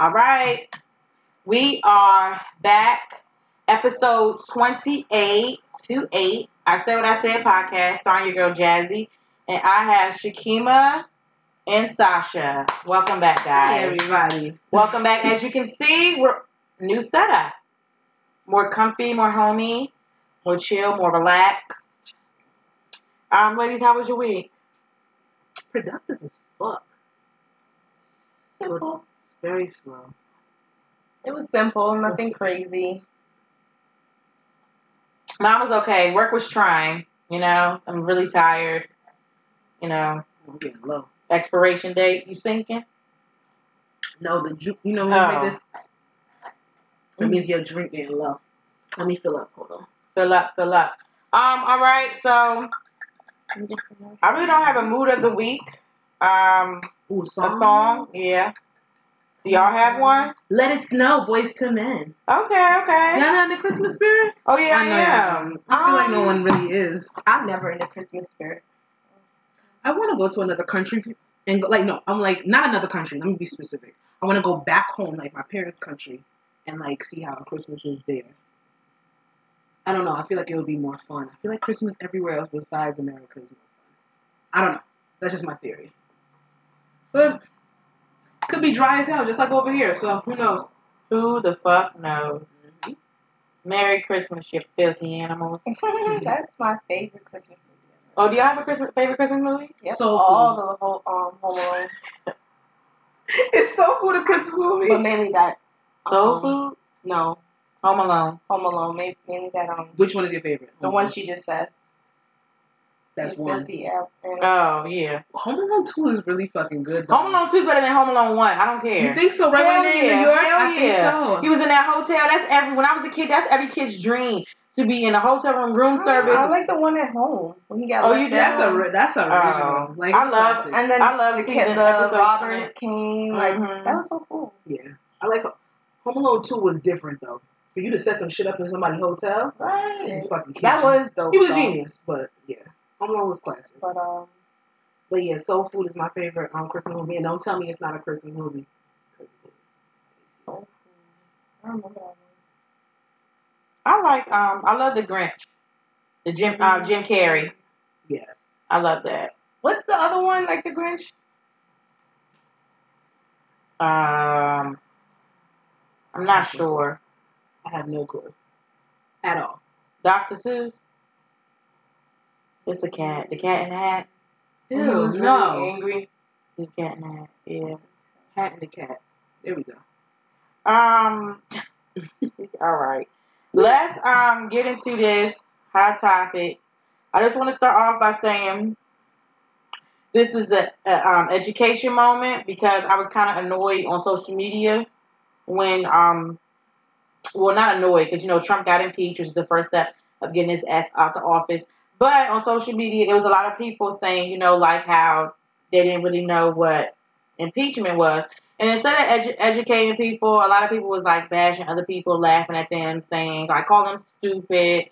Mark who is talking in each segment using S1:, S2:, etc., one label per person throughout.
S1: All right. We are back, episode 28 to 8. I Said What I Said podcast, starring your girl Jazzy. And I have Shakima and Sasha. Welcome back,
S2: Hi,
S1: guys.
S2: everybody.
S1: Welcome back. As you can see, we're new setup. More comfy, more homey, more chill, more relaxed. Um, ladies, how was your week?
S2: Productive as fuck. So it's very slow.
S3: It was simple, nothing crazy.
S1: Mine was okay. Work was trying, you know. I'm really tired. You know,
S2: I'm getting low.
S1: expiration date. You sinking?
S2: No, the ju- you know when you
S1: Oh.
S2: make this, it means your drink getting low. Let me fill up. Hold on.
S1: Fill up, fill up. Um, all right, so I really don't have a mood of the week. Um,
S2: Ooh,
S1: a song, yeah. Do y'all have one?
S2: Let it snow, boys to men.
S1: Okay, okay.
S2: Y'all not in the Christmas spirit?
S1: Oh yeah, I,
S2: I know.
S1: am.
S2: y'all. I feel like no
S3: Um,
S2: one really is.
S3: I'm never in the Christmas spirit.
S2: I want to go to another country and go, like no, I'm like not another country. Let me be specific. I want to go back home, like my parents' country, and like see how Christmas is there. I don't know. I feel like it would be more fun. I feel like Christmas everywhere else besides America is more fun. I don't know. That's just my theory. But could be dry as hell, just like over here. So who knows?
S1: Who the fuck knows? Merry Christmas, you filthy animals.
S3: That's my favorite Christmas movie. ever.
S1: Oh, do y'all have a Christmas favorite Christmas movie?
S3: Yep,
S2: Soul
S3: all the whole um, Home Alone,
S2: It's so cool the Christmas movie.
S3: but mainly that.
S1: Soul
S3: um,
S1: Food,
S3: No,
S1: Home Alone.
S3: Home Alone. ma- Mainly that. Um,
S2: Which one is your favorite?
S3: the
S1: Mm-hmm.
S3: one she just said.
S2: That's
S3: The
S2: one.
S3: Filthy Al- and
S1: Oh yeah,
S2: Home Alone Two is really fucking good. Though.
S1: Home Alone Two is better than Home Alone One. I don't care.
S2: You think so? Right
S1: Hell
S2: when they're in
S1: yeah,
S2: New York,
S1: hell
S2: I think
S1: yeah.
S2: so.
S1: He was in that hotel. That's every when I was a kid. That's every kid's dream to be in a hotel room, room service.
S3: Mm, I like the one at home when he got.
S1: Oh,
S3: left
S1: you-
S3: at
S2: That's a
S3: home.
S2: ri- that's a original.
S1: Oh.
S2: like
S1: I
S2: it's
S1: love-
S2: classic.
S3: And then
S1: I love
S3: the
S1: seeing
S3: kid,
S1: the
S3: the
S1: episodes
S3: robbers
S1: coming.
S3: came. Like
S1: Mhm.
S3: that was so cool.
S2: yeah, I like Home Alone Two was different though. For you to set some shit up in somebody's hotel,
S3: Right.
S2: is fucking key.
S3: That was dope.
S2: he was a
S3: though.
S2: genius, but yeah, Home Alone was classic.
S3: But um,
S2: But yeah, Soul Food is my favorite um, Christmas movie, and don't tell me it's not a Christmas movie.
S3: so cool. I remember that one.
S1: I like um I love the Grinch. The Jim uh,
S3: Mm-hmm.
S1: Jim Carrey.
S2: Yes,
S1: I love that.
S3: What's the other one? Like the Grinch.
S1: Um I'm not
S3: Mm-hmm.
S1: sure.
S2: I have no clue at all.
S1: Dr. Seuss. It's a cat. The cat in the hat.
S2: Ew,
S3: He was
S2: no.
S3: really angry.
S1: The cat in the hat. Yeah.
S2: Hat and the cat. There we go.
S1: Um all right. Let's um get into this hot topic. I just want to start off by saying this is a, a um, education moment because I was kind of annoyed on social media when um well not annoyed because you know Trump got impeached, which is the first step of getting his ass out the office. But on social media, it was a lot of people saying you know like how they didn't really know what impeachment was. And instead of edu- educating people, a lot of people was like bashing other people, laughing at them, saying like call them stupid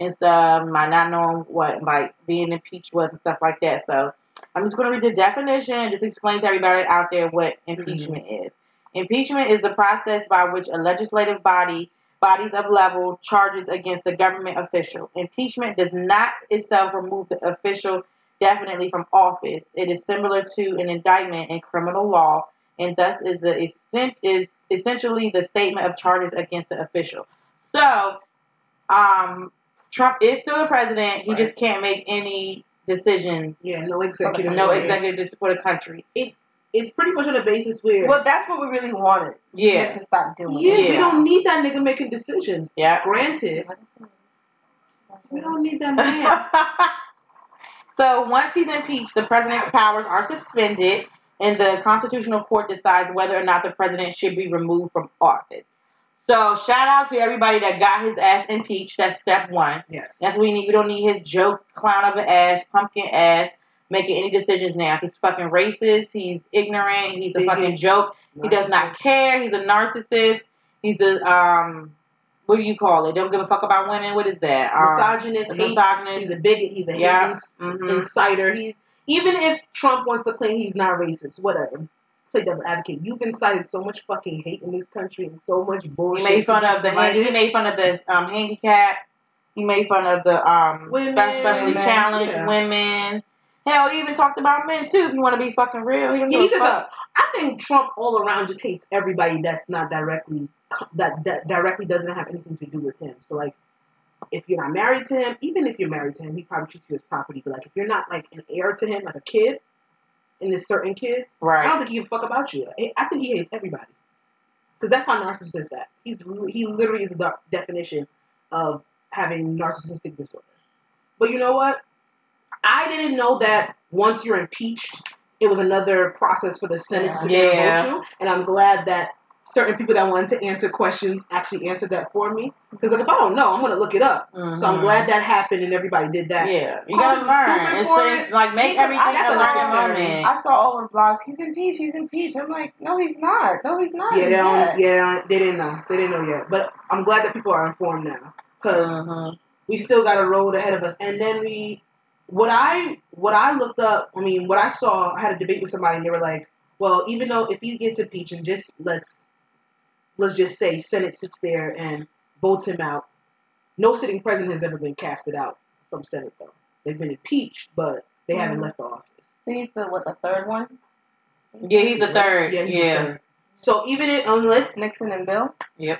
S1: and stuff, by not knowing what like being impeached was and stuff like that. So I'm just gonna read the definition and just explain to everybody out there what impeachment is. Impeachment is the process by which a legislative body bodies of level charges against a government official. Impeachment does not itself remove the official definitely from office. It is similar to an indictment in criminal law and thus is the essen- is essentially the statement of charges against the official. So, um, Trump is still the president. He
S2: Right.
S1: just can't make any decisions,
S2: Yeah, no executive.
S1: no
S2: orders.
S1: executive for the country.
S2: It's pretty much on the basis where
S3: Well, that's what we really wanted.
S1: Yeah,
S3: To stop doing
S2: yeah,
S3: it.
S2: we
S1: Yeah.
S2: don't need that nigga making decisions.
S1: yeah.
S2: Granted, we don't need that man.
S1: so once he's impeached, the president's powers are suspended, and the constitutional court decides whether or not the president should be removed from office. So shout out to everybody that got his ass impeached. That's step one.
S2: Yes.
S1: That's what we need. We don't need his joke clown of an ass, pumpkin ass, making any decisions now. He's fucking racist. He's ignorant. He's a
S2: Bigot.
S1: fucking joke. He does not care. He's a narcissist. He's a um, what do you call it? Don't give a fuck about women. What is that? Um,
S2: Misogynist.
S1: a
S2: hate- He's
S1: misogynist.
S2: a bigot. He's a
S1: Yeah.
S2: yeah.
S1: Mhm.
S2: insider. He's even if Trump wants to claim he's not racist, whatever. play devil's advocate. You've been cited so much fucking hate in this country and so much
S1: He
S2: bullshit.
S1: made fun
S2: to
S1: of the
S2: justify
S1: hand, he
S2: it.
S1: made fun of the um, handicap. He made fun of the um
S2: Women,
S1: spe- specially
S2: men,
S1: challenged
S2: yeah. women.
S1: women. Hell, he even talked about men too. If you want to be fucking real, he didn't
S2: Yeah,
S1: give
S2: he's
S1: a
S2: just a-
S1: fuck.
S2: I think Trump all around just hates everybody that's not directly that that directly doesn't have anything to do with him. So like, if you're not married to him, even if you're married to him, he probably treats you as property. But like, if you're not like an heir to him, like a kid, and there's certain kids, I
S1: right.
S2: don't think he gives a fuck about you. I- I think he hates everybody because that's how narcissists act. He's he literally is the de- definition of having narcissistic disorder. But you know what? I didn't know that once you're impeached, it was another process for the Senate to
S1: Yeah.
S2: vote you. And I'm glad that certain people that wanted to answer questions actually answered that for me. Because like if I don't know, I'm gonna look it up. So I'm
S1: Mhm.
S2: glad that happened and everybody did that.
S1: Yeah, you
S2: Call
S1: gotta
S2: him
S1: learn.
S2: stupid
S1: It's,
S2: for
S1: it's like make
S3: Because
S1: everything
S3: I
S1: a
S2: that's
S1: learning
S2: unnecessary.
S1: moment.
S3: I saw all the blogs. He's impeached. He's impeached. I'm like, no, he's not. No, he's not.
S2: Yeah, they
S3: yet.
S1: Oh,
S2: don't, yeah, they didn't know. They didn't know yet. But I'm glad that people are informed now because
S1: Mhm.
S2: we still got a road ahead of us. And then we, what I what I looked up, I mean, what I saw, I had a debate with somebody, and they were like, "Well, even though if he gets impeached, and just let's let's just say Senate sits there and votes him out, no sitting president has ever been casted out from Senate though. They've been impeached, but they haven't
S1: Mm-hmm.
S3: Mhm.
S2: left the office.
S3: So he's the what? The third one?
S1: Mm-hmm. Yeah, he's the third. Yeah,
S2: he's the third. So even if um, let's
S3: Nixon and Bill.
S2: yeah,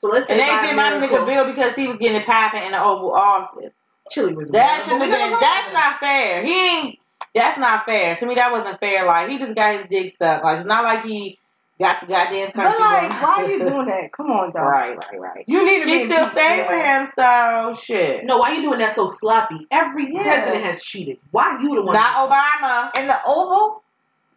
S2: so let's say
S1: and they
S2: by
S1: did my nigga
S2: miracle-
S1: Bill because he was getting a popping in the Oval Office.
S2: Chile was
S1: That
S2: one,
S1: should have
S2: but we never
S1: been.
S2: voted
S1: That's
S2: him.
S1: not fair. He ain't. That's not fair. To me, that wasn't fair. Like he just got his dick sucked. Like it's not like he got the goddamn country.
S3: But like,
S1: going.
S3: why are you doing that? Come on, though.
S1: right, right, right.
S3: You need to be
S1: She still
S3: impeached,
S1: stayed
S3: yeah.
S1: with him, so shit.
S2: No, why you doing that so sloppy? Every
S3: Yeah.
S2: president has cheated. Why you the one?
S1: Not Obama.
S3: In the Oval,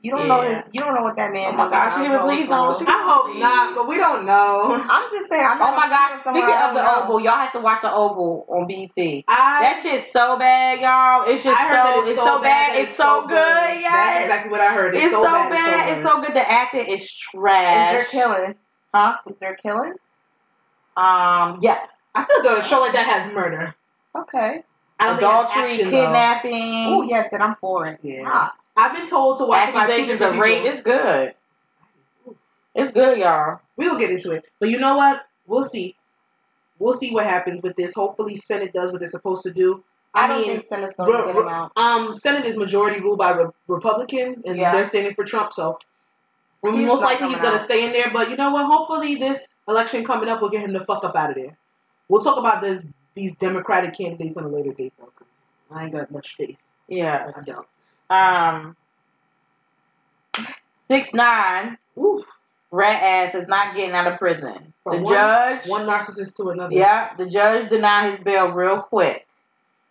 S3: you don't know.
S1: Yeah.
S3: You don't know what that man.
S1: Oh my
S3: did.
S1: gosh, she
S3: I
S1: didn't
S3: know
S1: please
S3: it's wrong.
S1: don't- she-
S2: I hope not, but we don't know.
S3: I'm just saying. I'm
S1: Oh
S3: not
S1: my
S3: gonna
S1: god.
S3: speak someone
S1: Speaking
S3: I
S1: of
S3: don't
S1: the
S3: know.
S1: Oval, y'all have to watch the Oval on BT.
S2: I
S1: That shit's so bad, y'all. It's just
S2: I heard that
S1: so, it's so bad.
S2: that
S1: It's so good,
S2: That's
S1: yes.
S2: exactly what I heard. It's,
S1: It's so bad.
S2: It's
S1: It's so good. The acting is trash.
S3: Is there killing?
S1: Huh?
S3: Is there killing?
S1: Um, yes.
S2: I feel like a show like that has murder.
S3: Okay.
S2: I don't
S1: Adultery,
S2: think it's action, though.
S1: kidnapping,
S3: Oh yes, then I'm for it.
S2: Yeah.
S3: Ah,
S2: I've been told to watch it by two
S1: accusations
S2: different
S1: of rape.
S2: people.
S1: It's good. It's good, y'all.
S2: We will get into it, but you know what? We'll see. We'll see what happens with this. Hopefully, Senate does what they're supposed to do.
S3: I,
S2: I,
S3: don't
S2: mean,
S3: think Senate's
S2: bro-
S3: gonna get
S2: bro-
S3: him out.
S2: Um, Senate is majority ruled by re- Republicans, and
S3: Yeah.
S2: they're standing for Trump. So
S3: He's
S2: most
S3: not
S2: likely he's
S3: coming
S2: gonna
S3: out.
S2: stay in there. But you know what? Hopefully this election coming up will get him the fuck up out of there. We'll talk about this these Democratic candidates on a later date though, 'cause I ain't got much faith.
S1: Yeah.
S2: I don't.
S1: Um, six nine
S2: Ooh,
S1: rat ass is not getting out of prison.
S2: From
S1: the
S2: one-
S1: judge,
S2: one narcissist to another.
S1: yeah, the judge denied his bail real quick,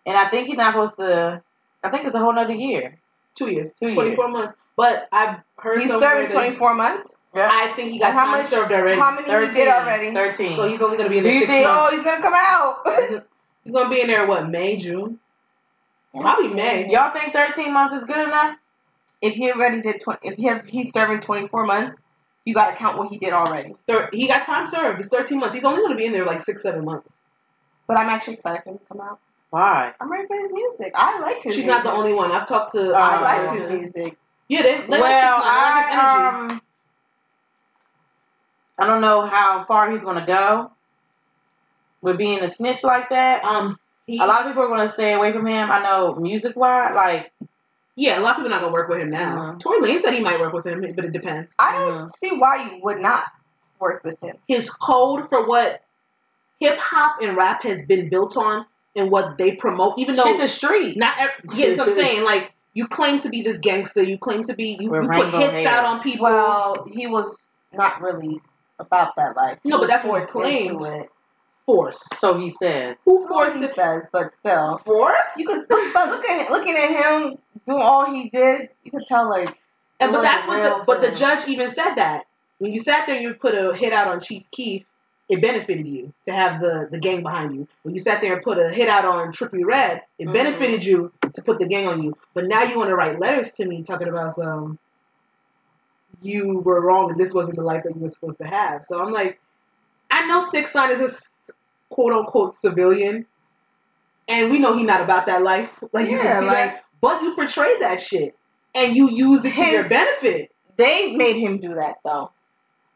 S1: and I think he's not supposed to. I think it's a whole nother year.
S2: two years,
S1: Two
S2: twenty four months. But I've heard
S3: He's
S2: somewhere
S3: serving
S2: that-
S3: 24 months.
S2: I think he got
S3: And how
S2: time
S3: much-
S2: served already.
S3: How many he did already?
S1: Thirteen.
S2: So he's only gonna be in
S1: Do
S2: there
S1: you
S2: six
S1: think-
S3: Oh,
S2: months.
S3: he's gonna come out.
S2: He's gonna be in there what May, June, probably May.
S1: Y'all think thirteen months is good enough?
S3: If he already did 20, if he have, he's serving 24 months, you gotta count what he did already.
S2: Thir- he got time served. It's 13 months. He's only going to be in there like six, seven months.
S3: But I'm actually excited for him to come out.
S1: Why?
S3: I'm ready for his music. I liked his
S2: She's not
S3: music.
S2: the only one. I've talked to.
S1: Oh, I
S3: I
S2: uh,
S3: liked
S1: one.
S3: his music.
S2: Yeah, they, they
S1: Well,
S2: like his energy.
S1: I um, I don't know how far he's gonna go with being a snitch like that.
S2: Um, he,
S1: A lot of people are gonna stay away from him. I know music wise, like.
S2: yeah, a lot of people not going to work with him now.
S1: Mhm.
S2: Tory Lane said he might work with him, but it depends.
S3: I don't
S1: Mhm.
S3: see why you would not work with him.
S2: His code for what hip hop and rap has been built on and what they promote, even though
S1: shit the street.
S2: not ev- yeah, that's what I'm saying. Like you claim to be this gangster, you claim to be you,
S1: With
S2: you put
S1: rainbow
S2: hits
S1: hair.
S2: out on people.
S3: Well, he was not really about that life. He
S2: No, but
S3: was
S2: that's what he
S3: forced into
S2: claimed.
S3: it.
S2: forced.
S1: so he says.
S2: Who
S3: Forced
S2: forced
S3: he
S2: it?
S3: says, but still.
S2: Forced?
S3: You could, but looking looking at him doing all he did, you could tell like.
S2: And
S3: it
S2: but
S3: wasn't
S2: that's what
S3: real
S2: the but the
S3: for him.
S2: judge even said that when you sat there, you put a hit out on Chief Keef. It benefited you to have the the gang behind you. When you sat there and put a hit out on Trippy Red, it
S3: Mhm.
S2: benefited you to put the gang on you. But now you want to write letters to me talking about some. You were wrong, and this wasn't the life that you were supposed to have. So I'm like, I know Six Nine is a s- quote unquote civilian, and we know he's not about that life. Like you
S3: Yeah,
S2: can see
S3: like-
S2: that, but you portrayed that shit, and you used it to
S3: His-
S2: your benefit.
S3: They made him do that though.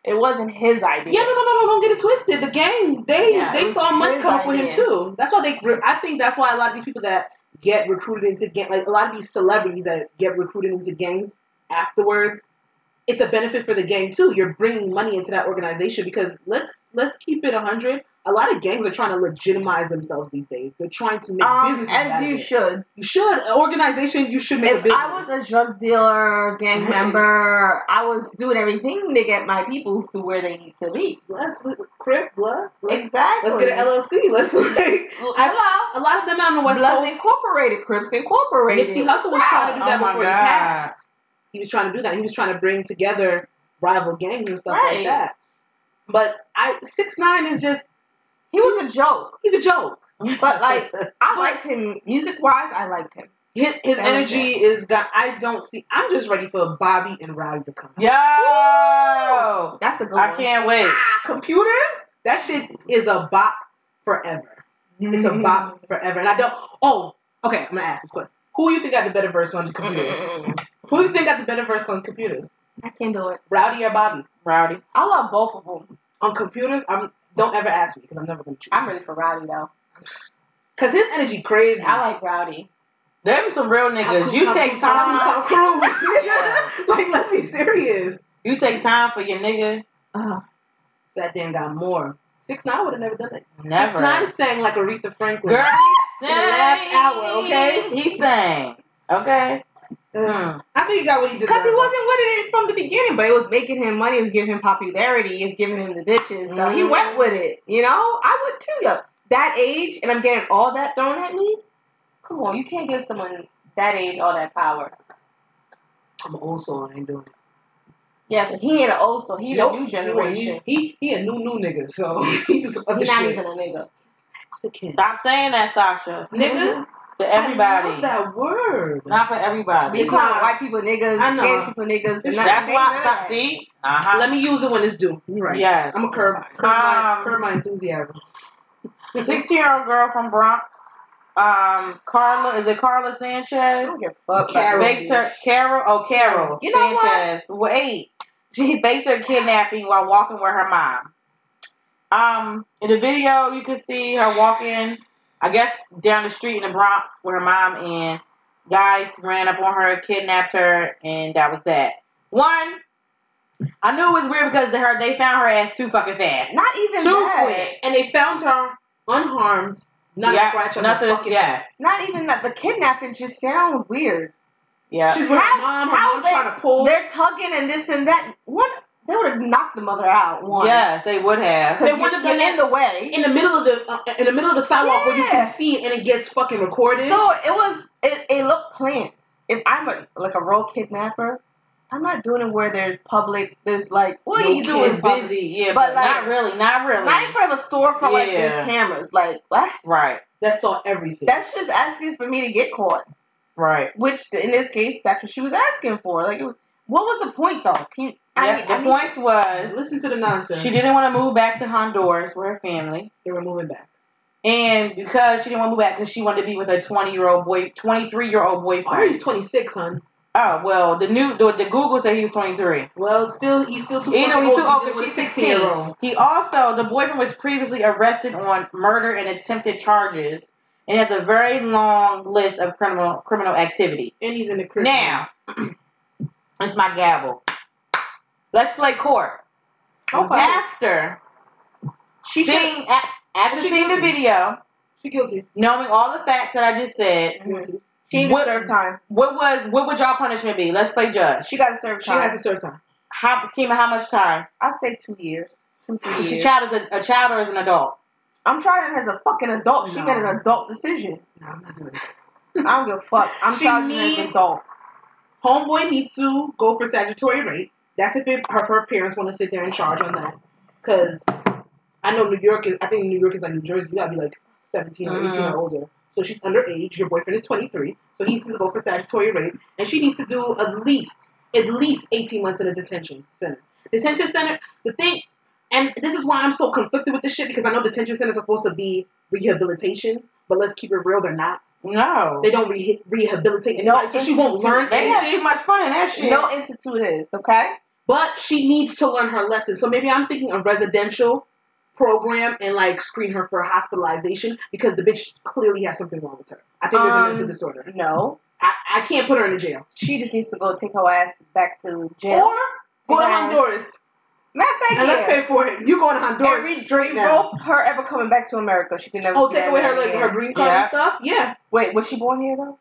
S3: It wasn't his idea.
S2: Yeah, no, no, no, no, don't get it twisted. The gang, they
S3: Yeah, it
S2: they
S3: was
S2: saw money
S3: his
S2: come up with him
S3: idea.
S2: too. That's why they. re- I think that's why a lot of these people that get recruited into gang, like a lot of these celebrities that get recruited into gangs afterwards, it's a benefit for the gang too. You're bringing money into that organization because let's let's keep it hundred. A lot of gangs are trying to legitimize themselves these days. They're trying to make
S3: Um,
S2: business
S3: as you
S2: should.
S3: should.
S2: You should An organization. You should make a
S3: If
S2: business.
S3: I was a drug dealer, gang member, I was doing everything to get my peoples to where they need to be.
S2: let's crip blood. Let's,
S3: Exactly.
S2: let's get an LLC. Let's like
S3: Hello.
S2: a lot of them out on the West
S3: Bloods
S2: Coast.
S3: Incorporated, Crips Incorporated.
S2: Nipsey Hussle was trying to do that
S1: Oh my
S2: before he
S1: God.
S2: passed. He was trying to do that. He was trying to bring together rival gangs and stuff
S3: Right.
S2: like that. But I six nine is just
S3: He was a joke,
S2: he's a joke.
S3: but like I liked him music wise. I liked him.
S2: his, his
S3: That was
S2: energy is got. I don't see. I'm just ready for Bobby and Rowdy to come.
S1: Yo, I
S3: That's a good one.
S1: can't wait.
S2: Ah, computers. That shit is a bop forever. It's
S1: Mm-hmm.
S2: a bop forever. And I don't. Oh, okay. I'm gonna ask this question. Who you think got the better verse on the computers?
S3: Mm-mm-mm.
S2: Who you think got the better verse on computers?
S3: I can do it.
S2: Rowdy or Bobby?
S1: Rowdy.
S3: I love both of them.
S2: on computers, I'm don't ever ask me because I'm never gonna choose.
S3: I'm ready for Rowdy though.
S2: Cause his energy crazy.
S3: I like Rowdy.
S1: Them some real niggas. You take time.
S2: Tom Cruise,
S1: Yeah.
S2: nigga. like, let's be serious.
S1: You take time for your nigga.
S3: Ugh.
S2: Sat there and got more. Six nine would have never done it. Six
S1: Never.
S2: nine sang like Aretha Franklin.
S1: Girl, he
S2: In the last hour, okay?
S1: He sang. Okay.
S2: Ugh.
S1: Mm.
S2: I think he got what he deserved.
S3: Because he wasn't with it from the beginning, but it was making him money, it was giving him popularity, it was giving him the bitches. So he
S2: Mhm.
S3: went with it. You know? I would too, yo. That age, and I'm getting all that thrown at me? Come on, you can't give someone that age all that power.
S2: I'm an old soul. I ain't doing it.
S3: Yeah, but he ain't an old soul. He
S2: Nope,
S3: a
S2: he
S3: new
S2: a
S3: generation.
S2: He, he a new new nigga, so he do some other
S3: He's not
S2: shit.
S3: even a nigga.
S2: Mexican.
S1: Stop saying that, Sasha.
S2: Nigga?
S1: For
S2: I love
S1: everybody.
S2: that word.
S1: Not for everybody.
S3: He's
S2: It's
S3: calling
S2: not-
S3: white people niggas,
S2: I know.
S3: Spanish people niggas. and not
S1: That's
S3: saying
S1: why.
S3: none of
S1: Stop.
S3: that.
S1: See. Uh huh.
S2: Let me use it when it's due. You're right.
S1: Yes.
S2: I'm a curb, curb, my,
S1: Um,
S2: curb my enthusiasm.
S1: 16 year old girl from Bronx. Um, Carla, is it Carla
S3: I
S1: Sanchez?
S3: don't give a fuck.
S2: Carol.
S1: Baked her, Carol, oh, Carol
S3: You know what?
S1: Sanchez. Wait, she baked her kidnapping while walking with her mom. Um, in the video, you can see her walking, I guess, down the street in the Bronx with her mom, and guys ran up on her, kidnapped her, and that was that. One, I knew it was weird because they, her, they found her ass too fucking fast.
S3: Not even
S1: Too
S3: that.
S1: quick.
S2: and they found her unharmed, not
S1: Yeah,
S2: a scratch on
S1: nothing.
S2: her
S1: is-
S2: fucking
S1: Yes.
S3: Not even that. The kidnapping just sounds weird.
S1: Yeah.
S2: She's with
S3: How-
S2: her mom. Her
S3: how
S2: mom
S3: they-
S2: trying to pull.
S3: They're tugging and this and that. What? They would have knocked the mother out. One.
S1: Yes, they would have.
S3: Because
S2: They wouldn't have
S3: you're
S2: done
S3: in the way.
S2: in the middle of the uh, in the middle of the sidewalk where you
S3: Yeah.
S2: can see it and it gets fucking recorded.
S3: So it was. It, it looked planned. If I'm a like a real kidnapper, I'm not doing it where there's public. There's like what
S1: No
S3: you do is
S1: kids
S3: busy.
S1: busy, yeah,
S3: But,
S1: but,
S3: like,
S1: not really, not really,
S3: Not in front of a storefront like
S1: Yeah.
S3: there's cameras. Like what?
S1: right,
S2: that saw everything.
S3: That's just asking for me to get caught.
S1: right.
S3: Which in this case, that's what she was asking for. Like it was. What was the point though? Can you,
S1: Yeah,
S3: need-
S1: the
S3: need-
S1: point was
S2: Listen to the nonsense.
S1: she didn't want to move back to Honduras with her family,
S2: They were moving back.
S1: and because she didn't want to move back, because she wanted to be with her twenty year old boy, twenty three year old
S2: Oh, he was
S1: boyfriend.
S2: 26, hon.
S1: Oh well, the new the, the Google said he was twenty three.
S2: Well, still he's still too.
S1: Either
S2: fucking
S1: we too
S2: old to
S1: old
S2: be
S1: because
S2: with
S1: she's
S2: a
S1: 16. He also, the boyfriend was previously arrested on murder and attempted charges and has a very long list of criminal criminal activity.
S2: and he's in the crib
S1: Now, it's my gavel. Let's play court.
S2: Okay.
S1: After
S2: She should.
S1: seeing, a- after
S2: She
S1: seeing the
S2: should-
S1: video,
S2: She guilty.
S1: knowing all the facts that I just said,
S2: Guilty.
S3: She didn't
S1: What-
S3: serve time.
S1: what was what would y'all punishment be? Let's play judge.
S3: She got to serve
S2: She
S3: time.
S2: has to serve time.
S1: How, Kima, how much time?
S3: I say two years. Two,
S1: So
S3: three
S1: she
S3: years.
S1: child is a, a child or is an adult?
S3: I'm trying it as a fucking adult. She
S2: No.
S3: made an adult decision.
S2: No, I'm not doing that.
S3: I don't give a fuck. I'm
S2: She
S3: charging her as an
S2: needs-
S3: adult.
S2: Homeboy needs to go for statutory rape. That's if, it, her, her parents want to sit there and charge on that. Because I know New York is, I think New York is like New Jersey. You gotta be like 17 or 18
S1: Mhm.
S2: or older. So she's underage. Your boyfriend is 23. So he's gonna go for statutory rape. And she needs to do at least, at least 18 months in a detention center. Detention center, the thing, and this is why I'm so conflicted with this shit because I know detention centers are supposed to be rehabilitations, but let's keep it real, they're not.
S1: No.
S2: They don't re- rehabilitate
S3: No,
S2: anybody, so she won't
S3: institute.
S2: learn
S1: They
S2: anything.
S1: had too much fun in that shit.
S3: No institute is okay.
S2: But she needs to learn her lesson. So maybe I'm thinking a residential program and like screen her for hospitalization because the bitch clearly has something wrong with her. I think there's a
S3: Um,
S2: mental disorder.
S3: No,
S2: I, I can't put her in a jail.
S3: she just needs to go take her ass back to jail.
S2: Or go to
S3: Yeah.
S2: Honduras
S3: Matter of fact,
S2: and let's
S3: yeah.
S2: pay for it. You go to Honduras
S3: And
S2: straight now.
S3: revoke her ever coming back to America. She can never.
S2: Oh,
S3: see
S2: take
S3: that
S2: away her
S3: man
S2: like
S3: again.
S2: her green card
S1: Yeah.
S2: and stuff. Yeah.
S3: Wait, was she born here though?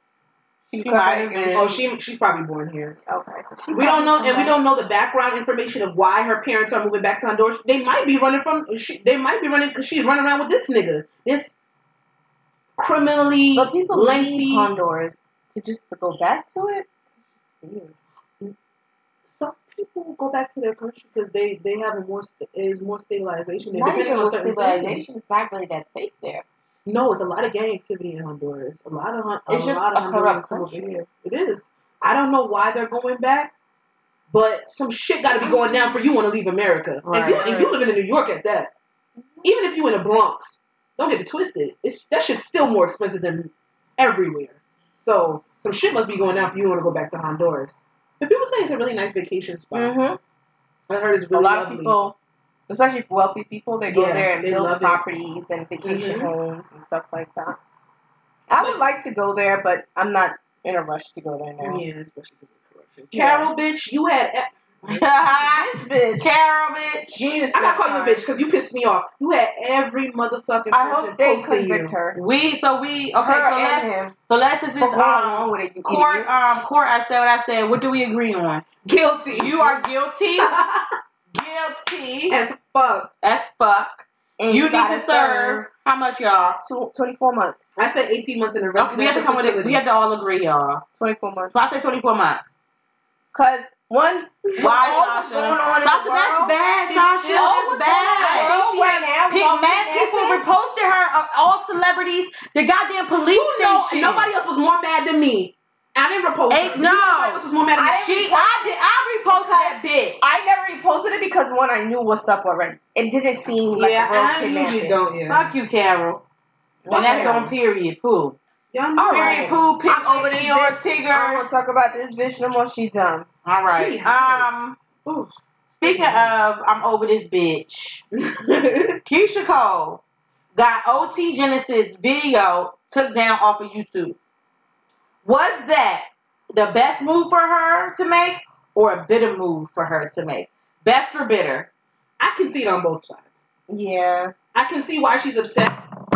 S1: She
S3: come
S1: might
S3: back
S1: have
S3: and-
S1: been.
S2: Oh, she she's probably born here.
S3: Okay, so she.
S2: We don't know, and we don't know the background information of why her parents are moving back to Honduras. They might be running from. She, they might be running because she's running around with this nigga, this criminally
S3: But people
S2: lengthy.
S3: leave Honduras to just to go back to it. It's just weird.
S2: Some people go back to their country because they they have a more st- is more stabilization. They're
S3: Not
S2: depending
S3: even
S2: on
S3: with
S2: certain things.
S3: civilization, it's not really that safe there.
S2: No, it's a lot of gang activity in Honduras. A lot of Hon- a
S3: It's just
S2: lot of
S3: a
S2: Hondurans
S3: corrupt
S2: come over
S3: country.
S2: here. It is. I don't know why they're going back, but some shit got to be going down for you want to leave America. And you
S1: Right.
S2: and you living in New York at that. Even if you in the Bronx, don't get it twisted. It's that shit's still more expensive than everywhere. So some shit must be going down for you want to go back to Honduras. But people say it's a really nice vacation spot.
S3: Mm-hmm.
S2: I heard it's
S3: A
S2: really
S3: lot
S2: lovely.
S3: of people, especially wealthy people, they go
S2: Yeah,
S3: there and
S2: they love
S3: build
S2: it.
S3: properties and vacation
S2: Mhm.
S3: homes and stuff like that. I would like to go there, but I'm not in a rush to go there now.
S2: Yeah, especially because of corruption.
S3: Yeah.
S2: Carol, bitch, you had.
S1: this bitch. Carol, bitch.
S3: She needs to
S2: I gotta
S3: stop
S2: call you a
S3: lying.
S2: bitch because you pissed me off. You had every motherfucking.
S3: I
S2: person
S3: hope they
S2: posting you.
S3: convict her.
S1: We, so we, okay,
S3: her
S1: so
S3: and
S1: let's,
S3: him.
S1: so let's just, this,
S3: For going along
S1: um,
S3: with it, you
S1: court,
S3: idiot.
S2: uh,
S1: um, court, I said what I said. What do we agree on?
S2: Guilty.
S1: You are guilty. guilty
S2: as fuck.
S1: as fuck.
S3: And
S1: you need
S3: gotta
S1: to serve, how much, y'all?
S3: two, 24 months.
S2: I said 18 months in a
S1: Okay,
S2: residential
S1: we have to come with
S2: facility.
S1: it. We have to all agree, y'all.
S3: 24 months.
S1: So I said 24 months.
S3: Because one,
S1: Why,
S3: all what's
S1: Sasha?
S3: going on in
S1: Sasha,
S3: the
S1: that's
S3: world,
S1: bad,
S3: she's
S1: Sasha.
S3: still-
S1: That's
S3: all what's going on in
S1: bad.
S3: the world right now, we
S1: Pe-
S3: all
S1: mad
S3: mad
S1: people
S3: at it.
S1: reposted her, uh, all celebrities, the goddamn police
S2: Who know?
S1: station.
S2: And nobody else was more mad than me. I didn't report.
S1: Ain't-
S2: her.
S1: no.
S2: Nobody else was more mad than
S3: I-
S2: me.
S1: She, I did, I reposted that bitch.
S3: I never reposted it because one, I knew what's up already. It didn't seem like
S2: yeah,
S3: a real
S2: I usually
S3: kidnapping.
S2: don't. Yeah.
S1: Fuck you, Carol.
S3: Fuck
S1: And that's
S3: Carol.
S1: on period, poo.
S2: Y'all know.
S3: All
S1: Period,
S3: right.
S1: poo, pick
S3: I'm over this
S1: Leo
S3: bitch. I don't
S1: Tigger.
S3: want to talk about this bitch no more. She dumb.
S1: All right.
S2: She hot.
S1: um,
S2: Ooh.
S1: speaking of, I'm over this bitch. Keisha Cole got OT Genesis video took down off of YouTube. Was that the best move for her to make or a bitter move for her to make? Best or bitter?
S2: I can see it on both sides.
S3: Yeah.
S2: I can see why she's upset.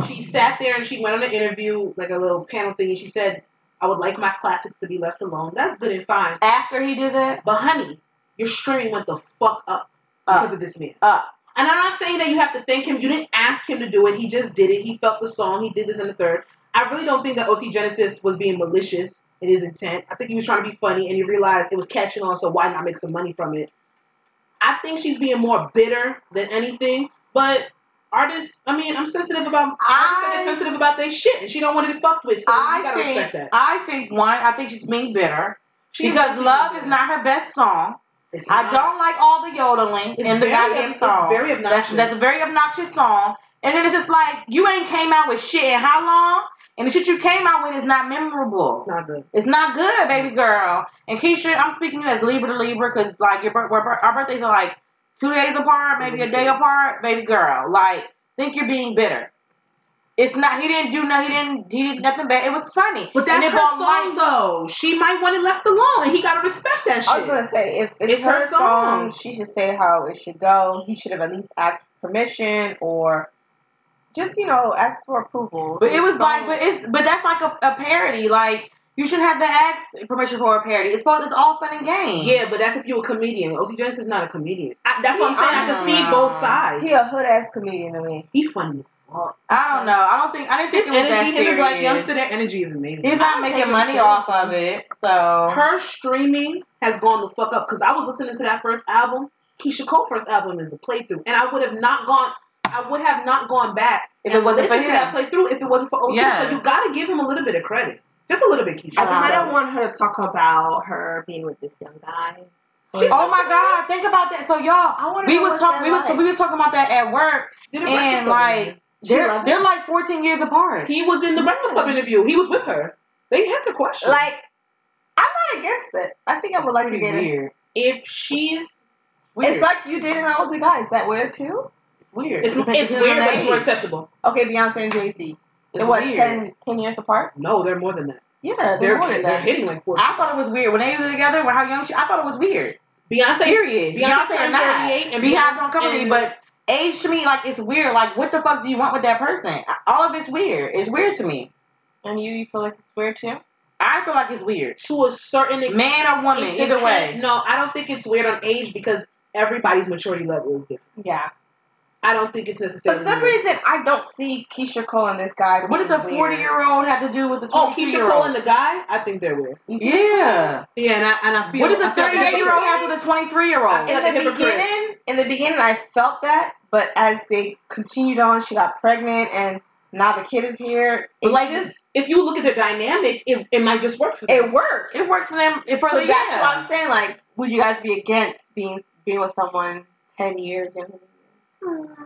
S2: She sat there and she went on an interview, like a little panel thing, and she said, I would like my classics to be left alone. That's good and fine.
S1: After he did that?
S2: But honey, your streaming went the fuck up because
S1: Up.
S2: of this man.
S1: Up.
S2: Uh, And I'm not saying that you have to thank him. You didn't ask him to do it. He just did it. He felt the song. He did this in the third. I really don't think that OT Genesis was being malicious in his intent. I think he was trying to be funny and he realized it was catching on, so why not make some money from it? I think she's being more bitter than anything, but artists, I mean, I'm sensitive about
S1: I-
S2: artists are sensitive about their shit and she don't want it fucked with, so you
S1: I
S2: gotta respect
S1: think,
S2: that.
S1: I think one, I think she's being bitter
S2: She is
S1: because
S2: being
S1: Love
S2: bitter.
S1: is not her best song.
S2: It's
S1: I
S2: not.
S1: don't like all the yodeling
S2: It's
S1: in the
S2: very-
S1: goddamn
S2: it's
S1: song.
S2: very
S1: That's,
S2: obnoxious.
S1: that's a very obnoxious song. And then it's just like you ain't came out with shit in how long? And the shit you came out with is not memorable.
S2: It's not good.
S1: It's not good, baby girl. And Keisha, I'm speaking to you as Libra to Libra because like your bir- we're- our birthdays are like two days apart, maybe a day apart, baby girl. Like think you're being bitter. It's not. He didn't do nothing. He didn't. He did nothing bad. It was sunny.
S2: But
S1: And
S2: that's
S1: it
S2: her
S1: brought
S2: song,
S1: light.
S2: though. She might want it left alone, and he gotta respect that shit.
S3: I was gonna say if it's,
S2: It's
S3: her,
S2: her song.
S3: song, she should say how it should go. He should have at least asked permission or just you know asked for approval.
S1: But it was
S3: His
S1: like,
S3: song-
S1: but it's, but that's like a, a parody. Like you should have the ask permission for a parody. It's both. It's all fun and games.
S2: Yeah, but that's if you're a comedian. OC Genesis is not a comedian. I, that's what I'm saying. I can see
S1: Yeah.
S2: both sides.
S3: he a hood ass comedian to me.
S2: He funny. as fuck.
S1: I don't know. I don't think. I didn't
S2: His
S1: think it was that
S2: energy, him and
S1: serious.
S2: Black Youngster, that energy is amazing.
S1: He's
S3: I
S1: not
S3: don't
S1: making
S3: think
S1: money
S3: it's
S1: off of it, so
S2: her streaming has gone the fuck up because I was listening to that first album. Keisha Cole first album is a playthrough, and I would have not gone. I would have not gone back
S1: If it wasn't for
S2: listened
S1: him.
S2: to that playthrough if it wasn't for OT.
S1: Yes.
S2: So you gotta give him a little bit of credit, just a little bit, Keisha.
S1: I kinda
S2: Don't-
S3: want her to talk about her being with this young guy.
S2: She's-
S1: Oh my God! Think about that. So y'all,
S3: I want
S1: we was talking. We was we was talking about that at work,
S2: Did it breakfast
S1: and
S2: over
S1: like
S3: She
S1: They're,
S3: loved it.
S1: they're like 14 years apart.
S2: He was in the Breakfast Club
S3: Yeah.
S2: interview. He was with her. They answered questions.
S3: Like, I'm not against it. I think I would like to
S1: Pretty
S3: get it.
S1: weird.
S2: if she's weird,
S3: It's like you dating an older guy. Is that weird too?
S1: Weird.
S2: it's,
S1: Depends
S2: it's
S1: on
S2: weird,
S1: the
S2: but it's more
S1: age.
S2: acceptable.
S3: Okay, Beyonce and Jay Z.
S1: It's
S3: They're what,
S1: weird.
S3: 10, 10 years apart?
S2: No, they're more than that.
S3: Yeah, they're,
S2: They're
S3: more
S2: they're,
S3: than that.
S2: hitting like four.
S1: I thought it was weird when they were together. With how young she, I thought it was weird.
S2: Beyonce,
S1: Period. Beyonce,
S2: turned
S1: and I.
S2: 38 and
S1: Beehive
S2: Beyonce-
S1: don't cover me,
S2: and-
S1: but age to me, like it's weird. Like what the fuck do you want with that person? All of it's weird. It's weird to me.
S3: And you, you feel like it's weird too?
S1: I feel like it's weird.
S2: to a certain extent,
S1: Man or woman,
S2: it
S1: either
S2: depend-
S1: way.
S2: No, I don't think it's weird on age because everybody's maturity level is different.
S3: Yeah.
S2: I don't think it's necessarily.
S3: For some
S2: weird.
S3: reason, I don't see Keisha Cole and this guy.
S1: What does a 40 year old have to do with a 22
S2: Oh, Keisha
S1: year
S2: Cole and
S1: old?
S2: the guy, I think they're weird.
S1: Yeah.
S2: Yeah, and I and I feel.
S1: What does a
S2: I feel like
S1: 38 year old have with a 23 year
S2: I
S1: old?
S2: feel
S3: In
S2: like a
S3: the
S2: hypocrite.
S3: beginning, in the beginning, I felt that, but as they continued on, she got pregnant, and now the kid is here. It
S2: But like,
S3: just
S2: if you look at their dynamic, it, it might just work for them.
S3: it worked.
S1: It works for them. For
S3: so
S1: the,
S3: that's
S1: yeah.
S3: what I'm saying. Like, would you guys be against being being with someone ten years younger? than you?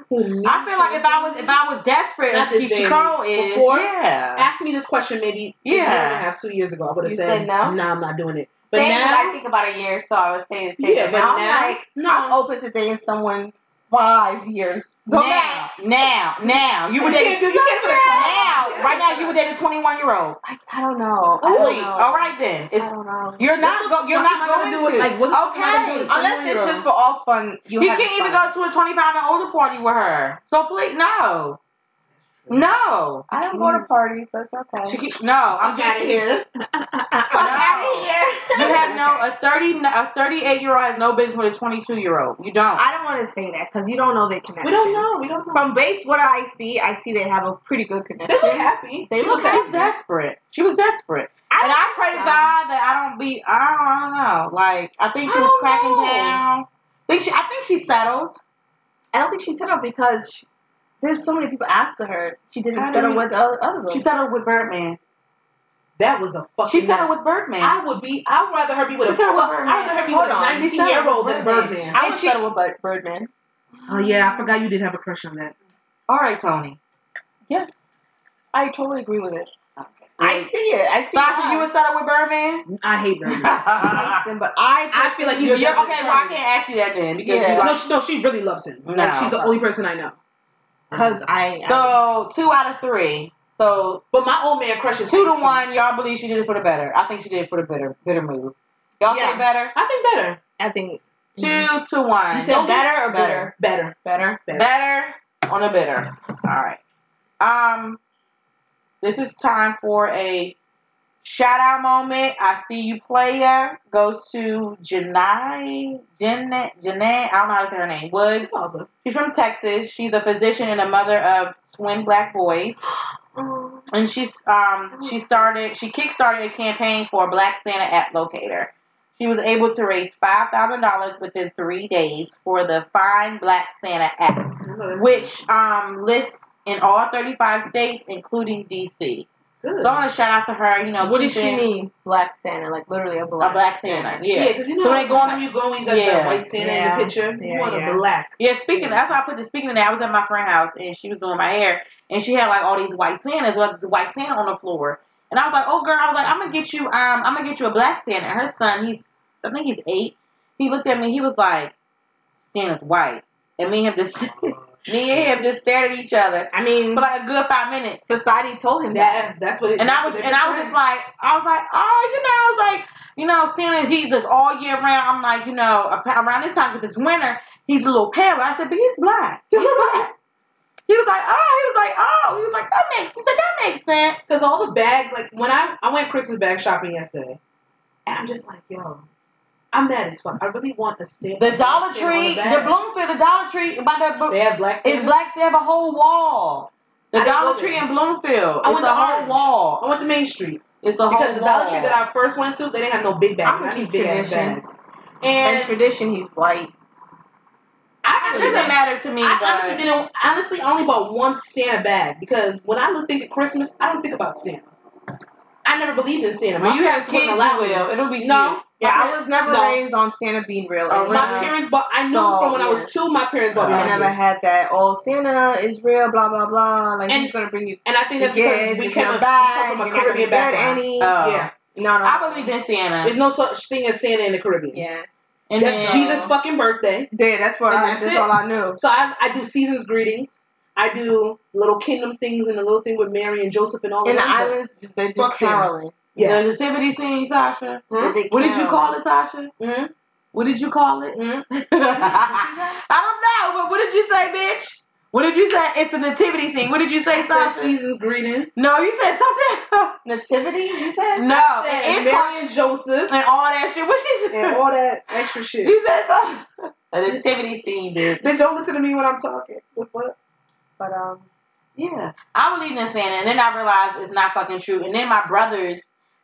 S2: Who
S1: I feel like if I was if I was desperate
S2: Not
S1: as
S2: this
S1: Keisha
S2: day.
S1: Cole is,
S2: Before-
S1: yeah.
S2: asked me this question maybe a
S1: Yeah.
S2: year and a half, two years ago, I would have
S3: You
S2: said,
S3: said no?
S2: Nah, I'm not doing it. But
S3: But
S2: now,
S3: I think about a year, so I would say the same.
S2: yeah,
S3: thing.
S2: but
S3: now,
S2: now,
S3: I'm like,
S2: no,
S3: I'm open to dating someone five years. Go
S1: now,
S3: back.
S1: now, now, you would
S2: You
S1: date
S2: can't do- you can't do it.
S1: now, right now, you would date a twenty-one year old.
S3: I, I don't know. I don't
S1: Wait,
S3: know.
S1: all right then.
S3: I
S1: It's
S3: don't know.
S1: you're
S2: What
S1: not
S2: the
S1: go, you're
S2: fuck
S1: not
S2: am I
S1: going
S2: gonna do
S1: to
S2: it? Like, what the fuck am I gonna do
S1: okay,
S2: with a
S1: unless it's
S2: 21-year-old?
S1: just for
S3: for all fun. You
S1: he
S3: have
S1: can't even
S3: fun.
S1: go to a twenty-five and older party with her. So please, no, no,
S3: I don't go to parties, so it's okay.
S1: She keep- no. I'm
S2: Fuck
S1: just
S2: outta here.
S3: Fuck
S1: No.
S3: outta
S1: You
S3: here.
S1: have no a thirty a thirty-eight year old has no business with a twenty-two year old. You don't.
S3: I don't want to say that because you don't know their connection.
S2: we don't know. We don't know.
S3: From base what I see, I see they have a pretty good
S2: they
S3: connection.
S2: look happy.
S3: They
S2: She
S3: look
S2: looks
S1: She
S3: happy.
S1: was desperate. She was desperate.
S3: I
S1: and
S3: don't
S1: I
S3: think
S1: pray to
S3: so.
S1: God that I don't be. I don't, I don't know. Like I think she
S3: I
S1: was
S3: don't
S1: cracking
S3: know.
S1: down. Think she? I think she settled.
S3: I don't think she settled because she, there's so many people after her. She didn't
S1: I
S3: settle
S1: didn't-
S3: with the other other
S1: She
S3: ones.
S1: settled with Birdman.
S2: That was a fucking.
S1: She settled
S2: mess.
S1: with Birdman.
S2: I would be. I'd rather her be with
S1: She
S2: a.
S1: settled with
S2: I'd
S1: Birdman.
S2: rather her be
S3: Hold
S2: with a
S3: on.
S1: She
S2: 19
S1: settled
S2: year old
S1: with
S2: than
S1: Birdman.
S2: Birdman.
S3: I would
S1: and she-
S3: settle with Bird- Birdman.
S2: Oh yeah, I forgot you did have a crush on that.
S1: All right, Tony.
S3: Yes, I totally agree with it. I
S1: I,
S3: see it. I see
S1: Sasha,
S3: why.
S1: you would settle with Birdman.
S2: I hate Birdman.
S3: She hates him, but I
S2: I feel like he's
S1: You're,
S2: you're,
S1: okay, well I can't ask you that then because
S3: Yeah.
S1: you
S2: No,
S1: like,
S2: she, no, she really loves him.
S1: No.
S2: Like she's the only person I know.
S3: because I
S1: so two out of three. So
S2: But my old man crushes
S1: two to one, y'all believe she did it for the better. I think she did it for the better, better move. Y'all
S2: Yeah.
S1: say better.
S2: I think better.
S3: I think
S1: Two to one.
S3: You said
S1: Don't be-
S3: better or better?
S2: Better.
S3: Better.
S1: Better on a bitter. All right. Um, this is time for a shout out moment. I see you, player. Goes to Janai, Janai, Janai. I don't know how to say her name. Woods.
S2: It's all good.
S1: She's from Texas. She's a physician and a mother of twin black boys.
S3: Oh,
S1: And she's um she started she kickstarted a campaign for a Black Santa app locator. She was able to raise five thousand dollars within three days for the Find Black Santa app which um, lists in all 35 states, including DC.
S2: good.
S1: So I want to shout out to her. You know,
S3: what does she
S1: keeping
S3: mean? Black Santa, like literally a black.
S1: A black Santa.
S2: Yeah,
S1: Yeah.
S2: because you know
S1: So when
S2: how
S1: they go on
S2: sometimes you go and got
S1: Yeah.
S2: that white Santa
S3: Yeah.
S2: in the picture.
S3: Yeah,
S2: you want
S3: yeah.
S2: a black.
S1: Yeah, speaking. That's why I put the speaking in there. I was at my friend's house and she was doing my hair, and she had like all these white Santas, well, this white Santa on the floor, and I was like, "Oh, girl," I was like, "I'm gonna get you. Um, I'm gonna get you a black Santa." And her son, he's, I think he's eight. He looked at me. He was like, "Santa's white," and me and him just, me and him just stared at each other
S3: I mean,
S1: for like a good five minutes.
S3: society told him that.
S2: That, that's what it
S1: And
S2: that's
S1: I was
S2: what it
S1: and I was
S2: is.
S1: just like I was like oh you know I was like you know Santa he does all year round I'm like you know ap- around this time because it's winter he's a little pale I said but he's black he's black he was like oh he was like oh he was like that makes he said that makes sense
S2: Because all the bags, like when I I went Christmas bag shopping yesterday, and I'm just like, yo, I'm mad as fuck. I really want a Santa.
S1: the Dollar Tree
S2: the
S1: the Bloomfield the Dollar Tree by the
S2: They
S1: Blo-
S2: have black Santa.
S1: it's black they have a whole wall the
S2: I didn't
S1: Dollar
S2: go
S1: Tree
S2: there.
S1: in Bloomfield
S2: I
S1: it's
S2: went
S1: a
S2: to
S1: whole
S2: Orange. I
S1: wall
S2: went to Main Street
S1: it's a whole
S2: because the Dollar
S1: wall.
S2: Tree that I first went to, they didn't have no big bags.
S3: I'm gonna
S2: I need
S3: keep
S2: big ass
S3: tradition.
S2: bags.
S3: And
S2: And
S3: tradition, he's white.
S2: I
S1: it
S2: actually
S1: doesn't matter to me
S2: I
S1: but
S2: honestly didn't. Honestly, I only bought one Santa bag because when I look think of Christmas, I don't think about Santa. I never believed in Santa.
S1: when
S2: My
S1: you have
S2: parents wouldn't
S1: kids you
S2: allow me.
S1: will it'll be
S2: No,
S3: My
S1: Yeah, I
S3: parents-
S1: was
S3: never
S1: no.
S3: raised on Santa being real.
S1: Oh,
S3: And
S2: My
S1: Yeah.
S2: parents bought. I knew
S3: So,
S2: from when I
S3: yeah.
S2: was two. My parents bought me
S3: I
S1: Yeah.
S3: never
S2: Ruffles.
S3: had that. Oh, Santa is real, blah blah blah. Like
S2: And-
S3: he's gonna bring you.
S2: and I think that's because
S3: gifts
S2: we
S3: if
S2: came
S3: you're
S2: up- we
S3: bad,
S2: come from a
S3: you're not gonna
S2: Caribbean
S3: get
S2: background. Um,
S3: Any.
S1: Oh.
S3: Yeah, no, no.
S1: I believed in Santa.
S2: There's no such thing as Santa in the Caribbean.
S3: Yeah,
S1: and
S2: That's
S1: then,
S2: Jesus' fucking birthday.
S3: yeah. That's what.
S2: And
S3: I,
S2: that's
S3: that's
S2: it.
S3: all I knew.
S2: So I, I do season's greetings. I do little kingdom things and the little thing with Mary and Joseph and all
S3: In
S2: of
S3: the
S2: them. but-
S3: islands, they do
S2: Fuck Santa.
S3: caroling.
S1: the
S2: Yes.
S1: nativity scene, Sasha.
S2: Hmm?
S1: What did you call it, Sasha?
S3: hmm
S1: What did you call it? I don't know, but what did you say, bitch? What did you say? It's a nativity scene. What did you say,
S2: That's
S1: Sasha?
S2: season's greeting.
S1: No, you said something.
S3: Nativity, you said?
S1: no,
S2: And
S1: it's called
S2: Mary and Joseph
S1: and all that shit. What she
S2: and
S1: said?
S2: all that extra shit.
S1: You said something. A nativity scene, bitch.
S2: Bitch, don't listen to me when I'm talking. The fuck?
S3: But um,
S1: Yeah, I believed in Santa, and then I realized it's not fucking true. And then my brothers,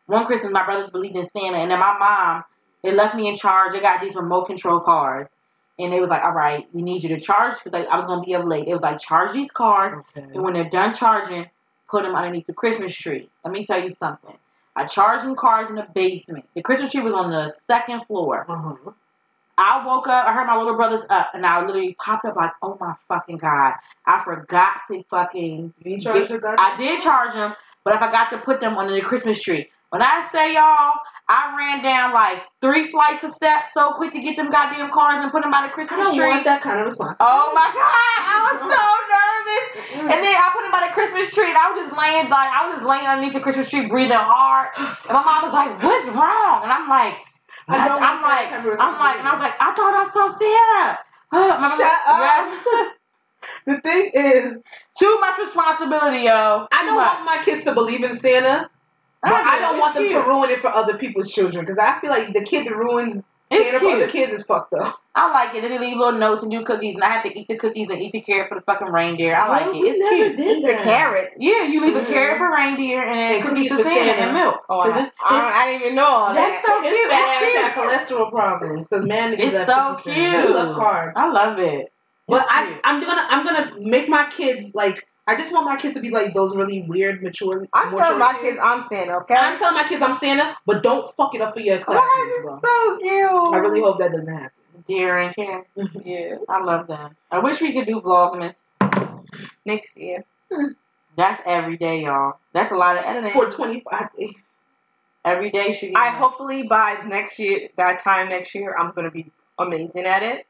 S1: one Christmas, my brothers believed in Santa, and then my mom, they left me in charge. They got these remote control cars, and they was like, "All right, we need you to charge," because like, I was gonna be up late. It was like, "Charge these cars, and when they're done charging, put them underneath the Christmas tree." Let me tell you something. I charged them cars in the basement. The Christmas tree was on the second floor.
S2: Uh-huh.
S1: I woke up, I heard my little brother's up, and I literally popped up like, oh my fucking God. I forgot to fucking
S3: you
S1: charge
S3: your
S1: I did charge them, but I forgot to put them under the Christmas tree. When I say y'all, I ran down like three flights of steps so quick to get them goddamn cars and put them by the
S2: I
S1: Christmas
S2: don't
S1: tree.
S2: want that kind of response.
S1: Oh my god, I was so nervous. And then I put him by the Christmas tree and I was just laying like I was just laying underneath the Christmas tree breathing hard. And my mom was like, What's wrong? And I'm like,
S2: I
S1: I
S2: don't
S1: am
S2: want that
S1: like,
S2: kind of
S1: I'm like, and I was like, I thought I saw Santa. My mom was
S2: Shut
S1: like,
S2: up.
S1: "Yes."
S2: The thing is,
S1: Too much responsibility, yo.
S2: I
S1: Too
S2: don't
S1: much.
S2: want my kids to believe in Santa, but I don't
S1: it's
S2: want them
S1: cute.
S2: to ruin it for other people's children because I feel like the kid that ruins Santa
S1: It's
S2: for other
S1: cute.
S2: kids is fucked up.
S1: I like it. Then they leave little notes and do cookies, and I have to eat the cookies and eat the carrot for the fucking reindeer. I like it. It's cute.
S3: Eat the carrots.
S1: Yeah, you leave
S3: Mhm.
S1: a carrot for reindeer Mm-hmm. and then
S2: And
S1: cookies, for
S2: cookies for
S1: Santa
S2: Santa.
S1: and milk.
S3: Oh, I,
S1: Cause it's-
S3: I don't- I didn't even know all
S1: That's
S3: that.
S1: so cute.
S2: His
S1: That's
S2: fat ass
S1: cute.
S2: had cholesterol problems because man, niggas
S1: It's
S2: have
S1: so
S2: cookies for him.
S1: cute.
S2: We love cards.
S1: I love it.
S2: But
S1: It's
S2: I,
S1: cute.
S2: I'm gonna, I'm gonna make my kids like. I just want my kids to be like those really weird, mature.
S3: I'm
S2: mature
S3: telling my kids I'm Santa, okay?
S2: I'm telling my kids I'm Santa, but don't fuck it up for your
S3: Why
S2: classmates,
S3: is
S2: bro.
S3: it so cute?
S2: I really hope that doesn't happen.
S1: Dear and Karen,
S3: Yeah.
S1: I love them. I wish we could do Vlogmas.
S3: Next year.
S1: That's every day, y'all. That's a lot of editing.
S2: For 25 days.
S1: every day, she.
S3: I hopefully by next year, that time next year, I'm gonna be amazing at it.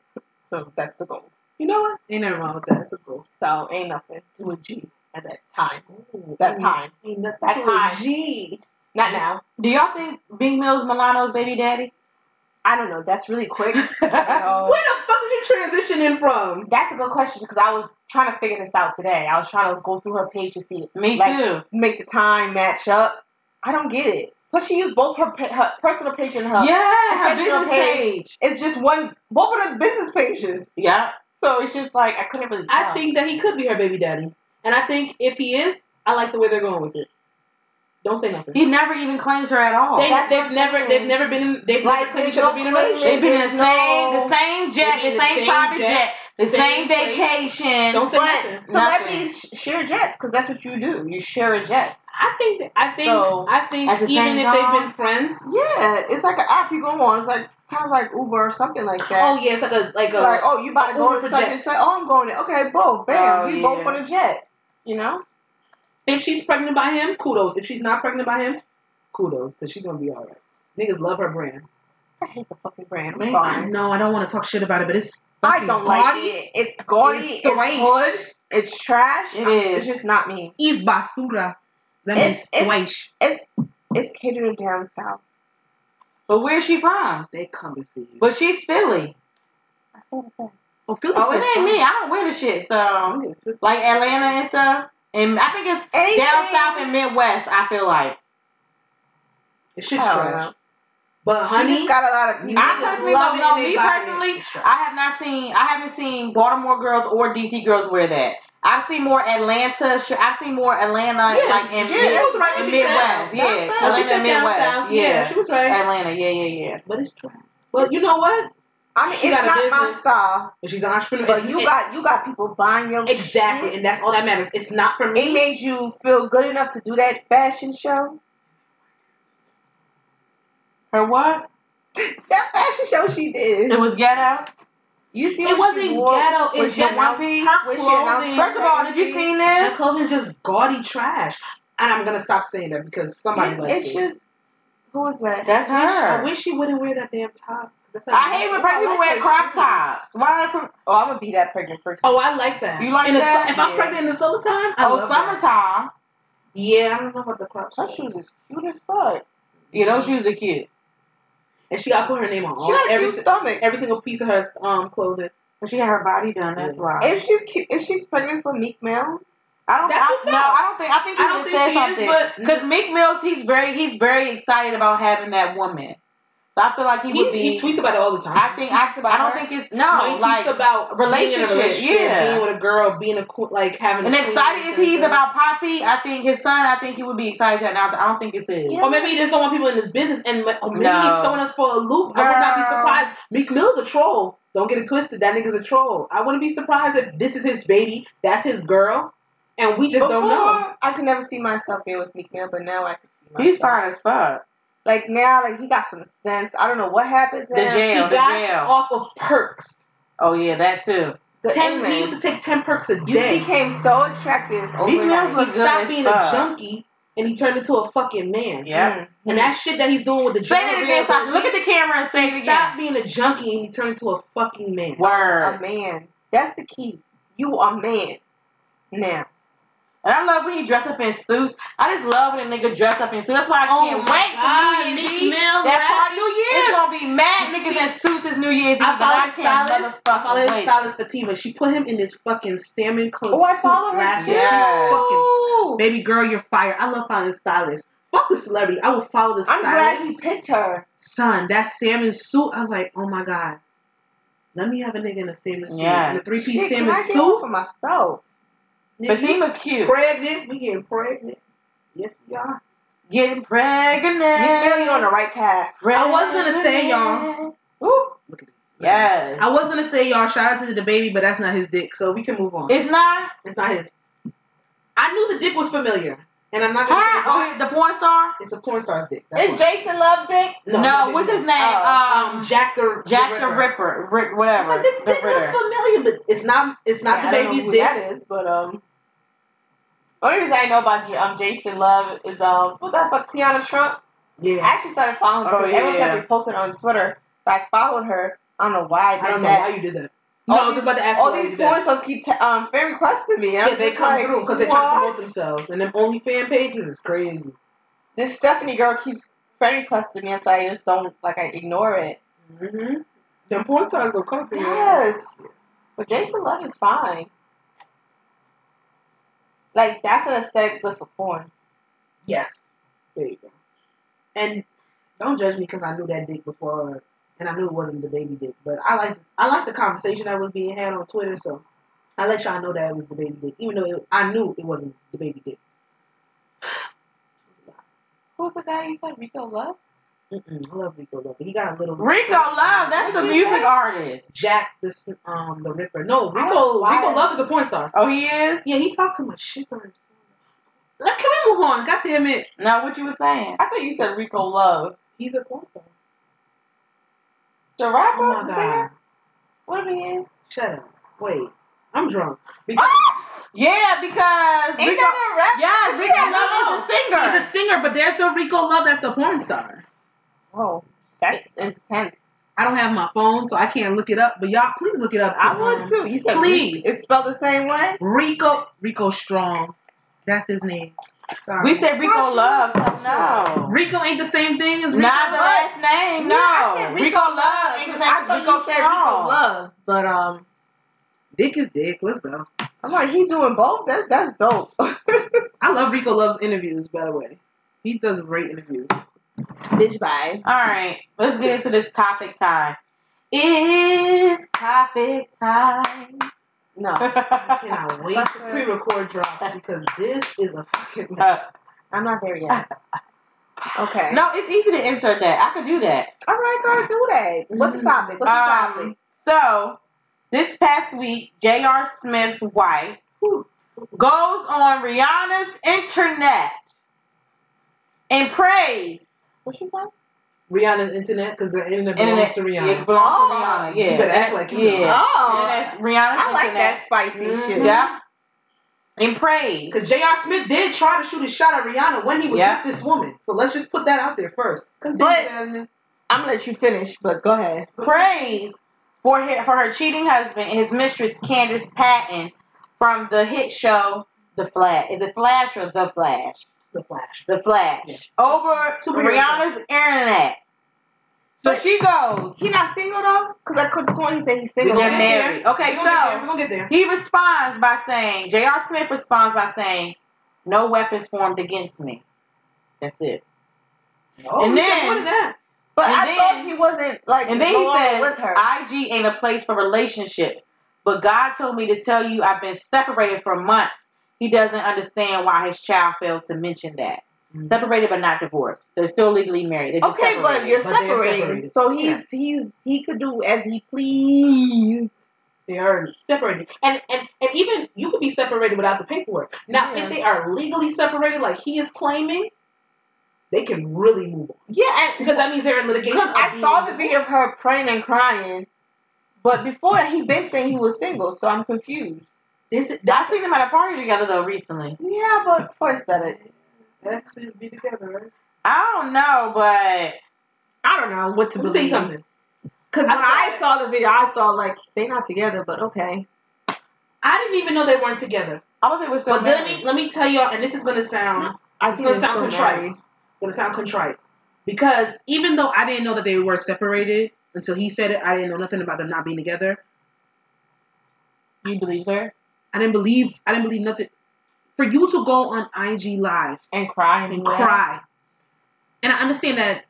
S3: So that's the goal.
S2: You know what? Ain't nothing wrong with that. It's a goal.
S3: So ain't nothing.
S2: To a G.
S3: at that time.
S2: That
S3: That
S2: time.
S3: time.
S2: Ain't nothing
S3: That
S2: to a
S3: time.
S2: G.
S3: Not now.
S1: Do y'all think Big Mills Milano's baby daddy?
S3: I don't know. That's really quick. I
S1: I
S3: know.
S2: Where the fuck did you transition in from?
S3: That's a good question because I was trying to figure this out today. I was trying to go through her page to see
S1: Me
S3: Like-
S1: too.
S3: make the time match up. I don't get it. But she used both her pa- her personal page and her.
S1: yeah, her
S3: professional
S1: business
S3: page.
S1: uh, page.
S3: It's just one both of the business pages.
S1: Yeah.
S3: So it's just like I couldn't really.
S2: I
S3: tell.
S2: think that he could be her baby daddy. And I think if he is, I like the way they're going with it. Don't say nothing.
S1: He never even claims her at all.
S2: They,
S3: That's what
S2: they've
S3: I'm
S2: never,
S3: saying.
S2: they've never been, in, they've
S3: Like,
S2: never claimed
S3: there's
S2: each other
S3: no
S2: being in a relationship.
S1: They've been in the
S3: There's
S1: same,
S3: no-
S1: the same jet,
S2: They've been
S1: the
S2: in the
S1: same,
S2: same
S1: private
S2: jet,
S1: jet, the same,
S2: same place.
S1: vacation.
S2: Don't say
S1: but
S2: nothing.
S3: celebrities sh- share jets because that's what you do. You share a jet.
S2: I think, that- I think,
S3: So,
S2: I think,
S1: at the
S2: even
S1: same
S2: if
S1: time-
S2: they've been friends.
S3: Yeah, it's like an app you go on. It's like kind of like Uber or something like that.
S2: Oh yeah, it's like a, like a,
S3: like oh, you about to
S2: Uber
S3: go
S2: for
S3: to such and
S2: jets.
S3: such. Oh, I'm going there. Okay, boom, bam,
S1: Oh,
S3: we
S1: yeah.
S3: both on a jet. You know,
S2: If she's pregnant by him, kudos. If she's not pregnant by him, kudos, because she's gonna be all right. Niggas love her brand.
S3: I hate the fucking brand. I'm
S2: Man, I
S3: sorry.
S2: know I don't want to talk shit about it, but it's
S3: I
S2: fucking
S3: don't
S2: gaudy.
S3: like it. It's gaudy.
S2: It's
S3: It's,
S2: trash.
S3: hood. It's trash.
S1: It
S3: I'm-
S1: is.
S3: It's just not me.
S2: It's basura. That means
S3: It's- it's-
S2: swish.
S3: It's it's catered to down south.
S1: But where's she from?
S2: They coming for you.
S1: But she's Philly.
S3: That's what I said.
S2: oh, Philly's
S1: Oh, it
S2: just
S1: ain't
S2: fine.
S1: me. I don't wear the shit. So
S2: Don't get it twisted.
S1: like Atlanta and stuff, and I think it's
S3: Anything.
S1: down south and Midwest. I feel like
S2: It's shit's
S3: I don't
S2: trash.
S3: know.
S2: But
S3: Honey,
S2: honey,
S3: got a lot of.
S1: I
S2: niggas
S1: personally
S2: love
S1: don't know.
S2: it and
S1: Me
S2: they buy it.
S1: personally,
S2: It's trash.
S1: I have not seen. I haven't seen Baltimore girls or DC girls wear that. I've seen more Atlanta. sh- I've seen more Atlanta,
S2: yeah,
S1: like in,
S2: yeah,
S1: mid-
S2: that was right. when
S1: in
S2: she said
S1: Midwest.
S2: down
S1: Yeah,
S2: south.
S1: Atlanta
S2: She said
S1: and
S2: down
S1: Midwest.
S2: south.
S1: Yeah.
S2: yeah, she was right.
S1: Atlanta. Yeah, yeah, yeah.
S2: But it's trash. But you know what?
S3: I mean,
S2: She
S3: it's
S2: got a
S3: not my
S2: business.
S3: style,
S2: If she's an entrepreneur,
S3: but
S2: it's-
S3: you
S2: it-
S3: got you got people buying your
S2: exactly,
S3: shit.
S2: and that's all that matters. It's not for me.
S3: It made you feel good enough to do that fashion show.
S1: Her what?
S3: that fashion show she did.
S1: It was ghetto.
S3: You see,
S4: It
S3: what she
S4: wasn't
S3: wore
S4: ghetto.
S3: when
S4: It's
S3: she
S4: just
S3: announced-
S4: her
S3: when she announced
S4: clothing.
S1: First of all, did you see
S2: Her
S1: this?
S2: clothing's just gaudy trash. And I'm gonna stop saying that because somebody likes
S3: It's
S2: it.
S3: just who was that?
S1: That's
S2: I wish- I
S1: her.
S2: wish she wouldn't wear that damn top. That's how
S1: I hate when pregnant people wear crop tops. Why? are pre-
S3: Oh, I'm gonna be that pregnant person.
S2: Oh, I like that.
S1: You like
S2: in the su-
S1: that?
S2: if I'm
S3: Yeah.
S2: pregnant in the summertime, I
S1: Oh,
S2: love that.
S1: summertime.
S2: Yeah, I don't know about the crop
S3: her
S2: top.
S3: shoes is cute as fuck.
S1: Yeah, those shoes are cute.
S2: And she got to put her name on
S3: She
S2: all,
S3: got a
S2: every,
S3: cute
S2: si-
S3: stomach.
S2: every single piece of her um clothing.
S1: But she had her body done. That's
S2: Yeah.
S1: why.
S3: If she's cute, if she's pregnant for Meek Mills,
S1: I don't.
S2: That's
S1: I,
S2: what's
S1: no,
S2: up.
S1: I don't think. I think he
S2: I don't
S1: just
S2: think
S1: said
S2: she is,
S1: something.
S2: but-
S1: because Meek Mills, he's very, he's very excited about having that woman. So I feel like he,
S2: He,
S1: would be.
S2: he tweets about it all the time.
S1: I think. I, I don't think it's no,
S2: no, he tweets
S1: like
S2: about
S1: relationship,
S2: being in a relationship,
S1: yeah.
S2: being with a girl, being a cl- like having.
S1: And
S2: a
S1: excited
S2: queen
S1: as he is
S2: and-
S1: about Poppy, I think his son, I think he would be excited to announce. it. I don't think it's his.
S3: Yeah.
S2: Or maybe he just don't want people in this business, and ma- or maybe
S1: No.
S2: he's throwing us for a loop. I would not be
S1: Girl.
S2: surprised. Meek Mill's a troll. Don't get it twisted. That nigga's a troll. I wouldn't be surprised if this is his baby, that's his girl, and we just
S3: before
S2: don't know.
S3: I could never see myself being with Meek Mill, but now I can see myself.
S1: He's fine as fuck.
S3: Like now, like he got some sense. I don't know what happened to
S1: The
S3: him.
S1: jail.
S2: He
S1: the
S2: got
S1: jail.
S2: off of perks.
S1: Oh yeah, that too.
S3: The
S2: Ten.
S3: inmate.
S2: He used to take ten perks a
S3: You
S2: day.
S3: became so attractive.
S1: Meek Mill's
S3: overnight.
S1: look
S2: He
S1: good
S2: stopped
S1: as
S2: being
S1: fuck.
S2: a junkie and he turned into a fucking man.
S1: Yeah.
S3: Mm.
S2: And that shit that he's doing with the
S1: Say that
S2: drug
S1: again,
S2: rehab-
S1: Sasha. Look at the camera and say it
S2: He
S1: again.
S2: stopped being a junkie and he turned into a fucking man.
S3: a
S1: Word.
S3: man. That's the key. You a man. Now.
S1: And I love when he dressed up in suits. I just love when a nigga dressed up in suits. That's why I
S3: Oh
S2: Oh
S1: can't wait for New Year's Eve. That
S4: That
S1: party New Year's. It's gonna be mad niggas in suits this New Year's Eve.
S4: I
S1: and I
S4: followed his
S1: can't
S4: stylist. I followed his
S1: motherfucking wait.
S4: stylist.
S2: Alice Fatima, she put him in this fucking salmon colored
S3: Oh, I
S2: suit
S3: follow her
S2: last
S3: too.
S2: year.
S1: Yes.
S2: She's fucking
S3: Ooh.
S2: baby girl, you're fired. I love following stylists. Fuck the celebrity. I will follow the
S3: I'm glad
S2: stylist.
S3: he picked her.
S2: Son, that salmon suit. I was like, oh my god. Let me have a nigga in a salmon suit.
S1: Yeah.
S2: In a three piece
S3: Shit, can
S2: salmon
S3: I get one
S2: suit.
S3: for myself.
S2: Nigga, you
S1: Fatima's cute.
S2: pregnant. We getting pregnant. Yes, we are.
S1: Getting pregnant.
S3: Meek Mill, you on the right path.
S2: I was gonna say, y'all.
S3: Ooh.
S2: Look at it.
S1: Yes.
S2: I was gonna say y'all shout out to the baby, but that's not his dick, so we can move on.
S1: it's not.
S2: It's not his. I knew the dick was familiar, and I'm not gonna
S1: Hi.
S2: say why.
S1: Oh, the porn star.
S2: It's a porn star's dick. That's
S3: Is Jason Love dick?
S1: No,
S2: not
S1: what's his name?
S3: Oh,
S1: um,
S2: Um, Jack the
S1: Jack the Ripper.
S2: Ripper.
S1: Rick,
S2: I was
S1: whatever.
S2: like, this
S1: the
S2: dick looks familiar, but it's not. It's not
S3: Yeah,
S2: the
S3: I don't know
S2: baby's
S3: who
S2: dick.
S3: That is, but um. Only reason I know about J- um, Jason Love is um what the fuck Tiana Trump. I
S2: Yeah,
S3: actually started following her
S1: Oh,
S3: because everyone
S1: yeah.
S3: kept reposting on Twitter. So I followed her. I don't know why I
S2: I,
S3: did
S2: don't know
S3: that.
S2: why you did that. No,
S3: All
S2: I was just about to ask.
S3: All
S2: you why you
S3: these
S2: did that.
S3: porn stars keep t- um fan requesting me. And
S2: Yeah,
S3: I'm
S2: they
S3: just
S2: come
S3: like,
S2: through because they try to
S3: what?
S2: promote themselves, and them only fan pages is crazy.
S3: This Stephanie girl keeps friend requesting me until I just don't like I ignore it.
S2: Mm-hmm. Them porn stars gonna come through.
S3: Yes, but Jason Love is fine. Like that's an aesthetic good for porn.
S2: Yes. There you go. And don't judge me because I knew that dick before, and I knew it wasn't the baby dick. But I like I like the conversation that was being had on Twitter, so I let y'all know that it was the baby dick, even though it, I knew it wasn't the baby dick.
S3: Who's the guy you said Rico Love?
S2: Mm-mm, I love Rico Love. He got a little
S1: Rico Love. That's
S3: What
S1: the
S3: she
S1: music
S3: say?
S1: artist.
S2: Jack the s- um the Ripper. No,
S3: I don't know
S2: Rico
S3: why
S2: Rico
S3: that-
S2: Love is a porn star.
S1: Oh, he is.
S2: Yeah, he talks so much shit. on his phone. Like, can we move on? God damn it,
S1: Now, what you were saying?
S3: I thought you said Rico Love.
S2: he's a porn star.
S3: The rapper,
S2: Oh my
S3: the singer,
S2: god,
S3: whatever he is.
S2: shut up. Wait, I'm drunk. Because
S1: Yeah, because
S3: Ain't
S1: Rico.
S3: that a rapper?
S1: Yeah, Rico Love is a singer.
S2: He's a singer, but there's a Rico Love that's a porn star.
S3: Oh, that's intense.
S2: I don't have my phone, so I can't look it up. But y'all, please look it up.
S3: I would
S2: um,
S3: too. You said
S2: Please.
S3: Rico. It's spelled the same way.
S2: Rico. Rico Strong. That's his name. Sorry.
S1: We said Rico
S3: Sasha,
S1: Love. so
S3: Sasha.
S1: No.
S2: Rico ain't the same thing as Rico.
S1: Not the
S2: Love.
S1: last name. No.
S3: Yeah, I said
S1: Rico,
S3: Rico
S1: Love. Ain't the same
S3: I
S1: as
S3: thought
S1: Rico
S3: you said Rico
S1: Strong.
S3: Love.
S2: But um, Dick is Dick. Let's go.
S3: I'm like, he doing both. That's that's dope.
S2: I love Rico Love's interviews. By the way, he does great interviews.
S3: Bitch, bye.
S1: All right, let's get into this topic time. It's topic time.
S3: No,
S2: I cannot wait to pre-record drops because this is a fucking.
S1: Uh,
S2: mess.
S3: I'm not there yet. Okay.
S1: no, it's easy to insert that. I could do that.
S3: All right, guys, do that. What's the topic? What's the
S1: Um,
S3: topic?
S1: so, this past week, J.R. Smith's wife goes on Rihanna's internet and prays
S3: What she say?
S2: Rihanna's internet because the internet belongs
S1: Internet.
S2: to
S1: Yeah,
S2: Rihanna.
S1: belongs to
S3: Oh.
S1: Rihanna.
S2: You better
S1: Yeah.
S2: act like you
S1: Yeah.
S2: know.
S3: Oh.
S1: And that's Rihanna's
S3: I like
S1: internet.
S3: that spicy shit.
S1: Mhm. Yeah. And praise.
S2: Because J.R. Smith did try to shoot a shot at Rihanna when he was
S1: Yeah.
S2: with this woman. So let's just put that out there first. Continue,
S3: But-
S2: Jasmine.
S3: I'm gonna let you finish, but go ahead.
S1: praise for her, for her cheating husband, his mistress Candace Patton, from the hit show The Flash. Is it Flash or The Flash?
S2: the flash.
S1: The Flash.
S2: Yeah.
S1: Over to
S2: Superhero
S1: Rihanna's internet. So
S3: But-
S1: she goes.
S3: He not single though? Cause I could have sworn he said he's single.
S1: They're
S2: We're gonna get
S1: married.
S2: there.
S1: Okay,
S2: We're gonna get
S1: so-
S2: there. we're gonna get there.
S1: He responds by saying, J.R. Smith responds by saying, No weapons formed against me. That's it.
S2: Oh,
S1: And
S2: we said
S1: then-
S2: more than that.
S3: But
S1: And
S3: I
S1: then-
S3: thought he wasn't like
S1: And then he
S3: no longer
S1: says,
S3: with her.
S1: IG ain't a place for relationships. But God told me to tell you I've been separated for months. He doesn't understand why his child failed to mention that.
S2: Mhm.
S1: Separated but not divorced. They're still legally married. They're just
S3: Mm-hmm. okay, but
S1: separated.
S3: you're
S2: But they're
S3: separated,
S2: separated.
S3: so he's he's he could do as he please.
S2: They are separated. And, and and even you could be separated without the paperwork. Now,
S3: Yeah.
S2: if they are legally separated, like he is claiming, they can really move on.
S3: Yeah, and
S2: Because that means they're in litigation.
S3: Because
S2: of
S3: I
S2: being
S3: saw the video of
S2: divorced.
S3: her praying and crying, but before that, he been saying he was single, so I'm confused.
S2: This is,
S1: I seen them at a party together though recently.
S3: Yeah, but for aesthetics.
S2: Exes be together, right?
S1: I don't know, but
S2: I don't know what to
S3: Let
S2: believe.
S3: me tell you something. Because
S2: I
S3: when
S2: saw
S3: I
S2: it.
S3: saw the video, I thought like they not together, but okay.
S2: I didn't even know they weren't together.
S1: I thought they were still
S2: but
S1: married.
S2: let me let me tell y'all, and this is gonna sound
S3: I
S2: It's
S3: think
S2: gonna
S3: they
S2: sound
S3: still married.
S2: it's gonna sound contrite because even though I didn't know that they were separated until he said it, I didn't know nothing about them not being together.
S1: you believe her?
S2: I didn't believe I didn't believe nothing. For you to go on IG live
S3: and crying
S2: and cry, and I understand that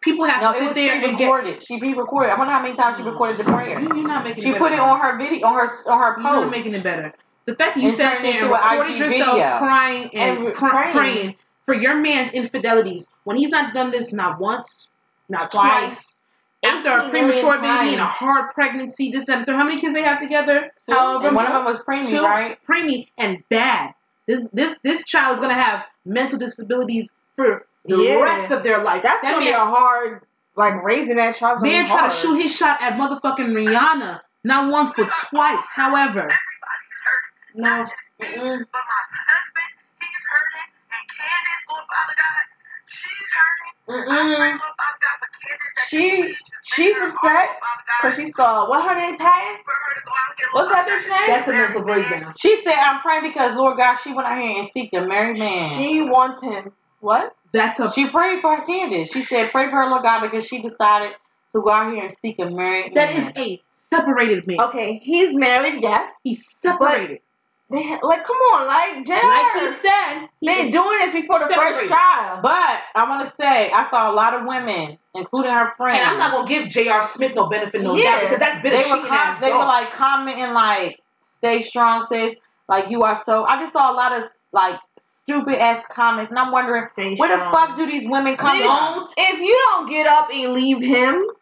S2: people have
S1: No,
S2: to
S1: it
S2: sit
S1: was
S2: there and get.
S1: recorded. She be recorded. I wonder how many times she recorded the prayer.
S2: You- You're not making.
S1: She
S2: it
S1: put
S2: better.
S1: it on her video, on her on her
S2: You're
S1: post.
S2: not making it better. The fact that you
S1: And
S2: sat
S1: turned
S2: there and
S1: into an
S2: recorded
S1: IG
S2: yourself
S1: video.
S2: crying and,
S1: And
S2: pr-
S1: praying.
S2: praying. for your man's infidelities when he's not done this not once, not
S3: Twice.
S2: twice. After
S3: 18
S2: a premature
S3: million
S2: baby and a
S3: times.
S2: hard pregnancy, this, that, and the third. How many kids they have together? However,
S1: And one of them was preemie,
S2: two,
S1: right?
S2: preemie and bad. This this this child is gonna have mental disabilities for the
S3: Yeah.
S2: rest of their life.
S3: That's
S2: That
S3: gonna
S2: man-
S3: be a hard like raising that child.
S2: Man tried to shoot his shot at motherfucking Rihanna, not once but twice. However, no, Mm-mm.
S4: But my husband, he's hurting, and Candace, Lord Father God, she's hurting. I pray,
S3: Mm-mm.
S4: Lord Father God, for Candace that
S3: She-
S4: you please just
S3: she's
S4: send her
S3: upset
S4: home, Father God,
S3: Cause she saw what her name Patton.
S4: for her to go out here, Lord
S3: What's that
S4: Father
S3: bitch
S4: God,
S3: name?
S2: that's a mental
S4: marry man.
S2: breakdown.
S1: She said, "I'm praying because Lord God, she went out here and seeked a married man. She,
S3: She wants him. What?
S2: That's a
S1: prayed for her Candace. She said, pray for her, Lord God, because she decided to go out here and seek a married
S2: that
S1: man.
S2: is a separated man.
S3: Okay, he's married. Yes,
S2: He's separated.
S3: They ha- like, come on, like, Jay.
S2: like he said,
S3: been doing this before the
S2: separated.
S3: first child.
S1: But I want to say, I saw a lot of women, including her friends.
S2: and I'm not gonna give J.R. Smith no benefit no
S3: Yeah.
S2: doubt because that's been
S1: they
S2: a
S1: were
S2: cheating
S1: com-
S2: ass
S1: they were
S2: dog.
S1: like commenting like, stay strong, sis. Like you are so. I just saw a lot of like stupid ass comments, and I'm wondering where the fuck do these women come
S3: Bitch,
S1: from?
S3: If you don't get up and leave him, don't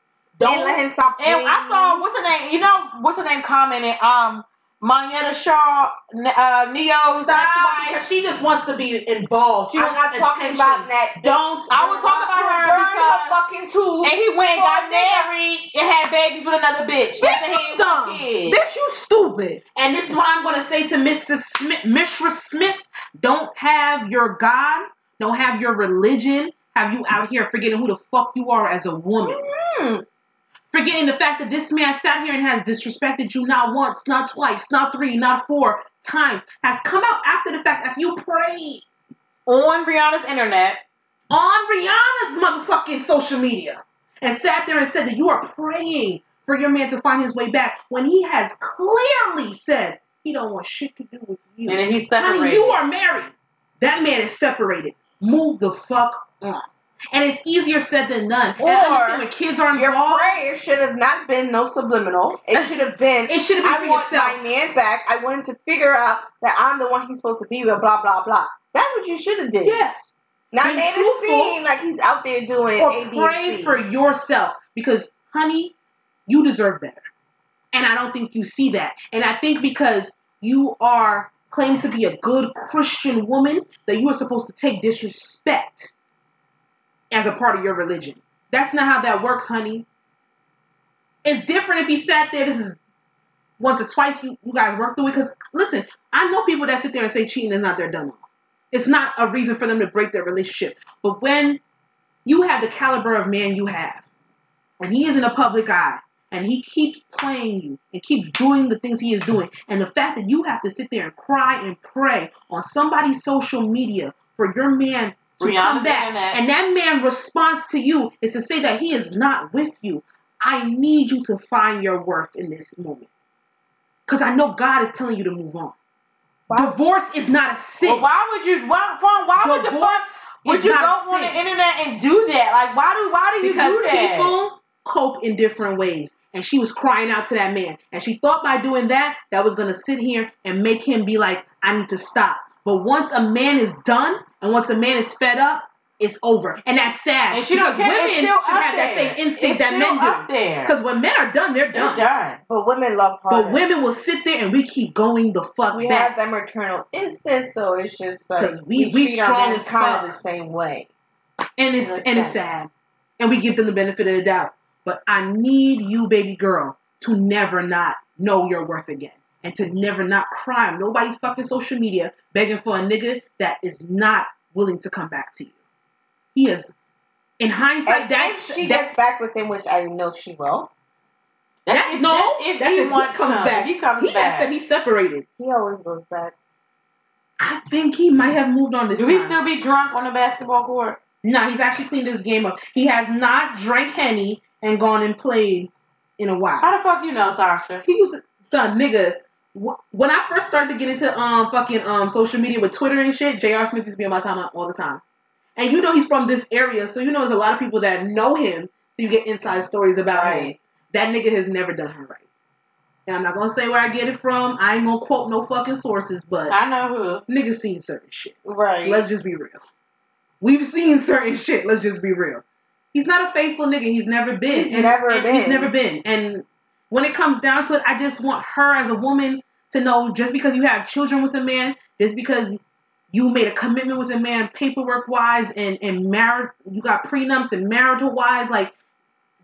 S1: Don't-
S3: let him stop.
S1: And I
S3: playing
S1: saw
S3: you.
S1: what's her name. You know what's her name commented. Um, Moneta Shaw, N- uh, Neo's side.
S2: because she just wants to be involved. She
S3: I'm
S2: wants
S3: not talking
S2: attention.
S3: about that.
S2: Don't.
S1: I was talking about her
S3: Burn
S1: because-
S3: her fucking tooth.
S1: And he went and got
S3: Oh, nigga.
S1: married and had babies with another bitch. That's a
S2: Bitch, you
S1: hand
S2: dumb.
S1: with kids.
S2: Bitch, you stupid. And this is what I'm gonna say to Mrs. Smith, Mistress Smith. Don't have your God. Don't have your religion. Have you out here forgetting who the fuck you are as a woman? Mm-hmm.
S3: Mm.
S2: Forgetting the fact that this man sat here and has disrespected you not once, not twice, not three, not four times. Has come out after the fact after you prayed
S1: On Brianna's internet,
S2: on Rihanna's motherfucking social media and sat there and said that you are praying for your man to find his way back when he has clearly said he don't want shit to do with you.
S1: and then he separated.
S2: Honey, you are married. That man is separated. Move the fuck on. And it's easier said than done. and I
S3: Or
S2: understand when kids are
S3: Your
S2: involved.
S3: prayer should have not been no subliminal. It should have been.
S2: It should have been
S3: I
S2: for
S3: want
S2: yourself.
S3: my man back. I want him to figure out that I'm the one he's supposed to be with. Blah blah blah. That's what you should have did.
S2: Yes.
S3: Not
S2: Be
S3: made it
S2: truthful.
S3: seem like he's out there doing
S2: Or
S3: A, B, and
S2: pray
S3: C.
S2: for yourself because, honey, you deserve better. And I don't think you see that. And I think because you are claimed to be a good Christian woman, that you are supposed to take disrespect as a part of your religion. That's not how that works, honey. It's different if he sat there. This is once or twice you, you guys work through it. Because listen, I know people that sit there and say cheating is not their done. It's not a reason for them to break their relationship. But when you have the caliber of man you have, and he is in the public eye, and he keeps playing you and keeps doing the things he is doing, and the fact that you have to sit there and cry and pray on somebody's social media for your man to come
S1: Rihanna
S2: back
S1: doing that.
S2: and that man's response to you is to say that he is not with you. I need you to find your worth in this moment. Because I know God is telling you to move on. Divorce is not a sin.
S1: Well, why would you? Why, why, why would the fuck
S2: Divorce
S1: would
S2: is
S1: you go
S2: not a
S1: on the
S2: sin.
S1: internet and do that? Like, why do why do you
S2: because
S1: do that?
S2: people cope in different ways. And she was crying out to that man. And she thought by doing that, that was going to sit here and make him be like, I need to stop. But once a man is done and once a man is fed up, it's over. And that's sad.
S1: and she don't
S2: because
S1: care.
S2: women
S1: it's still
S2: should
S1: up
S2: have
S1: there.
S2: that same instinct
S1: it's
S2: that
S1: still
S2: men
S1: up
S2: do.
S1: there.
S2: Because when men are done, they're
S1: they're done.
S2: done.
S3: But women love harder.
S2: But women will sit there and we keep going the fuck
S3: we
S2: back.
S3: have that maternal instinct, so it's just like
S2: 'Cause we- we
S3: treat
S2: strong
S3: our men
S2: as
S3: kind
S2: fuck.
S3: of the same way.
S2: and it's
S3: That's
S2: and it's sad, and we give them the benefit of the doubt. But I need you, baby girl, to never not know your worth again, and to never not cry on nobody's fucking social media begging for a nigga that is not willing to come back to you. He is, in hindsight,
S3: and
S2: that's
S3: if she
S2: that,
S3: gets back with him, which I know she will,
S2: that-
S1: if-
S2: no,
S1: that's if
S2: that's
S1: he
S2: if he
S1: wants
S2: comes
S1: some.
S2: back.
S1: He comes
S2: he
S1: back.
S2: has said he's separated.
S3: he always goes back.
S2: I think he might have moved on this.
S1: do he
S2: time.
S1: still be drunk on the basketball court?
S2: No, he's actually cleaned his game up. He has not drank henny and gone and played in a while.
S1: How the fuck you know, Sasha?
S2: he used to son, nigga. wh- When I first started to get into um fucking um social media with Twitter and shit, J.R. Smith used to be on my timeline all the time, and you know he's from this area, so you know there's a lot of people that know him, so you get inside stories about him.
S3: Right.
S2: That nigga has never done her right, and I'm not gonna say where I get it from. I ain't gonna quote no fucking sources, but
S1: I know who.
S2: niggas seen certain shit.
S3: Right.
S2: Let's just be real. We've seen certain shit. Let's just be real. He's not a faithful nigga. He's never been.
S3: He's
S2: and,
S3: never
S2: and
S3: been.
S2: He's never been. And when it comes down to it, I just want her as a woman to know just because you have children with a man, just because you made a commitment with a man paperwork wise and, and married, you got prenups and marital wise, like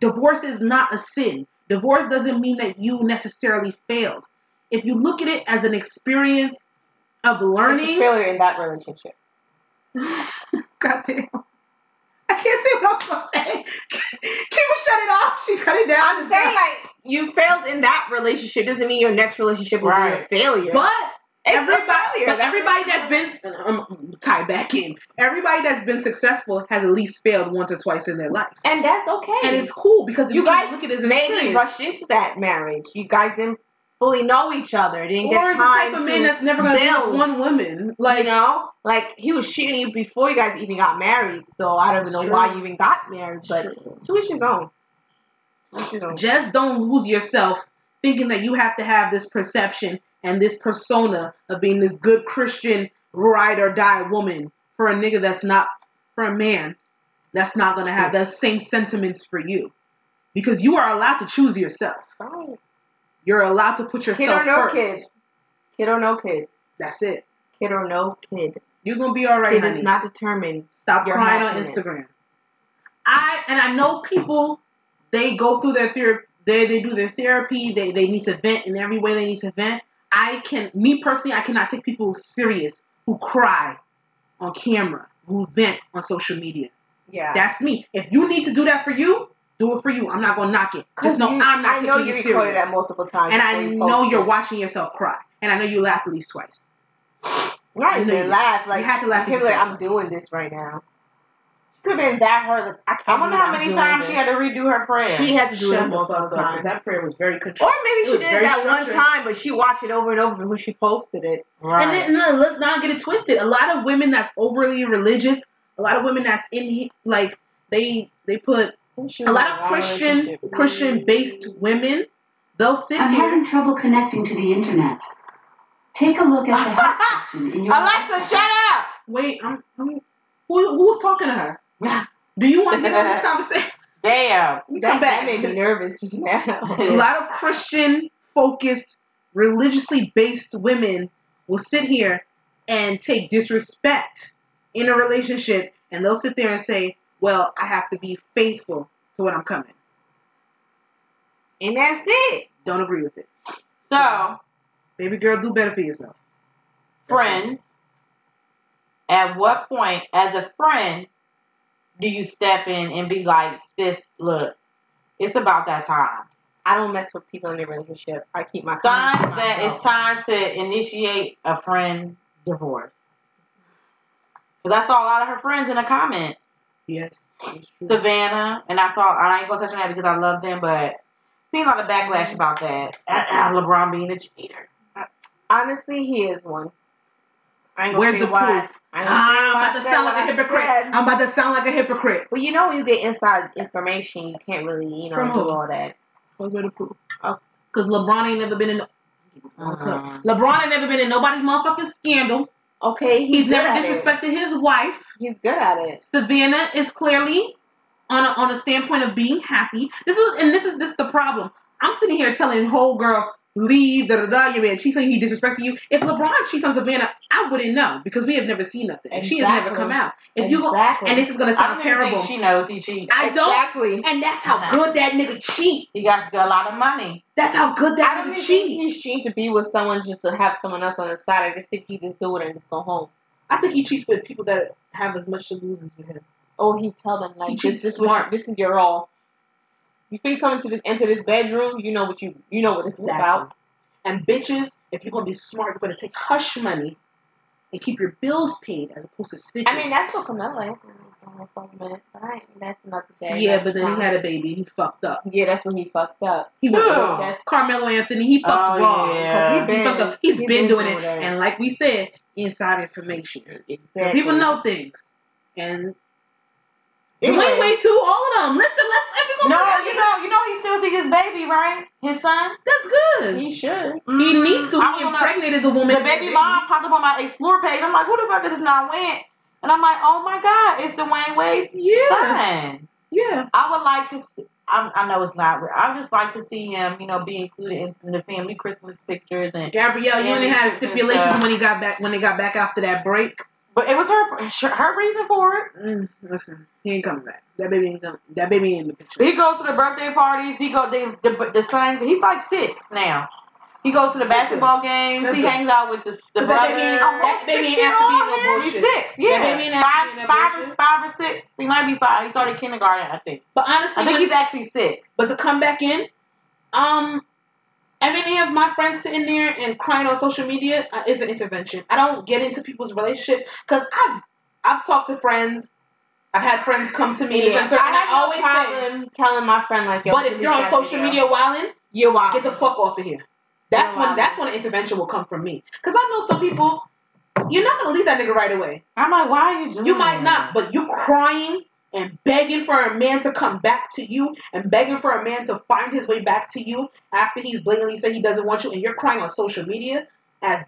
S2: divorce is not a sin. Divorce doesn't mean that you necessarily failed. If you look at it as an experience of
S3: It's a
S2: learning,
S3: failure in that relationship.
S2: God damn. I can't say what I was gonna say. Kiva shut it off. She cut it down.
S3: I'm saying like you failed in that relationship doesn't mean your next relationship will
S1: Right.
S3: be a failure.
S2: but
S3: it's a
S2: everybody,
S3: failure.
S2: but
S3: That's
S2: everybody
S3: it.
S2: that's been um, um, tie back in. Everybody that's been successful has at least failed once or twice in their life,
S3: and that's okay.
S2: and it's cool because if
S3: You
S2: you guys
S3: guys
S2: look at it as an
S3: maybe
S2: experience.
S3: rushed into that marriage. You guys didn't fully know each other. Didn't
S2: or
S3: get
S2: is the type
S3: time
S2: of
S3: to
S2: man that's never gonna be with
S3: build.
S2: one woman.
S3: you
S2: Like
S3: know, like he was shitting you before you guys even got married. So I don't even
S2: It's
S3: know
S2: true.
S3: why you even got married. But to each his own. To each his own.
S2: just don't lose yourself thinking that you have to have this perception and this persona of being this good Christian ride or die woman for a nigga that's not for a man that's not gonna have those same sentiments for you. Because you are allowed to choose yourself.
S3: Right.
S2: You're allowed to put
S3: Kid
S2: yourself
S3: or no
S2: first.
S3: kid. Kid or no kid.
S2: That's it.
S3: Kid or no kid.
S2: You're gonna be all right.
S3: kid
S2: honey.
S3: is not determined.
S2: Stop
S3: Your
S2: crying
S3: happiness.
S2: on Instagram. I and I know people they go through their therapy they, they do their therapy, they, they need to vent in every way they need to vent. I can me personally I cannot take people serious who cry on camera, who vent on social media.
S3: Yeah.
S2: That's me. If you need to do that for you, do it for you. I'm not gonna knock it. Just know
S3: you-
S2: I'm not
S3: I
S2: taking
S3: know
S2: you
S3: you recorded
S2: serious.
S3: that multiple times.
S2: and
S3: before
S2: I
S3: you
S2: know
S3: posted
S2: you're
S3: it.
S2: watching yourself cry. And I know you laughed at least twice.
S3: Right,
S2: You know
S3: you
S2: you-
S3: laugh like
S2: you had to laugh
S3: you
S2: at
S3: could be like,
S2: yourself
S3: I'm
S2: twice.
S3: doing this right now. Could have been that hard. Like, I can't.
S1: I wonder
S3: believe
S1: how
S3: I'm
S1: many
S3: doing
S1: times she
S3: this.
S1: had to redo her prayer.
S3: She had to do
S2: Shut
S3: it
S2: the
S3: multiple
S2: fuck up, 'cause
S3: times.
S2: That prayer was very controlled.
S3: Or maybe
S2: It
S3: she
S2: was
S3: did
S2: very
S3: it that one
S2: structured.
S3: time, but she watched it over and over when she posted it.
S1: right.
S2: And then, no, let's not get it twisted. A lot of women that's overly religious, a lot of women that's in like they they put
S1: Oh,
S2: a lot of Christian Christian based women. They'll sit
S5: I'm
S2: here.
S5: having trouble connecting to the internet. Take a look at the help section in your
S1: Alexa, shut up.
S2: Wait, I'm, I'm- who who's talking to her? Do you want to get on this conversation?
S1: Damn.
S2: Let me
S3: That,
S2: Come
S3: that
S2: back.
S3: made me nervous just now.
S2: a lot of Christian focused, religiously based women will sit here and take disrespect in a relationship and they'll sit there and say, Well, I have to be faithful to when I'm coming.
S3: And that's it.
S2: Don't agree with it.
S1: So,
S2: Baby girl, do better for yourself. That's
S1: friends, at what point, as a friend, do you step in and be like, sis, look, it's about that time?
S3: I don't mess with people in a relationship. I keep my
S1: Signs
S3: comments to
S1: that
S3: myself.
S1: it's time to initiate a friend divorce. 'Cause I saw a lot of her friends in the comments.
S2: it. Yes. it's true.
S1: Savannah, and I saw, I ain't gonna touch on that because I love them, but seen a lot of
S2: Mm-hmm.
S1: backlash about that. LeBron being a cheater.
S3: Honestly, he is one. I ain't gonna
S2: Where's
S3: say
S2: the
S3: why.
S2: proof?
S3: I ain't gonna say
S2: Ah, I'm
S3: why
S2: about
S3: I
S2: to
S3: said
S2: sound
S3: what
S2: like a
S3: I
S2: hypocrite.
S3: said.
S2: I'm about to sound like a hypocrite.
S3: Well, you know when you get inside information, you can't really, you know,
S2: From who?
S3: do all that.
S2: Where's the proof?
S3: Oh.
S2: Because LeBron ain't never been in. No-
S1: Mhm.
S2: LeBron ain't never been in nobody's motherfucking scandal.
S3: Okay,
S2: He's,
S3: good
S2: never
S3: at
S2: disrespected his wife.
S3: It. He's good at it.
S2: Savannah is clearly on a, on a standpoint of being happy. This is and this is this is the problem. I'm sitting here telling whole girl leave da da da your man cheats on you, he disrespected you. If LeBron cheats on Savannah, I wouldn't know because we have never seen nothing. And She has never
S3: Exactly.
S2: come out. If you go
S3: exactly.
S2: and this is gonna
S1: I
S2: sound
S1: don't even
S2: terrible.
S1: think she knows he cheated.
S2: I don't.
S3: exactly.
S2: And that's
S3: Uh-huh.
S2: how good that nigga cheat.
S1: He got a lot of money.
S2: That's how good
S3: I
S2: that
S3: don't
S2: nigga
S3: even
S2: cheat.
S3: think he's cheating to be with someone just to have someone else on the side. I just think he just do it and just go home.
S2: I think he cheats with people that have as much to lose as with him.
S3: Or Oh, he tell them like
S2: He
S3: this,
S2: cheats
S3: this,
S2: smart.
S3: smart. this is your all. Before you come into this into this bedroom, you know what you you know what this is
S2: Exactly.
S3: about.
S2: And bitches, if you're gonna be smart, you're gonna take hush money and keep your bills paid as opposed to snitching.
S3: I mean, that's what Camilla Anthony was doing for a minute, but I ain't, that's another day.
S2: yeah,
S3: another
S2: but then
S3: time.
S2: he had a baby. He fucked up.
S3: yeah, that's when he fucked up.
S2: He went
S1: Ew.
S2: wrong.
S3: That's-
S2: Carmelo Anthony. He
S1: Oh,
S2: fucked wrong.
S1: yeah.
S2: 'Cause He,
S3: He
S2: fucked
S3: been-
S2: up. He's
S3: he
S2: been,
S3: been
S2: doing it.
S3: doing that.
S2: And like we said, inside information.
S3: Exactly.
S2: People know things. And Dwayne
S1: Anyway.
S2: Wade too. All of them. Listen, let's. If we
S1: No,
S2: gonna put-
S1: you know, you know, he still see his baby, right? His son.
S2: that's good. He,
S3: He should.
S2: needs to.
S1: I
S2: He
S1: was on a-
S2: impregnated the woman.
S1: the baby mom popped up on my explore page. I'm like, who the fuck is this not went? And I'm like, oh my god, it's Dwayne Wade's
S2: Yeah.
S1: son.
S2: Yeah.
S1: I would like to. See, I, I know it's not. real. I would just like to see him, you know, be included in, the family Christmas pictures. And
S2: Gabrielle, you
S1: And
S2: only
S1: he took
S2: had
S1: his,
S2: stipulations
S1: uh,
S2: when he got back when they got back after that break.
S1: but it was her her reason for it.
S2: Mm, listen, he ain't coming back. That baby ain't coming. That baby ain't in the picture.
S1: He goes to the birthday parties. He go the the, the son. He's like six now. He goes to the basketball games.
S2: That's
S1: he
S2: good.
S1: hangs out with the the
S2: Cause that
S1: brothers.
S2: baby ain't- I hope baby ain't asked to be in no
S1: He's
S2: bullshit.
S1: six. Yeah,
S2: baby ain't
S1: five,
S2: actually in that
S1: five, or,
S2: bullshit.
S1: five or six. He might be five. He started kindergarten, I think.
S2: But honestly,
S1: I think
S2: when-
S1: he's actually six.
S2: but to come back in, um, and many of my friends sitting there and crying on social media uh, is an intervention. I don't get into people's relationships because I've I've talked to friends. I've had friends come to me.
S3: Yeah.
S2: and they're-
S3: I
S2: and I,
S3: have no
S2: always say,
S3: problem telling my friend like, yo,
S2: but
S3: this
S2: if
S3: is
S2: you're on
S3: exactly
S2: social
S3: yo.
S2: media wilding,
S3: you're wild.
S2: get the fuck off of here. That's
S3: Yeah,
S2: when
S3: wow.
S2: that's when the intervention will come from me. Cause I know some people, you're not gonna leave that nigga right away.
S1: I'm like, why are you doing?
S2: You
S3: Mm.
S2: might
S1: that?
S2: not, but you crying and begging for a man to come back to you and begging for a man to find his way back to you after he's blatantly said he doesn't want you and you're crying on social media as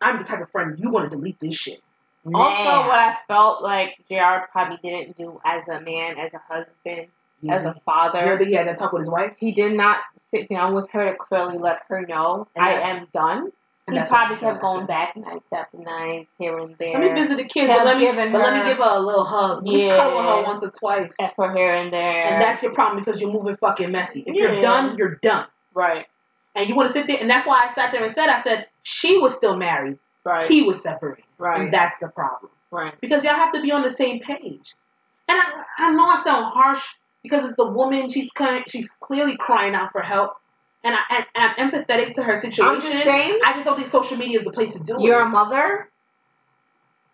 S2: I'm the type of friend you want to delete this shit.
S3: Also,
S1: Nah.
S3: what I felt like JR probably didn't do as a man, as a husband, as a father.
S2: Remember he had that talk with his wife?
S3: he did not sit down with her to clearly let her know
S2: And
S3: I
S2: that's-
S3: am done.
S2: And
S3: He
S2: that's
S3: probably
S2: what I said,
S3: kept going
S2: I
S3: back nights after nights, here and
S2: said,
S3: there.
S2: Let me visit the kids,
S3: Kept
S2: but let me
S3: giving
S2: but let me
S3: her-
S2: give her a little hug. Let me
S3: Yeah.
S2: cuddle her once or twice.
S3: F her here and there.
S2: And that's your problem because you're moving fucking messy. If you're
S3: Yeah.
S2: done, you're done.
S3: right,
S2: And you want to sit there, and that's why I sat there and said, I said, she was still married,
S3: right,
S2: he was separated.
S3: right,
S2: And that's the problem.
S3: right.
S2: Because y'all have to be on the same page. And I, I know I sound harsh because it's the woman, she's kind, she's clearly crying out for help. And, I, and, and I'm empathetic to her situation.
S3: I'm just saying,
S2: I just don't think social media is the place to do
S3: you're a
S2: it.
S3: mother,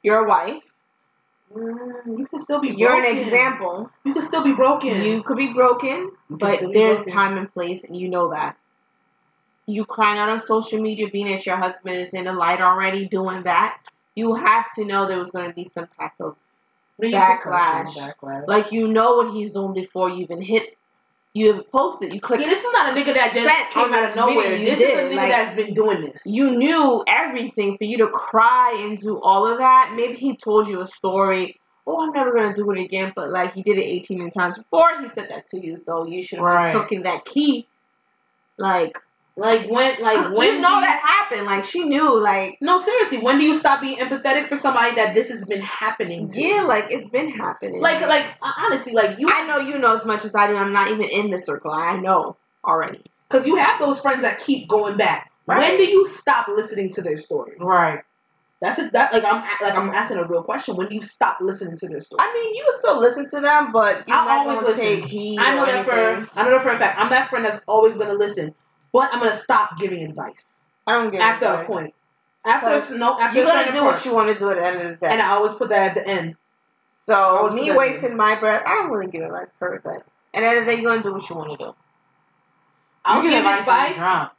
S3: you're a wife,
S2: Mm, you can still be broken.
S3: you're an example.
S2: You can still be broken.
S3: You could be broken,
S2: can still
S3: but
S2: be
S3: there's
S2: broken.
S3: time and place, and you know that. You crying out on social media, being that your husband is in the light already doing that. You have to know there was going to be some type of backlash.
S2: Backlash.
S3: Like you know what he's doing before you even hit. You have posted. You clicked.
S2: Yeah, this is not a nigga that just
S3: Sent
S2: came
S3: on
S2: out
S3: this
S2: of nowhere.
S3: video you
S2: this is
S3: did,
S2: a nigga
S3: like-
S2: that's been doing this.
S3: you knew everything for you to cry and do all of that. Maybe he told you a story. Oh, I'm never gonna do it again. But like he did it 18 times before he said that to you, so you should have
S1: Right.
S3: just taken that key. Like Like when, like when
S2: you
S3: you
S2: know
S3: know
S2: that
S3: that happened. Like she knew. Like
S2: No, seriously, when do you stop being empathetic for somebody that this has been happening to?
S3: yeah, like it's been happening.
S2: Like, like uh, honestly, like you,
S3: I know you know as much as I do. I'm not even in the circle. I know already.
S2: because you have those friends that keep going back. When
S1: Right.
S2: do you stop listening to their story?
S1: Right.
S2: That's a, that like I'm a- like I'm asking a real question. When do you stop listening to their story?
S3: I mean, you can still listen to them, but you
S2: I
S3: not
S2: always
S3: gonna
S2: listen.
S3: Take heed
S2: I know
S3: or
S2: that
S3: anything.
S2: for I know that for a fact. I'm that friend that's always gonna listen, but I'm gonna stop giving advice
S3: I don't get
S2: after
S3: it.
S2: a point. After a,
S3: Because
S2: s- no, after
S3: You're
S2: a
S3: gonna
S2: certain
S3: do
S2: point.
S3: what you want to do at the end of the day.
S2: and I always put that at the end. I
S3: so
S2: was
S3: me
S2: good.
S3: wasting my breath, I don't really give advice for it, but at the end of the day, you're gonna do what you want to do.
S2: I'll
S1: you
S2: give
S1: when you're
S2: advice.
S1: drunk.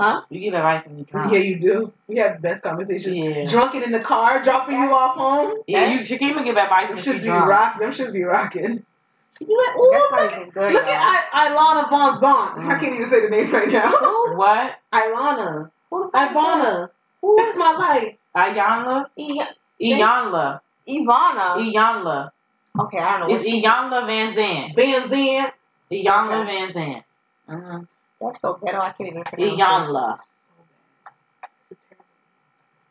S3: Huh?
S1: You give advice when you're drunk.
S2: Yeah, you do. We have the best conversation.
S1: Yeah.
S2: Drunken in the car, dropping you off home.
S1: Yeah, you, Shakima give advice
S2: Them
S1: when
S2: shits
S1: she's
S2: be
S1: drunk.
S2: rock. Them shits be rocking. You be like, ooh,
S3: That's
S2: look
S3: not
S2: at,
S3: even good.
S2: look
S3: y'all.
S2: at I, Ilana Von Zon. I can't even say the name right now.
S1: What?
S2: Ilana,
S3: Who the fuck is that?
S2: Ivana, fix my life.
S1: Ayanla?
S3: I-
S1: Iyanla.
S3: Ivana.
S1: Iyanla.
S3: Okay, I don't know. what
S1: It's
S3: she-
S1: Iyanla Van Zandt.
S2: Van Zandt.
S1: Iyanla Van Zandt. Uh-huh.
S3: That's so ghetto. I can't even pronounce it.
S1: Iyanla.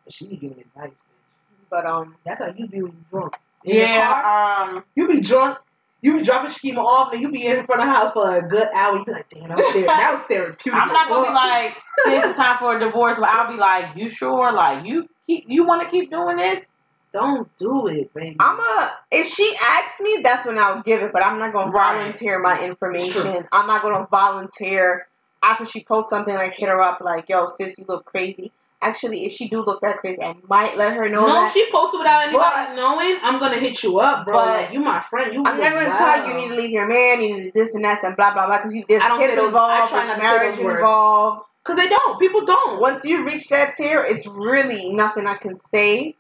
S2: She be giving advice, bitch.
S3: But um,
S2: That's how you be when you drunk. In the car,
S1: Yeah, um,
S2: you be drunk. You be dropping Shakima off, and you be in front of the house for a good hour. You be like, damn, that was, ther- that was therapeutic.
S1: I'm not gonna be
S2: Fuck.
S1: like, sis, it's time for a divorce, but I'll be like, you sure? Like, you keep, you want to keep doing this?
S2: don't do it, baby.
S3: I'm a. If she asks me, that's when I'll give it. But I'm not gonna
S1: Right.
S3: volunteer my
S2: It's
S3: information. I'm not gonna volunteer after she posts something like hit her up like, "Yo, sis, you look crazy." Actually, if she do look that crazy, I might let her know
S2: no,
S3: that.
S2: she posted without anybody
S3: But-
S2: knowing. I'm gonna hit you up, bro.
S3: But-
S2: like, you my friend. You.
S3: I'm
S2: look
S3: never gonna
S2: wild.
S3: tell you you need to leave your man, you need to this and that and blah blah blah because there's
S2: I don't
S3: kids
S2: say those- I
S3: involved,
S2: try
S3: there's
S2: not to say
S3: marriage
S2: those words.
S3: involved.
S2: Cause they don't. People don't.
S3: Once you reach that tier, it's really nothing I can say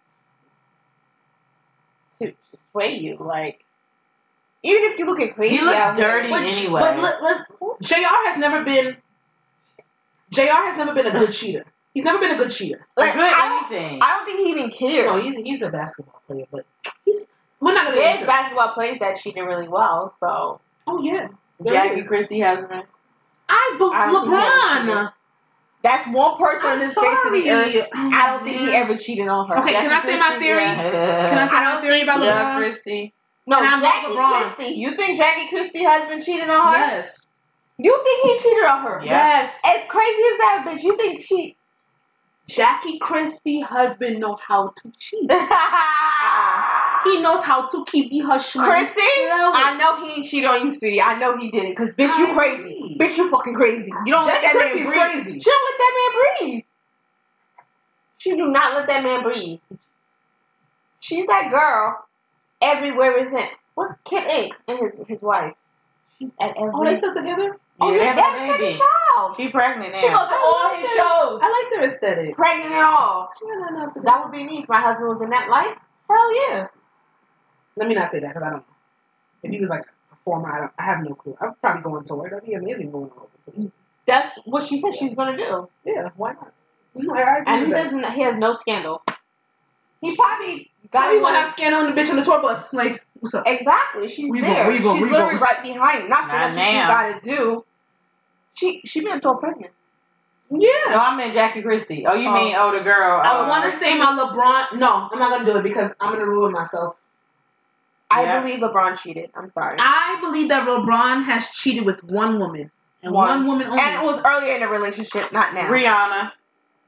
S3: to sway you. Like, even if you look at crazy,
S1: He looks
S3: out here,
S1: dirty
S2: But, sh-
S1: anyway.
S2: but look, look, Jr. has never been. Jr. has never been a good cheater. He's never been a good cheater.
S3: Like,
S1: good
S3: I don't
S1: anything.
S3: I don't think he even cared.
S2: No, he's, he's a basketball player, but he's. We're not gonna.
S3: There's
S2: get into it.
S3: basketball players that she did really well, so
S2: Oh yeah, there
S1: Jackie
S2: is.
S1: Christie has one.
S2: I
S3: I don't think he ever
S2: believe LeBron.
S3: cheated. that's one person
S2: I'm
S3: on this
S2: sorry.
S3: face of the earth. I don't think he
S2: Mhm.
S3: ever cheated on her.
S2: Okay, can I say my theory? Can I
S1: Yeah,
S2: say my theory about
S1: yeah,
S2: LeBron?
S1: Christie.
S3: No,
S2: And I love
S3: Jackie
S2: LeBron.
S3: Christie. You think Jackie Christie's husband cheated on her?
S2: Yes.
S3: You think he cheated on her?
S1: Yeah.
S2: Yes.
S3: As crazy as that bitch, you think she?
S2: Jackie Christie husband know how to cheat.
S3: Chrissy,
S2: He knows how to keep the hush money. Love it.
S3: I know he ain't cheat on you, sweetie. I know he didn't, cause bitch, you
S2: I
S3: crazy.
S2: agree.
S3: Bitch, you fucking crazy. You don't
S2: Jackie
S3: let that
S2: Christie's
S3: man breathe.
S2: crazy.
S3: She don't let that man breathe. She do not let that man breathe. She's that girl everywhere with him. What's Kid Ink and his his wife? She's at every.
S2: Oh, they still together?
S3: Oh,
S1: Yeah,
S3: yeah,
S1: they have
S3: that's
S1: a
S3: a
S1: baby.
S3: child.
S1: She pregnant now.
S3: She goes to all
S2: like
S3: his
S2: their-
S3: shows,
S2: I like their aesthetic.
S3: pregnant and all.
S2: She got nothing else to do.
S3: That would be me if my husband was in that life. Hell yeah.
S2: Let me not say that because I don't know. If he was like a performer, I, don't, I have no clue. I'd probably go on tour. That'd be amazing going all over the place.
S3: That's what she said she's gonna do.
S2: Yeah, why not? Like, I agree
S3: And
S2: with
S3: he
S2: that.
S3: doesn't. He has no scandal. He probably got
S2: Probably
S3: one.
S2: want to have scandal on the bitch on the tour bus. Like, what's up?
S3: Exactly. She's
S2: We gon-
S3: there.
S2: we gon-
S3: She's
S2: we gon-
S3: literally right behind. him. Not
S1: Not
S3: saying that's
S1: now.
S3: what she gotta do. She she been so pregnant.
S2: Yeah.
S1: No, I meant Jackie Christie. Oh, you
S3: Oh.
S1: mean oh the girl?
S2: I
S1: uh,
S2: want to say my LeBron. No, I'm not gonna do it because I'm gonna ruin myself.
S1: Yeah.
S3: I believe LeBron cheated. I'm sorry.
S2: I believe that LeBron has cheated with one woman and one,
S3: One.
S2: woman only.
S3: and it was earlier in the relationship, not now.
S1: Rihanna.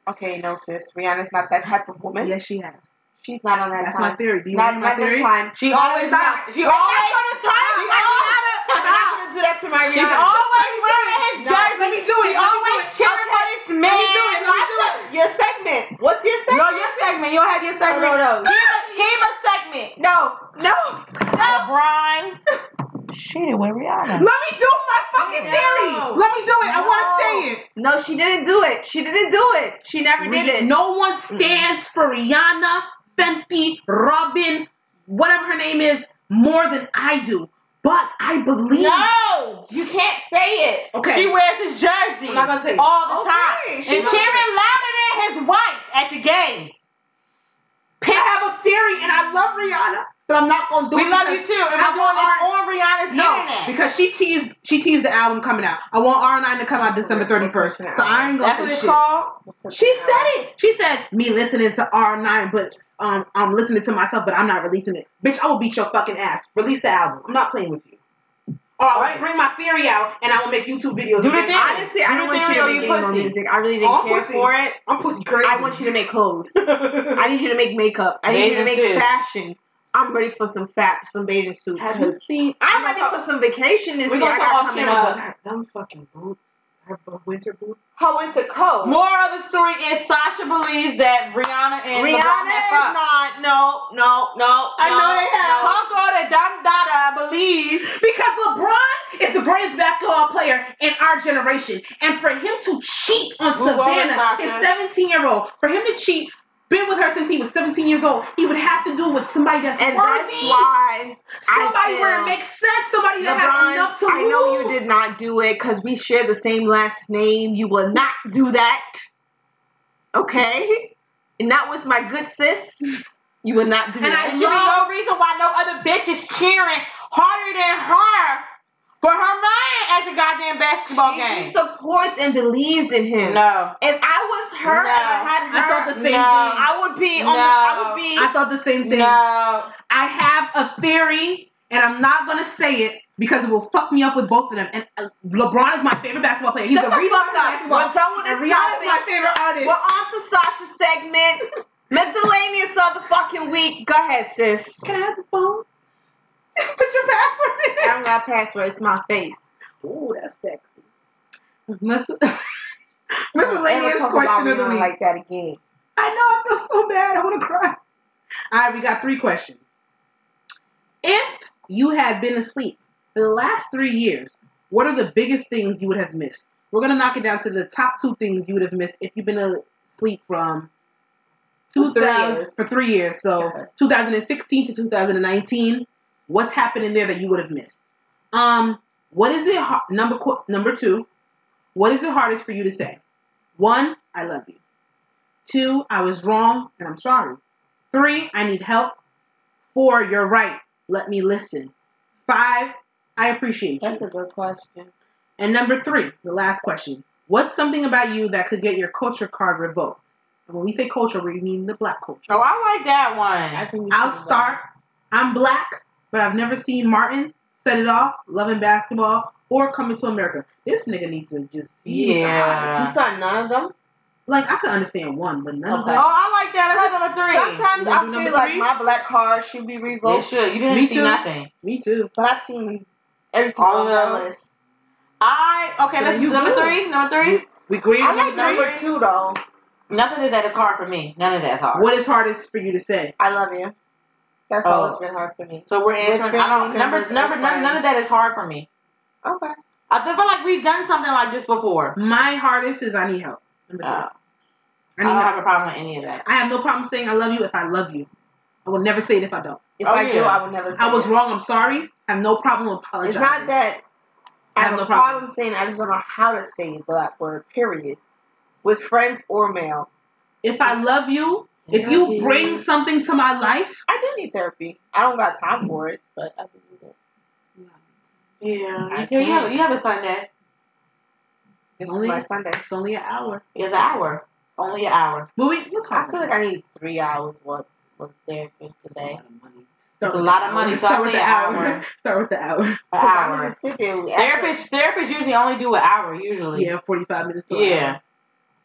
S3: okay, no sis. Rihanna's not that type of woman.
S2: yes, she has.
S3: She's not on that
S2: That's my
S3: time.
S2: theory. Do you
S3: not
S2: want my
S3: not this
S2: theory?
S3: time.
S1: She
S3: Not
S1: always.
S3: this time.
S1: She
S3: We're
S1: always.
S3: not gonna try.
S1: She
S3: I'm not gonna- I'm not gonna do that to my
S1: She's
S3: Rihanna.
S1: always wearing his
S3: No,
S1: jersey.
S3: Let me do
S1: She
S3: it. Let me do
S1: always
S3: it.
S1: cheering for
S3: Okay.
S1: this man.
S3: Let me do it. Let me do it. Your segment. What's your
S1: No,
S3: segment?
S1: your segment. You don't have your segment.
S3: No, no, no.
S1: Kima, Kima segment.
S3: No, no, no.
S1: LeBron. Shit, where Rihanna?
S2: Let me do my fucking
S1: No.
S2: theory. Let me do it. I want to say it.
S3: No, she didn't do it. She didn't do it. She never did
S2: Rih-
S3: it.
S2: No one stands for Rihanna, Fenty, Robin, whatever her name is, more than I do. But I believe.
S3: No, you can't say it.
S2: Okay.
S1: She wears his jersey
S2: I'm not gonna tell you.
S1: all the
S3: Okay,
S1: time.
S3: she
S1: and
S3: knows
S1: cheering louder than his wife at the games.
S2: I have a theory, and I love Rihanna. But I'm not gonna do
S1: We
S2: it.
S1: love you
S2: because
S1: too. And
S2: I
S1: we're doing
S2: want
S1: this
S2: our-
S1: on Rihanna's
S2: No,
S1: internet.
S2: because she teased she teased the album coming out. I want R and I to come out December thirty first. So I ain't gonna
S1: That's what
S2: say
S1: it's
S2: shit.
S1: called.
S2: She said it. She said me listening to R nine, but um, I'm listening to myself, but I'm not releasing it. Bitch, I will beat your fucking ass. Release the album. I'm not playing with you. Or I will
S1: Right.
S2: bring my theory out and I will make YouTube videos.
S1: Do the
S2: again.
S1: thing.
S2: Honestly, I
S1: Do
S2: don't
S1: the
S2: want
S1: thing
S2: you
S1: or
S2: to
S1: you
S2: game on
S1: pussy.
S2: music.
S6: I really didn't
S2: Oh, I'm
S6: care
S2: pussy.
S6: for it.
S2: I'm pussy crazy.
S6: I want you to make clothes. I need you to make makeup. I need you to
S1: Bathing
S6: make
S1: suits.
S6: fashions. I'm ready for some fat, some bathing suits.
S2: Have you
S6: 'cause
S2: seen?
S6: I'm ready for some vacation this
S2: We're
S6: year.
S2: gonna
S6: I got
S2: talk off
S6: coming
S2: camera,
S6: up.
S2: but them fucking boots. Her bu- winter boots.
S3: Her winter coat.
S1: Moral of the story is Sasha believes that Rihanna and
S6: Rihanna is
S1: LeBron have fucked.
S6: not. No, no, no.
S2: I
S6: no,
S2: know they have.
S6: no.
S1: Coco the Dun Dada believes
S2: Because LeBron is the greatest basketball player in our generation. And for him to cheat on
S1: Move over,
S2: Savannah,
S1: Sasha.
S2: his 17 year old, for him to cheat, been with her since he was 17 years old, he would have to do with somebody that's
S6: And that's
S2: worthy.
S6: why
S2: somebody
S6: I
S2: where it
S6: feel-
S2: makes sense, somebody that has
S6: LeBron,
S2: enough to
S6: I know you
S2: lose.
S6: did not do it because we share the same last name. You will not do that. Okay? Not with my good sis. You will not do
S1: And
S6: that.
S1: there should be no reason why no other bitch is cheering harder than her for her man at the goddamn basketball
S6: she
S1: game.
S6: supports and believes in him.
S1: no.
S6: If I was her,
S1: No.
S6: and I had her.
S2: I thought the same
S1: No.
S2: thing.
S6: I would be on. The, I would
S1: No.
S6: be.
S2: I thought the same thing.
S1: No.
S2: I have a theory, and I'm not gonna say it because it will fuck me up with both of them. And uh, LeBron is my favorite basketball player. He's
S6: Shut
S2: the,
S6: the
S2: reason
S6: fuck
S2: I'm
S6: up. We're done with
S2: And
S6: this
S2: Rihanna's my
S6: topic.
S2: favorite artist.
S6: We're on to Sasha's segment. Miscellaneous of the fucking week. Go ahead, sis.
S2: Can I have the phone? Put your password
S6: I
S2: in.
S6: don't got a password. It's my face.
S2: Ooh, that's sexy. miscellaneous
S6: Never talk
S2: question
S6: about
S2: of the
S6: Rihanna
S2: week.
S6: Like that again.
S2: I know I feel so bad. I want to cry. All right, we got three questions. If you had been asleep for the last three years, what are the biggest things you would have missed? We're gonna knock it down to the top two things you would have missed if you've been asleep from two thousand
S3: years.
S2: for three years. So 2016 to 2019. What's happened in there that you would have missed? Um, what is it? har- Number qu- number two. What is the hardest for you to say? One, I love you. Two, I was wrong and I'm sorry. Three, I need help. Four, you're right. Let me listen. Five, I appreciate you.
S3: That's a good question.
S2: And number three, the last question. What's something about you that could get your culture card revoked? And when we say culture, we mean the black culture.
S1: Oh, I like that
S3: I
S1: one.
S3: think we
S2: I'll
S3: should-
S2: start. I'm black, but I've never seen Martin, Set It Off, Loving Basketball, or Coming to America. This nigga needs to just. he needs to hide.
S3: You
S1: Yeah.
S3: saw none of them?
S2: Like, I could understand one, but none
S1: Oh,
S2: of
S1: I like that. That's number three.
S6: Sometimes
S2: You wanna do
S6: I feel
S2: number
S6: like
S2: three?
S6: my black card should be
S1: They
S6: revoked,
S1: should. You didn't
S2: Me
S1: see
S2: too.
S1: nothing.
S2: that. Me too.
S6: but I've seen everything
S1: All of
S6: on that
S1: those?
S6: list.
S1: I okay.
S2: So
S1: that's
S2: you
S1: number
S2: good.
S1: three. Number three.
S2: We agree.
S6: I
S2: on
S6: like
S2: number three?
S6: number two though.
S1: Nothing is at a card for me. None of that's hard.
S2: What is hardest for you to say?
S6: I love you. That's all
S1: Oh.
S6: that's been hard for me.
S1: So we're answering. I don't.
S6: family
S1: Number
S6: members
S1: number
S6: and
S1: none, none of
S6: friends.
S1: that is hard for me.
S6: Okay.
S1: I feel like we've done something like this before.
S2: My hardest is I need help.
S6: Mm-hmm.
S2: Number three.
S1: Uh,
S2: I
S1: I
S2: need
S6: Uh,
S1: don't
S2: help.
S1: have a problem with any of that.
S2: I have no problem saying I love you if I love you. I will never say it if I don't.
S6: If
S1: Oh,
S6: I do,
S1: yeah.
S6: I would never. Say
S2: I was
S6: it.
S2: wrong. I'm sorry. I have no problem apologizing.
S6: It's not that I have
S2: No
S6: a
S2: problem.
S6: problem saying. it, I just don't know how to say that word. Period. With friends or male,
S2: If I love you, if you bring something to my life,
S6: I do need therapy. I don't got time for it, but I do need it.
S1: Yeah.
S6: I
S1: You, can, you, have,
S6: can't.
S1: you have a Sunday.
S6: This
S2: Only-
S6: is my Sunday.
S2: it's only an hour.
S1: You have an hour. Only an hour.
S2: But we, we'll
S6: I
S2: talk.
S6: feel like I need three hours with with therapist today.
S1: It's a lot of money, so
S2: Start
S1: I'll
S2: with
S1: say
S2: the
S1: an
S2: hour.
S1: hour.
S2: Start with the hour.
S1: An
S6: Cause I'm
S1: hour.
S6: gonna sit there. with-
S1: Therapists, therapists usually only do an hour, usually.
S2: Yeah, 45 minutes. to an hour.
S1: Yeah.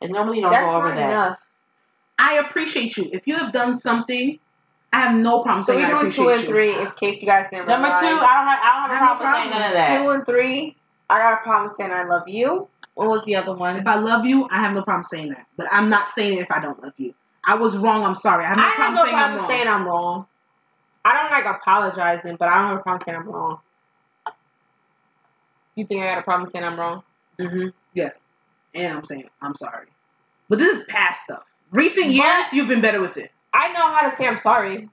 S1: And normally you don't
S6: That's
S1: go over
S6: not
S1: that.
S6: enough.
S2: I appreciate you. If you have done something, I have no problem
S6: So
S2: saying
S6: we're
S2: I
S6: doing
S2: appreciate
S6: two and
S2: you.
S6: three in case you guys didn't
S1: Number two, I don't
S6: realize.
S1: have, I don't have a
S2: I have no
S1: problem, saying
S2: problem.
S1: none of that.
S6: Two and three. I got a problem saying I love you. What was the other one?
S2: If I love you, I have no problem saying that. But I'm not saying it if I don't love you. I was wrong. I'm sorry. I have no
S6: I have
S2: problem
S6: no
S2: saying
S6: problem
S2: I'm
S6: saying
S2: wrong.
S6: I'm wrong. I don't like apologizing, but I don't have a problem saying I'm wrong. You think I got a problem saying I'm wrong?
S2: hmm Yes, and I'm saying I'm sorry. But this is past stuff. Recent years, you've been better with it.
S6: I know how to say I'm sorry,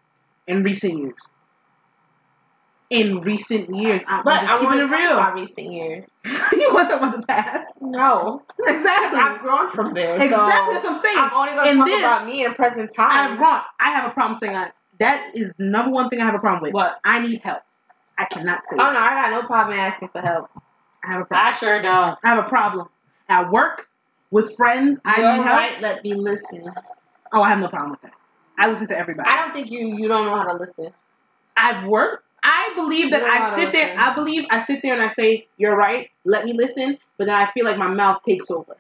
S2: In recent years. In recent years, I'm
S6: but
S2: just
S6: I
S2: keeping
S6: want to
S2: it
S6: talk
S2: real.
S6: about recent years.
S2: you want to talk about the past?
S6: No,
S2: Exactly.
S6: I've grown from there. so
S2: exactly. That's what I'm saying.
S6: I'm only gonna
S2: In
S6: talk
S2: this,
S6: about me in present time.
S2: I'm wrong. I have a problem saying I, That is number one thing I have a problem with.
S6: What?
S2: I need help. I cannot
S6: Oh
S2: say
S6: no, I got no problem asking for help.
S2: I have a problem.
S1: I sure don't.
S2: I have a problem. At work, with friends, I
S6: You're
S2: need help.
S6: right. Let me listen.
S2: Oh, I have no problem with that. I listen to everybody.
S6: I don't think you you don't know how to listen.
S2: I've worked. I believe that
S6: You're
S2: I
S6: not
S2: sit there.
S6: listening.
S2: I believe I sit there and I say, "You're right. Let me listen." But then I feel like my mouth takes over,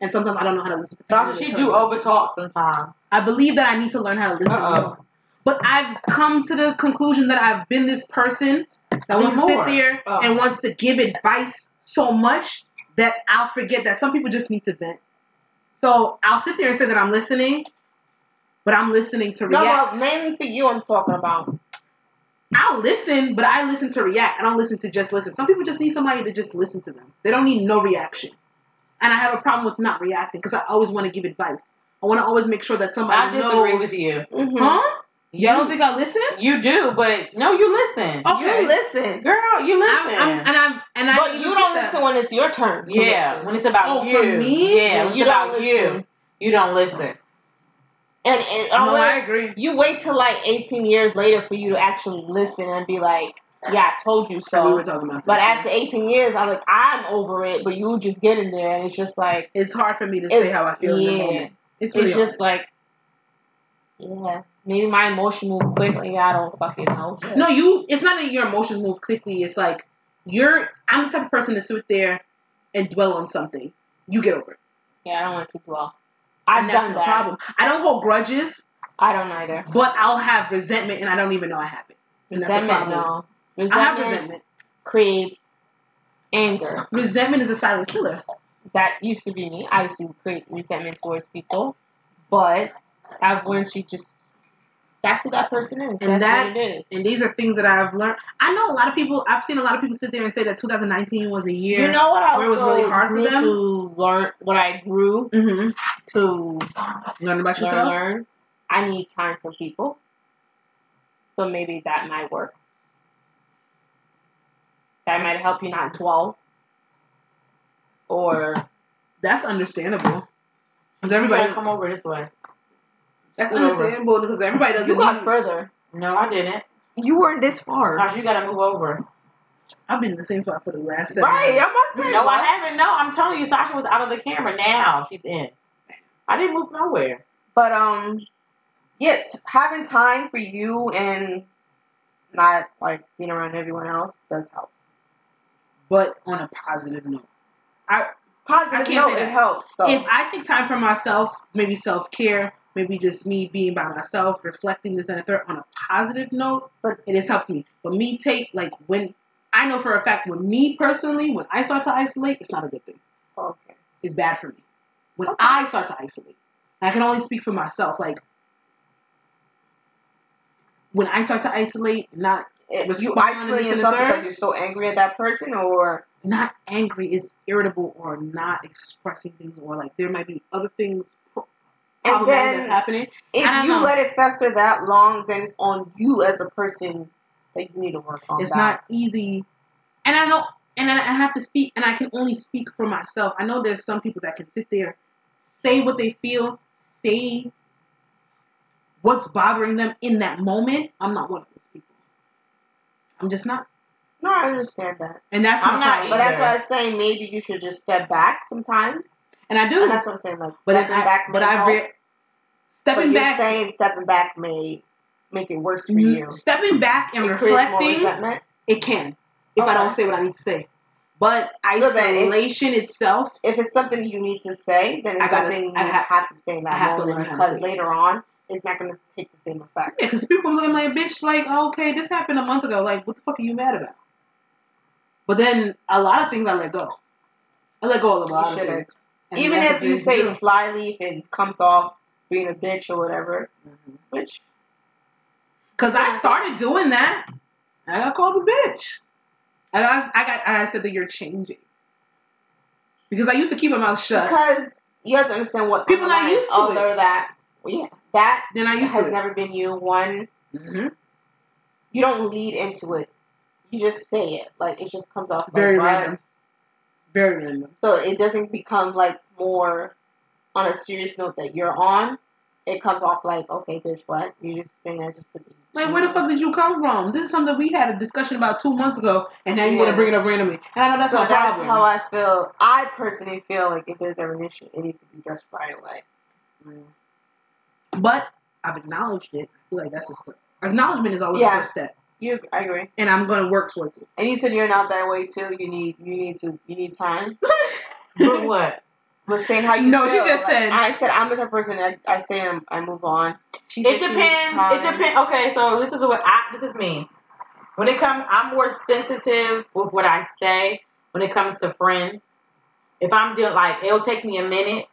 S2: and sometimes I don't know how to listen. to
S1: Doctor,
S2: people
S1: she
S2: in
S1: do
S2: terms of-
S1: over talk sometimes.
S2: I believe that I need to learn how to listen.
S1: Uh-oh.
S2: more. But I've come to the conclusion that I've been this person that wants to sit
S1: More.
S2: there
S6: Oh.
S2: and wants to give advice so much that I'll forget that some people just need to vent. So I'll sit there and say that I'm listening, but I'm listening to
S6: No,
S2: react.
S6: no, mainly for you. I'm talking about.
S2: I'll listen, but I listen to react. I don't listen to just listen. Some people just need somebody to just listen to them. They don't need no reaction. And I have a problem with not reacting because I always want to give advice. I want to always make sure that somebody
S1: I disagree
S2: knows-
S1: with you.
S3: Mm-hmm.
S6: Mhm.
S2: Huh?
S1: You
S2: Y'all don't think I listen?
S1: you do, but no, you listen.
S6: Oh.
S2: Okay.
S3: You listen.
S1: Girl, you
S2: I'm,
S1: listen.
S2: I'm, and I'm and I.
S6: But
S2: even
S6: you
S2: get
S6: don't
S2: that.
S6: listen when it's your turn. to
S1: yeah,
S6: listen.
S1: when it's about
S2: Oh,
S1: you.
S2: for
S1: Yeah,
S2: me?
S6: Yeah,
S1: when it's
S6: you don't
S1: about you.
S6: listen.
S1: You don't listen.
S6: and and
S2: No, I
S6: always
S2: agree.
S6: you wait till like 18 years later for you to actually listen and be like, yeah, I told you
S2: So, we
S6: so.
S2: were talking about
S6: But
S2: this.
S6: after 18 years, I'm like, I'm over it. But you just get in there, and it's just like,
S2: it's hard for me to say
S6: it's-
S2: how I feel in the
S6: yeah.
S2: moment. It's
S6: it's,
S2: really hard.
S6: just like, yeah, maybe my emotion move quickly. I don't fucking know. but-
S2: No, you. It's not that your emotions move quickly. It's like you're. I'm the type of person to sit there and dwell on something. You get over it.
S6: yeah, I don't want to dwell.
S2: And
S6: I've
S2: that's
S6: done
S2: the
S6: that.
S2: problem. I don't hold grudges,
S6: I don't either.
S2: but I'll have resentment, and I don't even know I have it. And that's the
S6: Resentment,
S2: problem.
S6: no.
S2: I have
S6: Resentment,
S2: resentment.
S6: creates anger.
S2: Resentment is a silent killer.
S6: That used to be me. I used to create resentment towards people, but I've learned to just. That's who that person is.
S2: And
S6: that's
S2: that-
S6: what it is.
S2: And these are things that I've learned. I know a lot of people. I've seen a lot of people sit there and say that 2019 was a year.
S6: You know what I
S2: Where it was
S6: also
S2: really hard for
S6: grew
S2: them?
S6: to learn. What I grew
S2: Mm-hmm.
S6: to
S2: Learn about
S6: learn,
S2: yourself.
S6: learn. I need time for people, so maybe that might work. That might help you not dwell. Or
S2: That's understandable. Because everybody,
S1: You gotta come over this way.
S2: that's
S1: scoot over.
S2: understandable because everybody doesn't.
S6: you got
S2: Need,
S6: further.
S1: No, I didn't.
S3: You weren't this far.
S1: Tasha, you gotta move over.
S2: I've been in the same spot for the last seven.
S3: Right.
S2: years.
S3: I'm about to say.
S1: No, I haven't. No, I'm telling you, Sasha was out of the camera. Now she's in. I didn't move nowhere.
S3: But um, yeah, t- having time for you and not like being around everyone else does help.
S2: But on a positive note, I can't
S3: Positive
S2: say
S3: note,
S2: that.
S3: it helps though.
S2: if I take time for myself, maybe self care, maybe just me being by myself, reflecting this and a third on a positive note, but it has helped me. But me take like when I know for a fact when me personally, when I start to isolate, it's not a good thing.
S3: okay.
S2: It's bad for me. When I start to isolate, and I can only speak for myself. Like when I start to isolate, not
S3: It, Eh, you
S2: Respond to
S3: isolating
S2: this and
S3: yourself
S2: the third?
S3: because you're so angry at that person, or
S2: not angry, it's irritable or not expressing things, or like there might be other things pro-
S3: and
S2: problematic that's
S3: then
S2: happening. I
S3: if
S2: don't
S3: you
S2: know.
S3: let it fester that long, then it's on you as a person that you need to work on.
S2: It's
S3: that.
S2: not easy, and I know, and I I have to speak, and I can only speak for myself. I know there's some people that can sit there, say what they feel, say what's bothering them in that moment. I'm not one of those people. I'm just not,
S3: No, I understand that,
S2: and that's my
S1: I'm not
S2: problem.
S3: but that's
S1: either.
S3: why I was saying maybe you should just step back sometimes.
S2: And I do,
S3: And that's what I'm saying, like
S2: but
S3: stepping
S2: I,
S3: back.
S2: but
S3: may
S2: I
S3: help,
S2: re- stepping
S3: but you're
S2: back, mm,
S3: saying stepping back may make it worse for you.
S2: stepping back and
S3: It creates more
S2: reflecting.
S3: resentment.
S2: It can if I
S3: Okay.
S2: don't say what I need to say. But
S3: So then it-
S2: isolation itself,
S3: if it's something you need to say, then it's
S2: I gotta-
S3: something you
S2: I ha-
S3: have to say in
S2: I
S3: that
S2: have to learn
S3: moment
S2: how to say
S3: because
S2: it.
S3: later on it's not going to take the same effect.
S2: yeah, because people look at me like bitch, like oh, okay, this happened a month ago. Like what the fuck are you mad about? But then a lot of things I let go. I let go of a lot of
S3: shouldn't.
S2: things. And
S3: Even
S2: that's
S3: if
S2: the
S3: you
S2: thing
S3: say
S2: to
S3: it slyly, if it comes off being a bitch or whatever,
S2: do.
S3: which
S2: Cause I started doing that, and I got called a bitch. And I, I got, I said that you're changing. Because I used to keep my mouth shut.
S3: because you have to understand what
S2: People not
S3: underlying
S2: used to
S3: other that yeah that
S2: then I used
S3: has
S2: to.
S3: never been you. One,
S2: hmm
S3: you don't lead into it. You just say it like it just comes off like,
S2: Very
S3: what?
S2: random. Very random.
S3: so it doesn't become like more on a serious note that you're on. it comes off like, okay, bitch, what? You just sitting there just to be.
S2: Like, where the fuck did you come from? This is something we had a discussion about two months ago, and now you want
S3: Yeah.
S2: to bring it up randomly. And I know Oh, that's
S3: so
S2: my
S3: that's
S2: problem.
S3: how I feel. I personally feel like if there's ever an issue, it needs to be addressed right away.
S2: but I've acknowledged it. I feel like that's a step. Acknowledgement is always
S3: Yeah.
S2: the first step,
S3: You, I agree.
S2: and I'm gonna work towards it.
S3: And you said you're not that way too. You need, you need to, you need time.
S1: But what?
S3: But say how you.
S2: No, she
S3: feel.
S2: just
S3: Like,
S2: said-
S3: I said I'm the type of person that I say and I move on. She said
S1: It
S3: she needs
S1: depends. It
S3: time.
S1: depends. Okay, so this is what I this is me. When it comes, I'm more sensitive with what I say. When it comes to friends, if I'm dealing like it'll take me a minute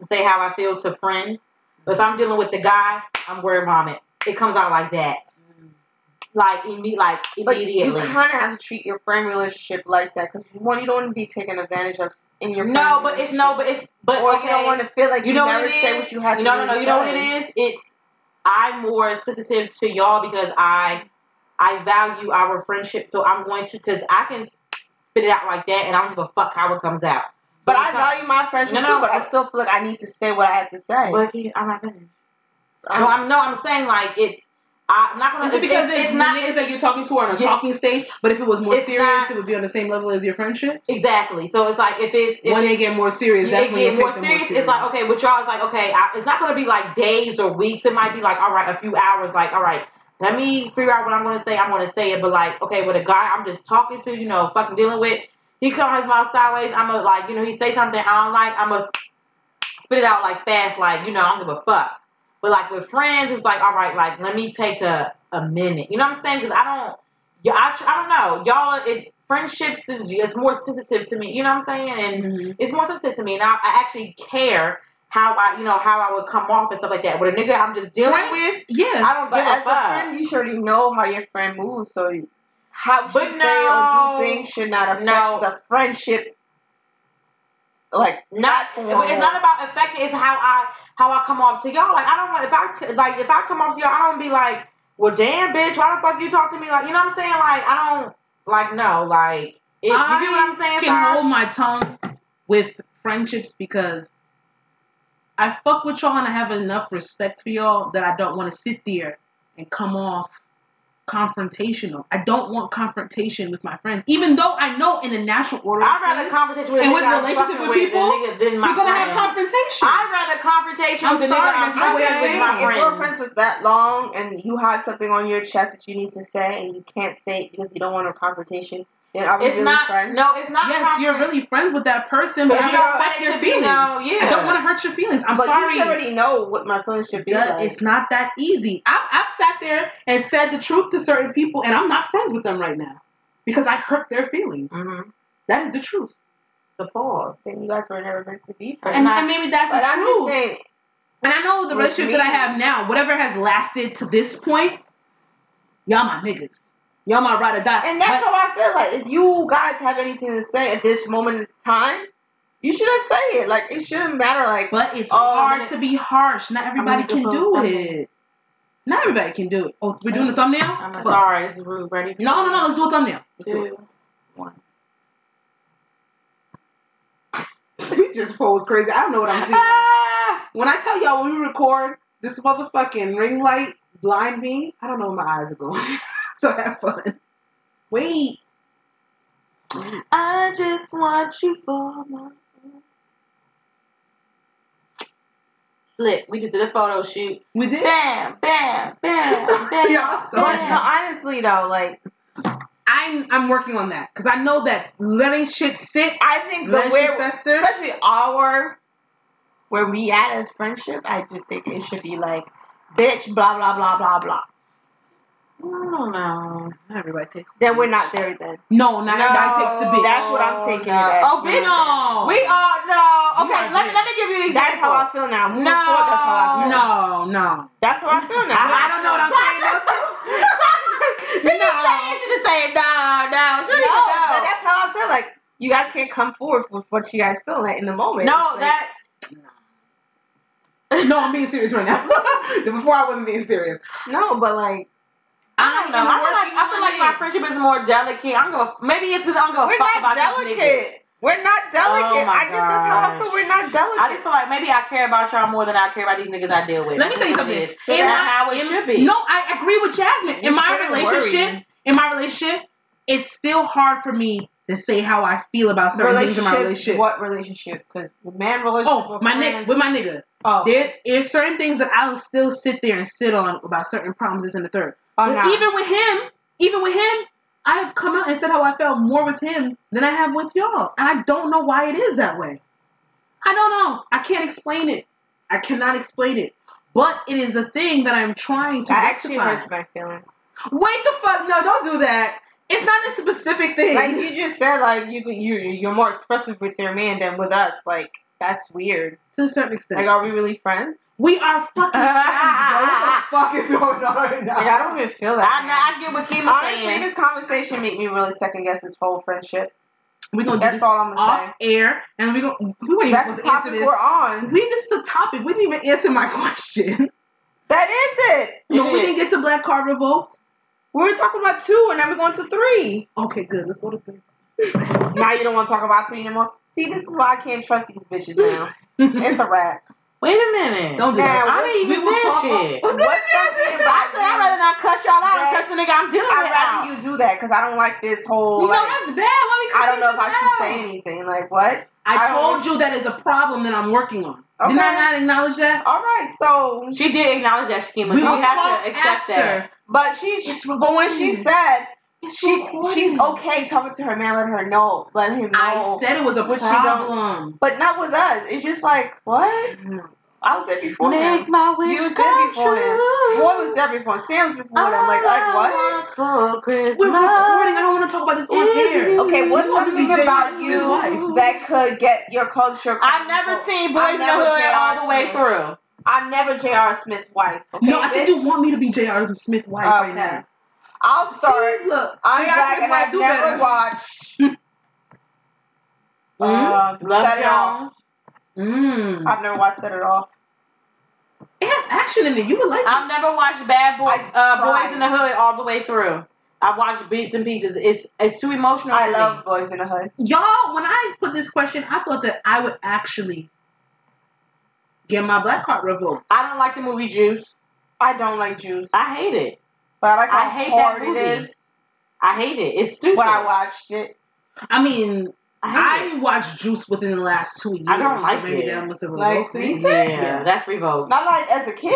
S1: to say how I feel to friends, but if I'm dealing with the guy, I'm word vomit. It comes out like that,
S3: Mm.
S1: like imme- like
S3: But you
S1: immediately.
S3: kind of have to treat your friend relationship like that because one, you don't want to be taken advantage of s- in your.
S1: no,
S3: friend
S1: but it's
S3: relationship.
S1: no, but it's but
S3: or
S1: okay.
S3: you don't want to feel like you,
S1: you know
S3: never
S1: what it
S3: say
S1: is?
S3: what you have to.
S1: no, no, no.
S3: really
S1: You know what it
S3: say.
S1: is? It's I'm more sensitive to y'all because I I value our friendship, so I'm going to because I can spit it out like that, and I don't give a fuck how it comes out.
S3: But
S1: When it
S3: I
S1: comes-
S3: value my friendship
S1: No, no,
S3: too. But
S1: but-
S3: I still feel like I need to say what I have to say.
S1: But if you,
S3: oh
S1: I'm not finished.
S3: I'm-
S1: no, I'm no. I'm saying like it's. I'm not gonna.
S2: Is it because it's, the
S1: not
S2: niggas that you're talking to are on a talking stage? But if it was more
S1: It's
S2: serious,
S1: not-
S2: it would be on the same level as your friendships.
S1: exactly. So it's like if it's if
S2: when
S1: it's,
S2: they get more serious, that's
S1: it
S2: when you
S1: get
S2: take
S1: more
S2: them
S1: serious,
S2: more serious.
S1: It's like okay, with y'all, it's like okay, I, it's not gonna be like days or weeks. It might be like all right, a few hours. Like all right, let me figure out what I'm gonna say. I'm gonna say it, but like okay, with a guy I'm just talking to, you know, fucking dealing with, he comes his mouth sideways. I'm gonna like you know he say something I don't like. I'm gonna spit it out like fast, like you know I don't give a fuck. But like with friends, it's like all right, like let me take a a minute. You know what I'm saying? Because I don't. Yeah, I, tr- I don't know, y'all. It's friendships is it's more sensitive to me. You know what I'm saying? And
S2: Mhm.
S1: it's more sensitive to me, and I, I actually care how I, you know, how I would come off and stuff like that. With a nigga, I'm just dealing
S2: Right.
S1: with.
S2: yeah,
S1: I don't
S3: But
S1: give
S3: as
S1: a
S3: a
S1: fuck.
S3: friend, you should already know how your friend moves, so you- how
S1: But
S3: she
S1: no.
S3: say or do things should not affect
S1: No.
S3: the friendship. Like
S1: Not,
S3: platform.
S1: it's not about affecting. It's how I, how I come off to y'all. Like I don't want if I t- like if I come off to y'all, I don't be like, well, damn, bitch, why the fuck you talk to me like? You know what I'm saying? Like I don't like no like. It, you get what I'm saying?
S2: can
S1: Sarge?
S2: hold my tongue with friendships because I fuck with y'all and I have enough respect for y'all that I don't want to sit there and come off confrontational. I don't want confrontation with my friends, even though I know in the natural order. of
S1: I'd rather
S2: things,
S1: conversation with a
S2: And
S1: nigga
S2: with
S1: I'm
S2: relationship
S1: fucking
S2: with
S1: than
S2: people,
S1: nigga than my
S2: you're gonna have
S1: friend.
S2: confrontation.
S1: I'd rather confrontation
S2: I'm
S1: with the
S2: sorry,
S1: nigga I'm
S2: that's not
S1: fucking with
S2: what I'm
S1: than
S2: saying.
S1: my
S3: if your
S1: friend.
S3: friends was that long and you had something on your chest that you need to say and you can't say it because you don't want a confrontation, then are we
S1: It's
S3: really
S1: not.
S3: friends?
S1: No, it's not.
S2: yes, you're
S1: confident.
S2: really friends with that person, but
S1: But
S2: I
S1: you don't want
S2: respect
S1: it
S2: your
S1: to be
S2: feelings.
S1: no- yeah.
S2: I don't want to hurt your feelings. I'm
S3: but
S2: sorry.
S3: you should already know what my feelings should be
S2: Duh,
S3: like.
S2: it's not that easy. I've, I've sat there and said the truth to certain people, and I'm not friends with them right now because I hurt their feelings.
S1: Mhm.
S2: That is the truth.
S1: The pause.
S3: Then you guys were never meant to be friends.
S2: And,
S1: not-
S2: and maybe that's
S3: but
S2: the
S3: I'm
S2: truth.
S3: just saying,
S2: and I know the
S3: with
S2: relationships that I
S3: me-
S2: have now, whatever has lasted to this point, y'all my niggas. Y'all my ride or die.
S3: And that's
S2: But-
S3: how I feel like. If you guys have anything to say at this moment in time, you should have say it. Like it shouldn't matter. Like
S2: But it's
S3: Oh, I'm
S2: hard
S3: gonna-
S2: to be harsh. Not everybody
S1: gonna
S2: can
S1: propose
S2: do
S1: thumbnail.
S2: it. Not everybody can do it. Oh, we're doing a thumbnail?
S1: I'm
S2: Fuck.
S1: sorry. This is rude. Ready?
S2: No, no, no. Let's do a thumbnail. Let's do it.
S1: Two.
S2: we just pose crazy. I don't know what I'm seeing.
S1: Ah!
S2: when I tell y'all when we record, this motherfucking ring light blind me. I don't know where my eyes are going. so have fun. Wait.
S1: I just want you for my. Look, we just did a photo shoot.
S2: We did.
S1: Bam, bam, bam, bam.
S2: y'all, so
S3: but no, honestly though, like
S2: I'm I'm working on that because I know that letting shit sit,
S3: I think the
S2: letting shit
S3: where,
S2: fester.
S3: especially our where we at as friendship, I just think it should be like, bitch, blah blah blah blah blah.
S1: I don't know.
S2: Not everybody takes.
S3: Then we're not there then.
S2: No, not everybody takes the bitch.
S3: That's what I'm taking
S1: No.
S3: it as.
S1: Oh, bitch.
S2: No.
S1: We all no.
S2: You
S1: Okay,
S2: are
S1: let me
S2: bitch.
S1: let me give you an example.
S3: That's how I feel now. Moving
S1: No.
S3: forward, that's how I feel.
S2: No, no.
S3: That's how I feel now.
S2: I, I don't know what I'm saying.
S3: saying. she just saying, she just saying, no, no, she
S1: No,
S3: no,
S1: but
S3: but that's how I feel. Like you guys can't come forward with what you guys feel like in the moment.
S1: No, that's
S2: No, I'm being serious right now. Before I wasn't being serious.
S3: no, but like
S1: I don't know. I feel like I feel like my friendship is more delicate. I'm gonna maybe it's because I don't give a
S3: we're
S1: fuck about
S3: not
S1: these niggas.
S3: delicate. We're not delicate.
S1: Oh my
S3: I just that's how I
S1: gosh.
S3: feel. We're not delicate.
S1: I just feel like maybe I care about y'all more than I care about these niggas I deal with.
S2: Let me tell you something.
S1: So
S2: In
S1: that's
S2: my-
S1: how it
S2: in-
S1: should be.
S2: No, I agree with Jasmine.
S3: You
S2: in my
S3: shouldn't
S2: relationship,
S3: worry.
S2: in my relationship, it's still hard for me to say how I feel about certain things in my relationship.
S3: What relationship? Because the man relationship.
S2: Oh, my nigga,
S3: friends-
S2: with my nigga.
S3: Oh,
S2: There, there's certain things that I'll still sit there and sit on about certain problems. This and the third.
S3: oh,
S2: Well,
S3: nah.
S2: Even with him, even with him, I have come out and said how I felt more with him than I have with y'all, and I don't know why it is that way. I don't know. I can't explain it. I cannot explain it. But it is a thing that I'm trying to
S3: that actually
S2: rectify.
S3: hurts my feelings.
S2: Wait the fuck! No, don't do that. It's not a specific thing.
S3: Like you just said, like you you you're more expressive with your man than with us. Like that's weird.
S2: to a certain extent,
S3: Like, are we really friends?
S2: we are fucking friends. bro. What the fuck is going on right now?
S3: Like, I don't even feel that.
S1: I, know- I get what Kim is
S3: Honestly,
S1: saying.
S3: this conversation made me really second guess this whole friendship.
S2: We gonna do
S3: That's
S2: this
S3: all I'm gonna
S2: off air, and we gonna we weren't
S3: say.
S2: even
S3: That's
S2: supposed
S3: the
S2: to answer
S3: topic
S2: this.
S3: we're on.
S2: We this is a topic. We didn't even answer my question.
S3: That is it.
S2: No,
S1: is.
S2: we didn't get to Black Card Revolt.
S3: We were talking about two, and now we're going to three.
S2: Okay, good. Let's go to three.
S3: now you don't want to talk about three anymore. See, this is why I can't trust these bitches now. it's a wrap.
S1: Wait a minute.
S2: Don't do
S3: Nah,
S2: that.
S1: I didn't
S2: We
S1: even
S2: will
S1: say
S2: talk-
S1: shit.
S3: What's that
S1: But I said I'd rather not cuss y'all out and
S3: Right.
S1: cuss the nigga I'm dealing
S3: I'd
S1: with
S3: rather
S1: out.
S3: you do that because I don't like this whole.
S2: You know
S3: like,
S2: that's bad. Why we
S3: I don't know if I should
S2: cussing
S3: say
S2: them out?
S3: anything. Like what? I
S2: I told
S3: don't want-
S2: you that is a problem that I'm working on. Did I
S3: Okay.
S2: not acknowledge that?
S3: All right, so
S1: She did acknowledge that she came, but
S2: we
S1: you
S2: will
S1: have
S2: talk
S1: to accept that.
S2: after.
S3: but she,
S2: It's
S3: but when she
S2: recording.
S3: said
S2: It's
S3: she
S2: recording.
S3: she's okay talking to her man, let her know, let him know.
S2: I said it was a
S3: But she don't-
S2: problem.
S3: but not with us. It's just like what? I was there before him.
S1: Make my wish
S3: You was there
S1: come
S3: before him.
S1: true.
S3: Boy was there before. him. Sam was before him. Like like
S2: Ah.
S3: what?
S1: For Christmas.
S2: We're recording. I don't want to talk about this on air.
S3: Okay, what's
S2: You want to be
S3: something
S2: Jay
S3: about
S2: West's
S3: you
S2: wife?
S3: that could get your culture?
S1: I've never seen Boys
S3: I've
S1: in the
S3: never
S1: Hood
S3: J.R.
S1: all the way
S3: Smith.
S1: through.
S3: I'm never J.R. Smith's wife. Okay,
S2: No, I said
S3: bitch?
S2: you want me to be J.R. Smith wife right
S3: Okay.
S2: now.
S3: I'll start.
S2: See, look,
S3: I'm
S2: J.R.
S3: black
S2: Smith
S3: and
S2: might
S3: I've
S2: do
S3: never
S2: better.
S3: watched. uh,
S1: Love
S3: Set It Off.
S1: Jones.
S2: Mm.
S3: I've never watched Set It Off.
S2: It has action in it. You would like
S1: I've never watched Bad Boy,
S3: I
S1: uh,
S3: tried.
S1: Boys in the Hood all the way through. I've watched Beats and Pieces. It's it's too emotional.
S3: I
S1: to
S3: love
S1: Me.
S3: Boys in the Hood.
S2: it. Y'all, when I put this question, I thought that I would actually get my black card revoked.
S1: I don't like the movie Juice.
S3: I don't like Jews,
S1: I hate it.
S3: but I like how
S1: I hate
S3: hard
S1: that movie.
S3: it is
S1: I hate it. It's stupid.
S3: when I watched it.
S2: I mean,
S1: I hate it.
S2: I watched Juice within the last two years.
S1: I don't like
S2: so maybe
S1: it.
S2: that must have
S3: Like,
S2: revoked me.
S3: Lisa?
S1: Yeah,
S2: Yeah.
S1: that's revoked.
S3: Not like as a kid.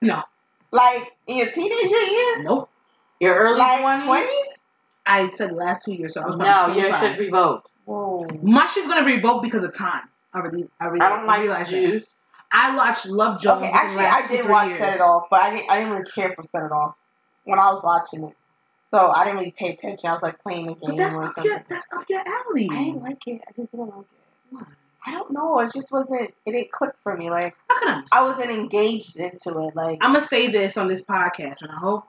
S2: No.
S3: Like in your teenager years.
S2: Nope.
S1: Your early
S3: Like
S1: 20s?
S3: twenties.
S2: I said the last two years, so I was
S1: No,
S2: probably
S1: your
S2: 25.
S1: shit's revoked.
S3: Whoa.
S2: My shit's gonna revoke because of time. I really, I really,
S1: I don't like
S2: realize that.
S1: Juice.
S2: I watched Love Jones.
S3: Okay,
S2: within the
S3: actually,
S2: last
S3: I
S2: two,
S3: did
S2: three
S3: watch
S2: years.
S3: Set It Off, but I didn't. I didn't really care for Set It Off when I was watching it. So I didn't really pay attention. I was like playing the game
S2: But that's
S3: or
S2: up
S3: something.
S2: your, that's up your alley.
S3: I didn't like it. I just didn't like it. I don't know. It just wasn't. It didn't click for me. Like
S2: I can understand.
S3: I wasn't engaged into it. Like
S2: I'm gonna say this on this podcast, and I hope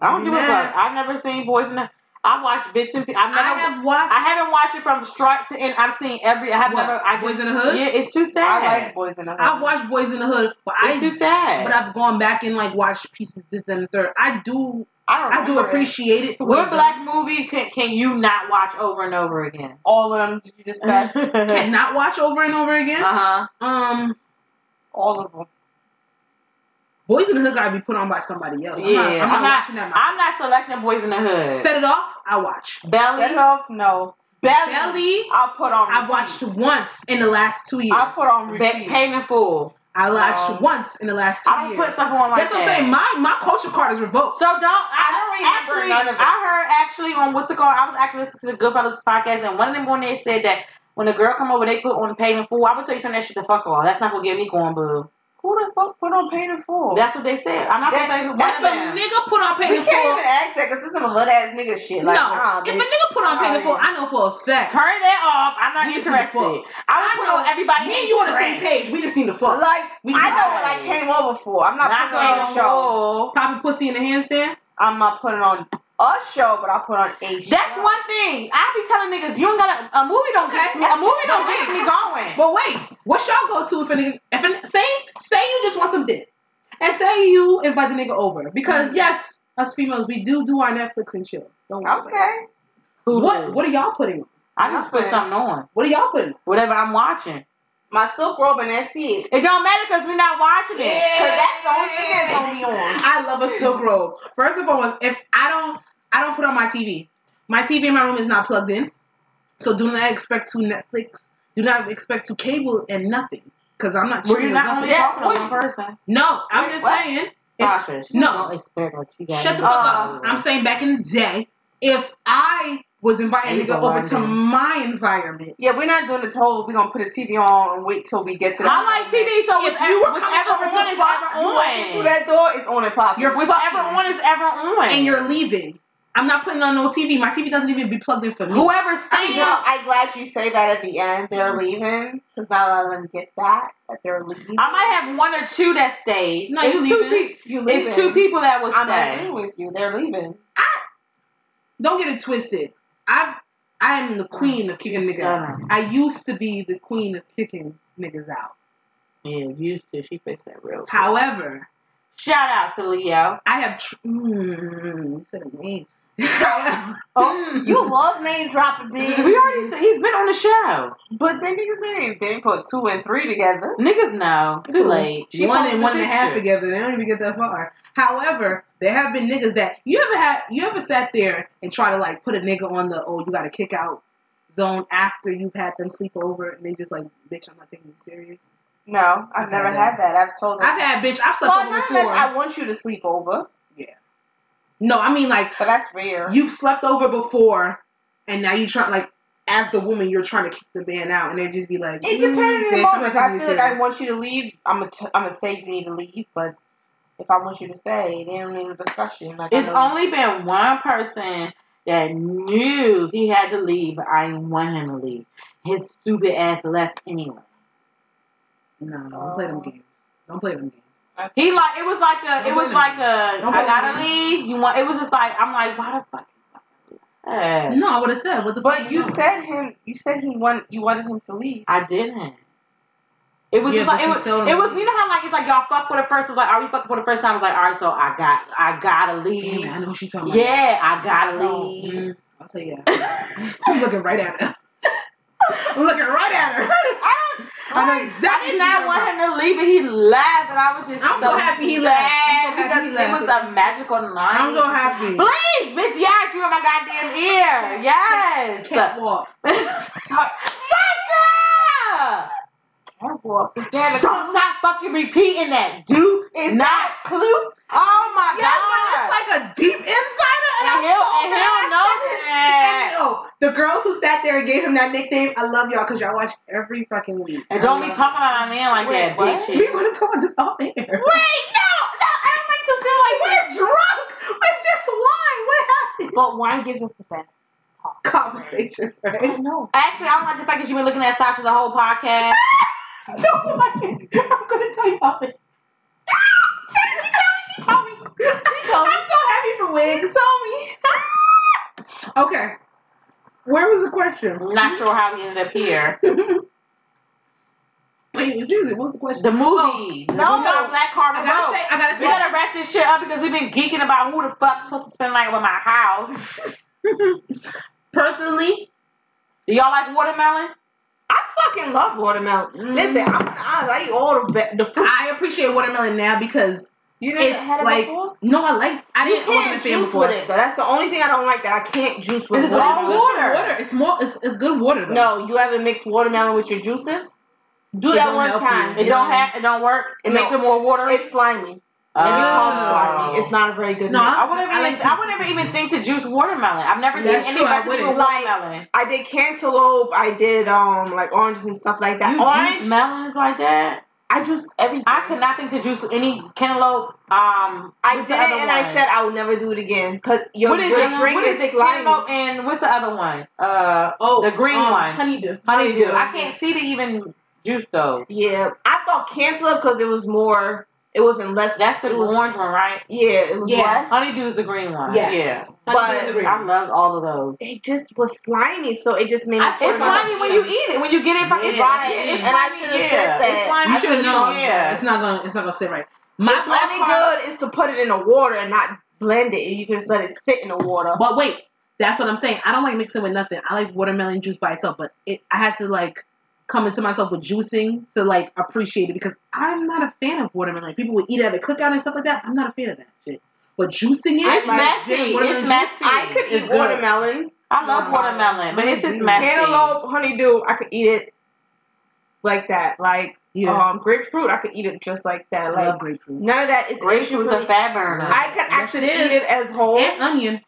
S1: I don't give a
S2: Nah.
S1: fuck. I've never seen Boys in the I watched bits and pieces. I've never.
S2: I have watched.
S1: I haven't watched it from start to end. I've seen every. I have
S2: What,
S1: never. I
S2: Boys
S1: just-
S2: in the Hood?
S1: Yeah, it's too sad.
S3: I like Boys in the Hood.
S2: I've watched Boys in the Hood, but
S1: It's too
S2: I
S1: sad.
S2: but I've gone back and like watched pieces this then and third. I do
S3: I
S2: I
S3: don't.
S2: do
S3: remember it.
S2: appreciate it for what
S1: what
S2: it's done.
S1: black movie can, can you not watch over and over again?
S3: all of them. Did you discuss
S1: uh
S2: cannot watch over and over again.
S1: huh.
S2: Um,
S3: all of them?
S2: Boys in the Hood gotta be put on by somebody else. I'm not,
S1: Yeah,
S2: I'm not
S1: I'm not-
S2: watching that. Myself.
S1: I'm not selecting Boys in the Hood.
S2: Set it off. I watch
S1: Belly.
S3: Set it off. No. Belly.
S2: Belly.
S3: I'll put on.
S2: I've
S3: repeat.
S2: watched once in the last two years.
S3: I'll put on
S1: Be-
S3: repeat.
S1: Paying in full.
S2: I watched
S3: Um,
S2: once in the last two
S1: I don't
S2: years.
S1: put stuff on like
S2: That's what I'm
S1: that.
S2: saying. My my culture card is revoked.
S1: So don't I,
S3: don't remember
S1: actually,
S3: none of it.
S1: I heard actually on what's it called? I was actually listening to the Goodfellas podcast, and one of them on there said that when a girl come over, they put on paid in full. I would say turn that shit the fuck off. That's not gonna get me going, boo.
S3: Who the fuck put on Pain in Full?
S1: That's what they said. I'm not
S3: Oh. That-
S1: gonna say who one
S2: That's
S1: of
S2: a
S1: them.
S2: nigga put on
S3: we
S2: paid in
S3: can't
S2: full.
S3: even ask that because this is some hood ass nigga shit. Like,
S2: no,
S3: nah,
S2: if a
S3: bitch.
S2: nigga put on paid in full,
S3: Sorry.
S2: I know for a fact.
S1: turn that off. I'm not
S2: You need to
S1: interested. I
S2: fuck.
S1: would put on everybody.
S2: Me
S1: hates
S2: and you on the
S1: trash.
S2: same page. We just need to fuck.
S3: Like,
S2: We
S3: I know what
S1: right.
S3: I came over for. I'm not
S1: Not
S3: putting on a show.
S1: saying
S2: Popping pussy in the handstand.
S3: I'm not putting on a show, but I'll put on a show.
S1: That's one thing. I be telling niggas, you don't gotta. A movie don't
S2: Okay.
S1: get me. A movie don't
S2: Okay.
S1: get me going.
S2: But wait, what's y'all go to if a nigga? If a, say say you just want some dick, and say you invite the nigga over
S3: Mm-hmm.
S2: because yes, us females we do do our Netflix and chill. Don't worry about
S3: Okay.
S2: it. What what are y'all putting on?
S1: I just put
S3: Nothing.
S1: something on.
S2: What are y'all putting?
S1: Whatever I'm watching.
S3: My silk robe and that's it.
S1: It don't matter because we're not watching it.
S3: Cause that's the only thing that's gonna be on.
S2: I love a silk robe. First of all, was if I don't, I don't put on my TV. My TV in my room is not plugged in, so do not expect to Netflix. Do not expect to cable and nothing, because I'm not.
S1: Well, you're
S2: cheating or
S1: not
S2: nothing.
S1: only
S3: Yeah,
S1: talking to
S3: what-
S1: one person.
S2: No, I'm just
S3: what?
S2: saying.
S1: Sasha, she
S2: No.
S1: don't expect what she got.
S2: Shut the
S1: in
S2: fuck
S1: her
S2: up. I'm saying back in the day, if I was inviting a
S1: He's
S2: nigga
S1: a
S2: over to
S1: lineman.
S2: my environment,
S3: Yeah, we're not doing the total. We're gonna put a TV on and wait till we get to that.
S1: I like TV, so
S3: If
S1: whatever,
S3: you were coming
S1: whatever
S3: over
S1: on
S3: to
S1: is
S3: Fox,
S1: ever
S3: you walking through
S1: on.
S3: that door, it's on and popping.
S2: You're
S1: Whatever
S2: fucking-
S1: on is ever on.
S2: and you're leaving, I'm not putting on no TV. My TV doesn't even be plugged in for me.
S1: Whoever
S3: I'm, glad,
S1: stands,
S3: I'm glad you say that at the end. They're leaving because not a lot of them get that that they're leaving.
S1: I might have one or two that stayed.
S2: No,
S1: it's
S2: you
S1: two
S2: leaving.
S1: people.
S3: you leaving.
S1: It's two people that was
S3: I'm
S1: staying.
S3: agreeing with you. They're leaving.
S2: Don't get it twisted. I've I am the queen of kicking niggas out. I used to be the queen of kicking niggas out.
S1: Yeah, used to. She fixed that real. quick.
S2: However,
S1: Shout out to Leo.
S2: I have. Tr- mm, you said a name. However-
S1: Oh,
S3: You love name dropping,
S1: we
S3: bitch.
S1: already said he's been on the show.
S3: But then niggas they ain't been put two and three together.
S1: Niggas know. Too late. She
S2: one
S1: posted
S2: and
S1: the
S2: one and a half
S1: picture.
S2: together. They don't even get that far. However, there have been niggas that you ever had you ever sat there and try to like put a nigga on the oh you got to kick out zone after you've had them sleep over and they just like bitch I'm not taking you serious.
S3: No, I've
S2: I've
S3: never
S2: had
S3: had that. I've told. them-
S2: I've had bitch I've slept
S3: Well,
S2: over
S3: not
S2: before.
S3: unless I want you to sleep over,
S2: no, I mean like
S3: but that's rare.
S2: you've slept over before and now you try like as the woman you're trying to kick the man out and they just be like
S3: It
S2: mm,
S3: depends on the
S2: bitch, I'm
S3: moment. If
S2: not
S3: I
S2: taking you
S3: feel like I
S2: serious.
S3: want you to leave, I'm gonna t- I'm gonna say you need to leave. But if I want you to stay, then don't need a discussion. Like I
S1: It's
S3: know-
S1: only been one person that knew he had to leave, but I didn't want him to leave. His stupid ass left anyway.
S2: no don't play them games don't play them games
S1: He like it was like a it was like a I
S2: Don't blame
S1: gotta
S2: him.
S1: leave. You want it was just like I'm like why the fuck. Hey,
S2: no I would have said what the fuck
S3: But you
S2: wrong?
S3: said him. You said he want you wanted him to leave.
S1: I didn't. It was
S2: Yeah,
S1: just like
S2: but
S1: it
S2: you
S1: was.
S2: still
S1: It was
S2: leave.
S1: you know how like it's like y'all fuck with it first. It's like are we fucking for the first time? It's like all right, so I got I gotta leave.
S2: Damn it, I know what you're talking about.
S1: yeah, I gotta
S3: No.
S1: leave.
S2: Mm, I'll tell you. I'm looking right at her. I'm looking right at her.
S1: I don't.
S2: I know
S1: Like,
S2: exactly
S1: I did
S2: what
S1: not
S2: you're
S1: want him
S2: talking
S1: to leave, but he left, and I was just.
S2: I'm so happy he left. I'm so
S1: sad
S2: happy he
S1: because
S2: left.
S1: it was a magical night.
S2: I'm so happy.
S1: Please, bitch, yes, you in my goddamn ear. Yes.
S2: Catwalk.
S1: Sasha!
S3: Catwalk. Is that
S1: Don't stop fucking repeating that, dude.
S3: Is
S1: not
S3: that
S1: clue. Oh my
S2: Yeah, but it's
S1: god.
S2: like a deep insider, and,
S1: and
S2: I'm
S1: he'll,
S2: so
S1: and
S2: mad
S1: he'll
S2: I
S1: know
S2: said it. And,
S1: that.
S2: oh, the girls who sat there and gave him that nickname, I love y'all because y'all watch every fucking week.
S1: And don't be
S2: I love
S1: talking about my man like
S3: Wait,
S1: that,
S3: what?
S1: bitch.
S2: it. We want to talk about this off air.
S1: Wait, no, no, I don't like to feel like that.
S2: We're drunk. It's just wine. What happened?
S3: But wine gives us the best.
S2: Conversations,
S3: I
S2: right?
S3: know.
S1: Actually, I don't like the fact that you've been looking at Sasha the whole podcast.
S2: Don't like it. I'm gonna tell you off air.
S1: she told me. She told me.
S2: I'm so happy for wigs. Okay. Where was the question?
S1: I'm not sure how we ended up here.
S2: Wait, seriously, what was the question?
S1: The movie. the
S2: no.
S1: movie on Black Carver
S2: I gotta
S1: Road.
S2: say, I gotta
S1: We
S2: say,
S1: gotta wrap this shit up because we've been geeking about who the fuck's supposed to spend the night with my house.
S2: personally,
S1: Do y'all like watermelon?
S3: I fucking love watermelon. Listen, I'm honest. I eat all the be- the fruit.
S2: Mm. I appreciate watermelon now because
S3: You never
S2: it's
S3: had it
S2: like
S3: before.
S2: no, I like I
S3: You
S2: didn't order the
S3: can't
S2: fan
S3: juice
S2: before.
S3: with it though. That's the only thing I don't like. That I can't juice with.
S1: It's
S2: But
S1: all
S2: it's good
S1: water.
S3: watermelon.
S2: water. water. It's more. It's, it's good water though.
S3: No, you haven't mixed watermelon with your juices. Do
S2: It
S3: that
S2: don't
S3: one
S2: help
S3: time.
S1: It
S2: you.
S3: It-
S1: don't have. It don't work. It
S3: No.
S1: makes it more watery.
S3: It's slimy.
S1: Oh.
S3: It becomes
S1: Ah.
S3: slimy. It's not a very good.
S2: No,
S3: mix.
S1: I would never.
S2: I
S1: even,
S2: like
S1: I would never even think to juice watermelon. I've never
S2: That's
S1: seen
S2: true, I
S1: anybody do
S2: wouldn't.
S1: watermelon.
S3: I did cantaloupe. I did um like oranges and stuff like that.
S1: You
S3: Orange.
S1: juice melons like that?
S3: I juice everything.
S1: I could not think to juice any cantaloupe. Um,
S3: I
S1: what's
S3: did
S1: the
S3: it,
S1: other
S3: and I
S1: one?
S3: said I would never do it again. Cause your,
S1: what is
S3: your
S1: it?
S3: drink
S1: what is
S3: is
S1: it?
S3: slimy.
S1: Cantaloupe and what's the other one? Uh,
S2: Oh,
S1: The green
S6: um,
S1: one.
S2: honeydew.
S1: honeydew. I can't see to even juice those.
S3: Yeah, I thought cantaloupe because it was more. It wasn't less.
S1: That's the
S3: it was,
S1: orange one, right?
S3: Yeah, it was
S2: Yeah.
S3: less.
S1: Honeydew is the green one.
S2: Yes,
S1: Yeah.
S3: But-
S2: Honeydew's a green
S1: I
S2: one.
S1: love all of those.
S3: It just was slimy, so it just made me.
S2: I-
S3: turn
S1: It's
S2: It's
S3: my-
S2: slimy
S1: slimy when you eat it. When you get it,
S2: from-
S1: from,
S2: it's
S1: it's
S2: slimy.
S1: slimy.
S2: It's
S1: and I
S3: slimy,
S1: should have
S3: yeah.
S1: said that.
S3: It's slimy.
S2: you should have known.
S1: Yeah.
S2: It's not gonna. It's not gonna sit right. My
S3: It's
S2: black
S3: only
S2: card.
S3: good is to put it in the water and not blend it. You can just let it sit in the water.
S2: But wait,
S6: That's what I'm saying. I don't like mixing with nothing. I like watermelon juice by itself, but it I had to like come into myself with juicing to like appreciate it because I'm not a fan of watermelon. Like, people would eat it at a cookout and stuff like that. I'm not a fan of that shit. But juicing it,
S2: It's
S6: like,
S2: messy.
S6: gin and watermelon
S2: It's
S6: juice,
S2: messy. I could
S6: is
S2: eat
S6: good.
S2: watermelon,
S1: I love
S6: Wow.
S1: watermelon, but it's just
S6: Mm.
S1: messy.
S2: cantaloupe, honeydew. I could eat it like that. Like
S6: Yeah,
S2: um, grapefruit, I could eat it just like that.
S6: I
S2: Like
S6: love grapefruit
S2: none of that is an issue
S1: Grapefruit's
S2: for
S1: a
S2: me.
S1: fat burner.
S2: I could
S6: Yes,
S2: actually
S6: it is.
S2: eat it as whole.
S6: and onion.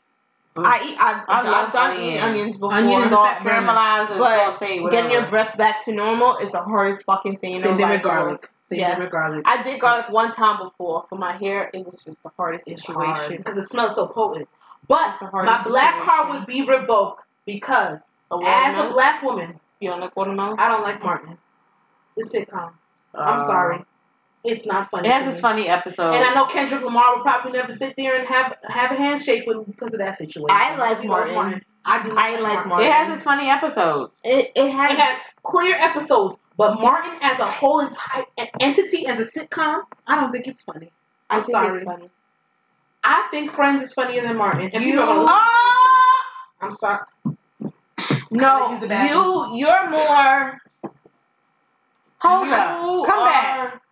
S2: I eat. I've,
S1: I
S2: I've,
S1: love
S2: done
S1: onion.
S2: eating onions before.
S6: Onion is a
S1: Salt-
S6: fat burner.
S1: caramelized or
S2: But
S1: sauteed, whatever.
S2: Getting your breath back to normal is the hardest fucking thing. in
S6: Same thing
S2: the
S6: with garlic. Same
S2: Yes.
S6: thing with garlic.
S2: I did garlic one time before for my hair. It was just the hardest
S6: It's
S2: situation
S6: hard.
S2: because it smells so potent. But
S6: It's the
S2: my
S6: hardest
S2: black card
S6: situation.
S2: would be revoked because
S3: A
S2: as a
S3: watermelon?
S2: black woman,
S3: you don't like watermelon?
S2: I don't like Martin. The sitcom. I'm
S6: Uh,
S2: sorry. It's not funny.
S1: It has
S2: to
S1: this
S2: me.
S1: funny episode.
S2: And I know Kendrick Lamar will probably never sit there and have have a handshake with me because of that situation.
S6: I
S2: like He loves Martin.
S6: I do. Not
S2: I like Martin.
S1: it has this funny episode.
S2: It, it has
S6: It has
S2: clear episodes, but Martin as a whole entire en- entity as a sitcom, I don't think it's funny. I'm
S3: I think
S2: sorry.
S3: It's funny.
S2: I think Friends is funnier than Martin. If you,
S6: You-
S1: Oh!
S2: I'm sorry.
S6: gotta
S2: No,
S6: use the bathroom.
S2: you you're more.
S1: Hold
S2: you
S1: up. Come
S2: are-
S1: back.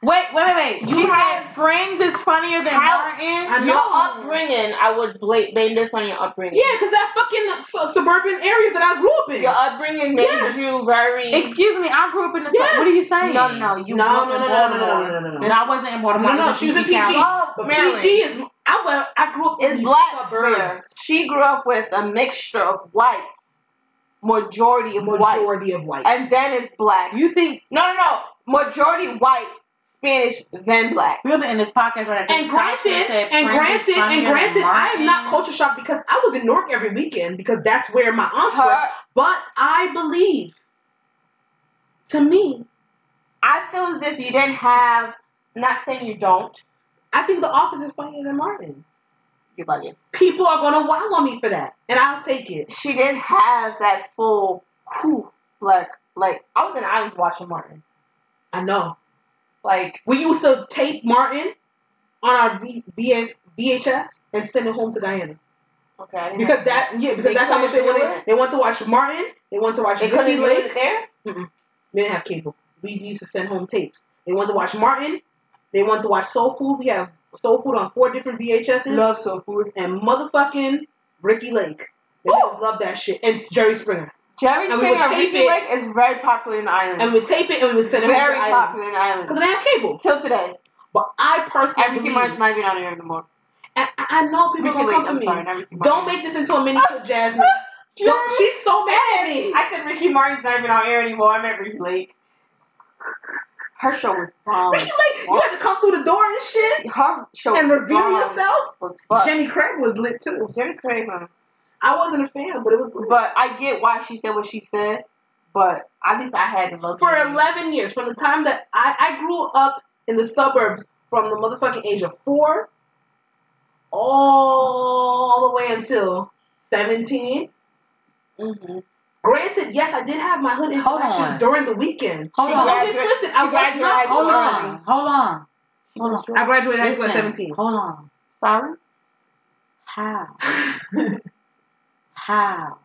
S1: Wait, wait, wait, wait.
S2: You
S1: she
S2: have-
S1: said Friends is funnier than
S2: How-
S1: Martin.
S6: I
S3: Your
S6: know.
S3: upbringing, I would bla- blame this on your upbringing.
S2: Yeah, because that fucking su- suburban area that I grew up in.
S3: Your upbringing made
S2: Yes.
S3: you very.
S1: Excuse me, I grew up in the.
S2: Yes.
S1: What are you saying?
S3: no, no, no. You
S2: No,
S3: grew up
S2: no,
S3: in
S2: no, no, no, no,
S3: Baltimore.
S2: no, no, no, no, no.
S1: And I wasn't in Baltimore.
S2: No, no,
S1: I was
S2: she was in PG.
S1: town.
S2: Oh, but
S3: Maryland.
S2: PG is I was I grew up in
S3: It's
S2: these
S3: black
S2: suburbs.
S3: She grew up with a mixture of whites, majority of whites,
S2: Majority of whites.
S3: and then it's black.
S1: You think
S3: No, no, no. Majority white, Spanish, then black.
S1: we're gonna end this podcast when I
S2: And granted, and granted, and granted, I am not culture shocked because I was in Newark every weekend because that's where my aunts were.
S3: Her,
S2: But I believe, to me,
S3: I feel as if you didn't have. Not saying you don't.
S2: I think The Office is funnier than Martin.
S3: You're bugging.
S2: People are going to wow on me for that, and I'll take it.
S3: She didn't have that full. Whew, like, like I was in Islands watching Martin.
S2: I know.
S3: Like
S2: We used to tape Martin on our v- VS, VHS and send it home to Diana
S3: okay.
S2: because that yeah because
S3: They
S2: that's how much they
S3: couldn't do
S2: wanted.
S3: it?
S2: They want to watch Martin. They want to watch
S3: they
S2: Ricky
S3: couldn't do
S2: Lake.
S3: it there.
S2: We didn't have cable. We used to send home tapes. They wanted to watch Martin. They wanted to watch Soul Food. We have Soul Food on four different VHSs.
S3: Love soul food.
S2: And motherfucking Ricky Lake. They always love that shit. And Jerry Springer.
S3: Jerry
S2: And we would
S3: Springer
S2: tape
S3: Ricky
S2: it.
S3: Lake is very popular in Ireland.
S2: And we would tape it and we would send it
S3: very
S2: home
S3: popular in
S2: Because
S3: Ireland.
S2: they have cable.
S3: Till today.
S2: But I personally
S3: And Ricky
S2: believe-
S3: Martin's not even on here anymore.
S2: and I, I know people
S3: Ricky
S2: don't
S3: Lake,
S2: come for
S3: I'm
S2: me.
S3: sorry, not Ricky Martin.
S2: Don't make this into a mini for Jasmine. Don't,
S3: Jerry-
S2: she's so mad at me.
S3: I said Ricky Martin's not even on air anymore. I meant Ricky Lake. Her show was bomb.
S2: Ricky Lake, you had to come through the door and shit
S3: Her show
S2: and
S3: was
S2: reveal
S3: bomb
S2: yourself.
S3: Was fuck.
S2: Jenny Craig was lit too.
S3: Jenny Craven.
S2: I wasn't a fan, but it was lit.
S3: But I get why she said what she said. But at least I had the luxury.
S2: for 11 years from the time that I, I grew up in the suburbs from the motherfucking age of four all the way until 17
S3: hmm
S2: granted yes i did have my hood
S1: Mm-hmm. Hold
S2: interactions
S1: on.
S2: during the weekend
S1: Hold
S2: so
S1: on.
S2: don't get
S3: Graduate-
S2: twisted
S3: she
S2: i was
S3: graduated
S2: not
S3: high
S1: Hold
S3: school.
S2: culture
S1: on,
S2: shocked.
S1: hold on, hold on.
S2: i graduated high school at
S1: Listen,
S2: 17
S1: Hold on.
S3: Sorry.
S1: How? How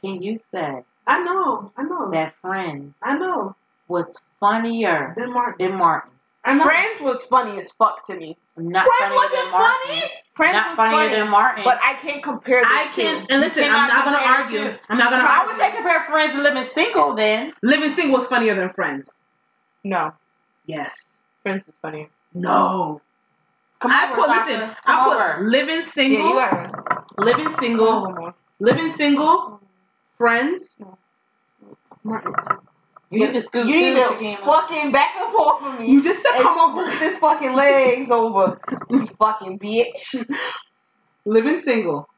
S1: can you say
S2: i know i know
S1: that Friends
S2: i know
S1: was funnier
S2: ben martin
S1: than Martin?
S2: i know
S3: Friends was funny as fuck to me.
S1: Not funnier
S2: Friends wasn't
S1: than Martin.
S2: funny?
S3: Friends
S1: Not
S3: was
S1: funnier
S3: funny,
S1: than Martin.
S3: but I can't compare. The
S2: i
S3: two.
S2: can't and listen i'm
S1: cannot
S2: not gonna
S1: compare the
S2: argue
S1: two.
S2: i'm not
S1: so
S2: gonna
S1: I would say
S2: argue
S1: compare Friends to Living Single then.
S2: living single was funnier than friends
S3: No,
S2: yes
S3: Friends was funny.
S2: no
S1: Come
S2: I
S1: over,
S2: put
S1: Sasha.
S2: listen.
S1: Come
S2: I put
S1: over.
S2: living
S3: Yeah, you
S2: single,
S3: gotta.
S2: living single,
S6: Oh.
S2: living single, friends. Martin,
S1: You need to scoot
S3: You
S1: too,
S3: need to
S1: Shaquem.
S3: fucking back up off of me.
S2: You just said
S3: and
S2: come over.
S3: scoot This fucking legs over. You fucking bitch.
S2: Living single,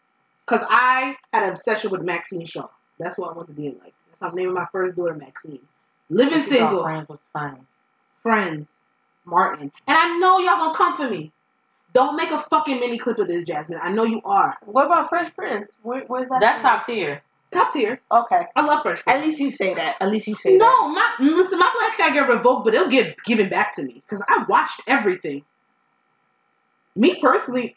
S2: cause I had an obsession with Maxine Shaw. That's what I wanted to be in life. That's how I'm naming my first daughter Maxine. Living
S1: You thought
S2: single,
S1: Friends was funny.
S2: friends, Martin, and I know y'all gonna come for me. Don't make a fucking mini clip of this, Jasmine. I know you are
S3: What about Fresh Prince? Where, where's that?
S1: That's
S3: from?
S1: top tier.
S2: top tier.
S3: Okay.
S2: I love Fresh.
S3: At least you say that. At least you say that.
S2: No, my listen, my black guy get revoked, but it'll get given back to me because I watched everything. Me personally,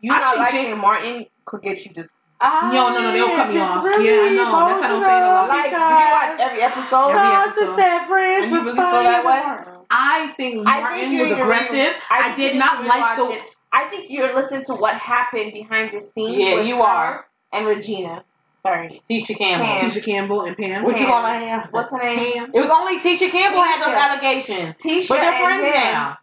S3: You
S2: I
S3: not
S2: think
S3: liking
S2: Jane-
S3: Martin could get you just.
S1: Ah,
S2: Yo, no, no, they don't cut me off. Yeah, I know. That's why I don't say it a lot.
S1: Like,
S3: Like, do you watch every episode?
S2: Every
S1: Tasha
S2: episode.
S1: said
S2: And
S1: Brands
S2: you
S1: was
S2: really feel
S1: fine.
S2: that way?
S1: Martin.
S2: I think
S3: I
S2: Martin
S3: think you're
S2: was
S3: in your
S2: aggressive. I,
S3: think
S2: did
S3: you
S2: not
S3: need to
S2: like the.
S3: rewatch it. I think you're listening to what happened behind the scenes.
S1: Yeah,
S3: with
S1: you
S3: her
S1: are.
S3: And Regina. Sorry.
S1: Tisha Campbell.
S3: Pam.
S2: Tisha Campbell and Pam.
S1: What you
S3: Pam.
S1: call her? now?
S3: What's her name?
S1: It was only Tisha Campbell had those
S3: Tisha.
S1: allegations.
S3: Tisha
S1: But they're
S3: and
S1: friends
S3: him.
S1: now.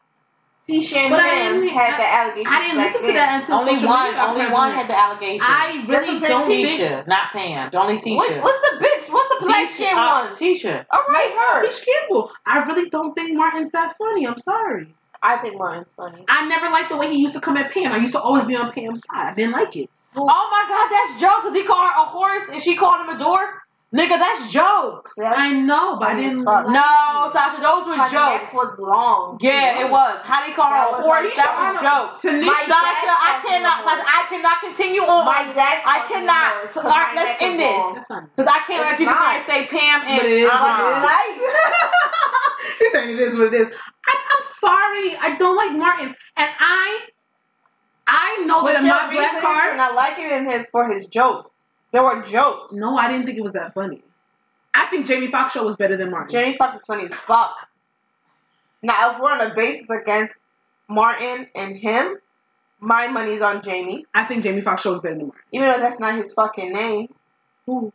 S3: Tisha and
S2: But I
S3: him
S2: didn't-
S3: had
S2: I-
S3: the allegations.
S2: I didn't
S3: back
S2: listen to
S3: then.
S2: that until
S1: Only
S2: social
S1: one,
S2: media got
S1: only
S2: pregnant.
S1: one had the allellations.
S2: I
S3: That's
S2: really
S3: what they
S2: don't
S3: teach.
S2: think.
S1: Tisha, not Pam. Only Tisha.
S3: What, what's the bitch? What's the black
S1: Tisha,
S3: kid Oh.
S1: uh,
S3: one?
S1: Tisha.
S3: All right, her.
S2: Tish Campbell. I really don't think Martin's that funny. I'm sorry.
S3: I think Martin's funny.
S2: I never liked the way he used to come at Pam. I used to always be on Pam's side. I didn't like it.
S1: Oh my God, that's joke. Cause he called her a horse and she called him a dork. Nigga, that's jokes.
S3: Yeah.
S2: I
S3: That's
S2: know, but I
S3: funny as
S2: didn't.
S3: fuck.
S2: like
S1: No, Sasha, those was
S3: Her neck
S1: jokes.
S3: was long.
S1: yeah, it was. How they call her a
S3: That was
S1: horse?
S3: like-
S1: That was jokes.
S2: To
S1: Sasha,
S2: me,
S3: My dad
S1: I
S3: called me a
S1: cannot.
S3: horse.
S1: Sasha, I cannot continue on.
S3: My dad.
S1: I
S3: called me a
S1: cannot.
S3: nurse
S1: All
S3: 'cause my
S1: right, let's
S3: neck
S1: end
S3: was
S1: this.
S3: long.
S2: that's not.
S1: Cause I can't
S3: It's
S1: let you sit
S3: not.
S1: there and say Pam and
S2: But it is
S1: I'm
S2: not.
S1: like,
S2: She's saying it is what it is. I, I'm sorry. I don't like Martin, and I, I know
S3: But
S2: that
S3: your
S2: my black
S3: reasons for
S2: card.
S3: not liking him is for his jokes. There were jokes.
S2: No, I didn't think it was that funny. I think Jamie Foxx show was better than Martin.
S3: Jamie Foxx is funny as fuck. Now, if we're on a basis against Martin and him, my money's on Jamie,
S2: I think Jamie Foxx show was better than Martin.
S3: even though that's not his fucking name.
S2: Who?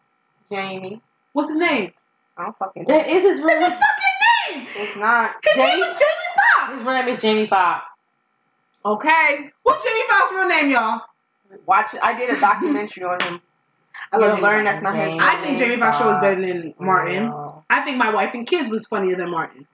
S3: Jamie.
S2: What's his name?
S3: I don't fucking know.
S1: that is his real
S2: That's his
S1: name.
S2: fucking name.
S3: It's not.
S2: His name
S1: Jamie-
S2: was Jamie
S1: His
S2: Foxx.
S1: real name is Jamie Foxx.
S2: Okay. What's Jamie Foxx's real name, y'all?
S3: Watch it. I did a documentary on him.
S2: I
S3: You'll
S2: Jamie
S3: learn
S2: Foxx.
S3: that's not his
S1: Jamie.
S3: real
S2: I think
S3: name.
S2: Jamie Foxx show was
S1: Foxx.
S2: better than Martin.
S1: Yeah.
S2: I think My Wife and Kids was funnier than Martin.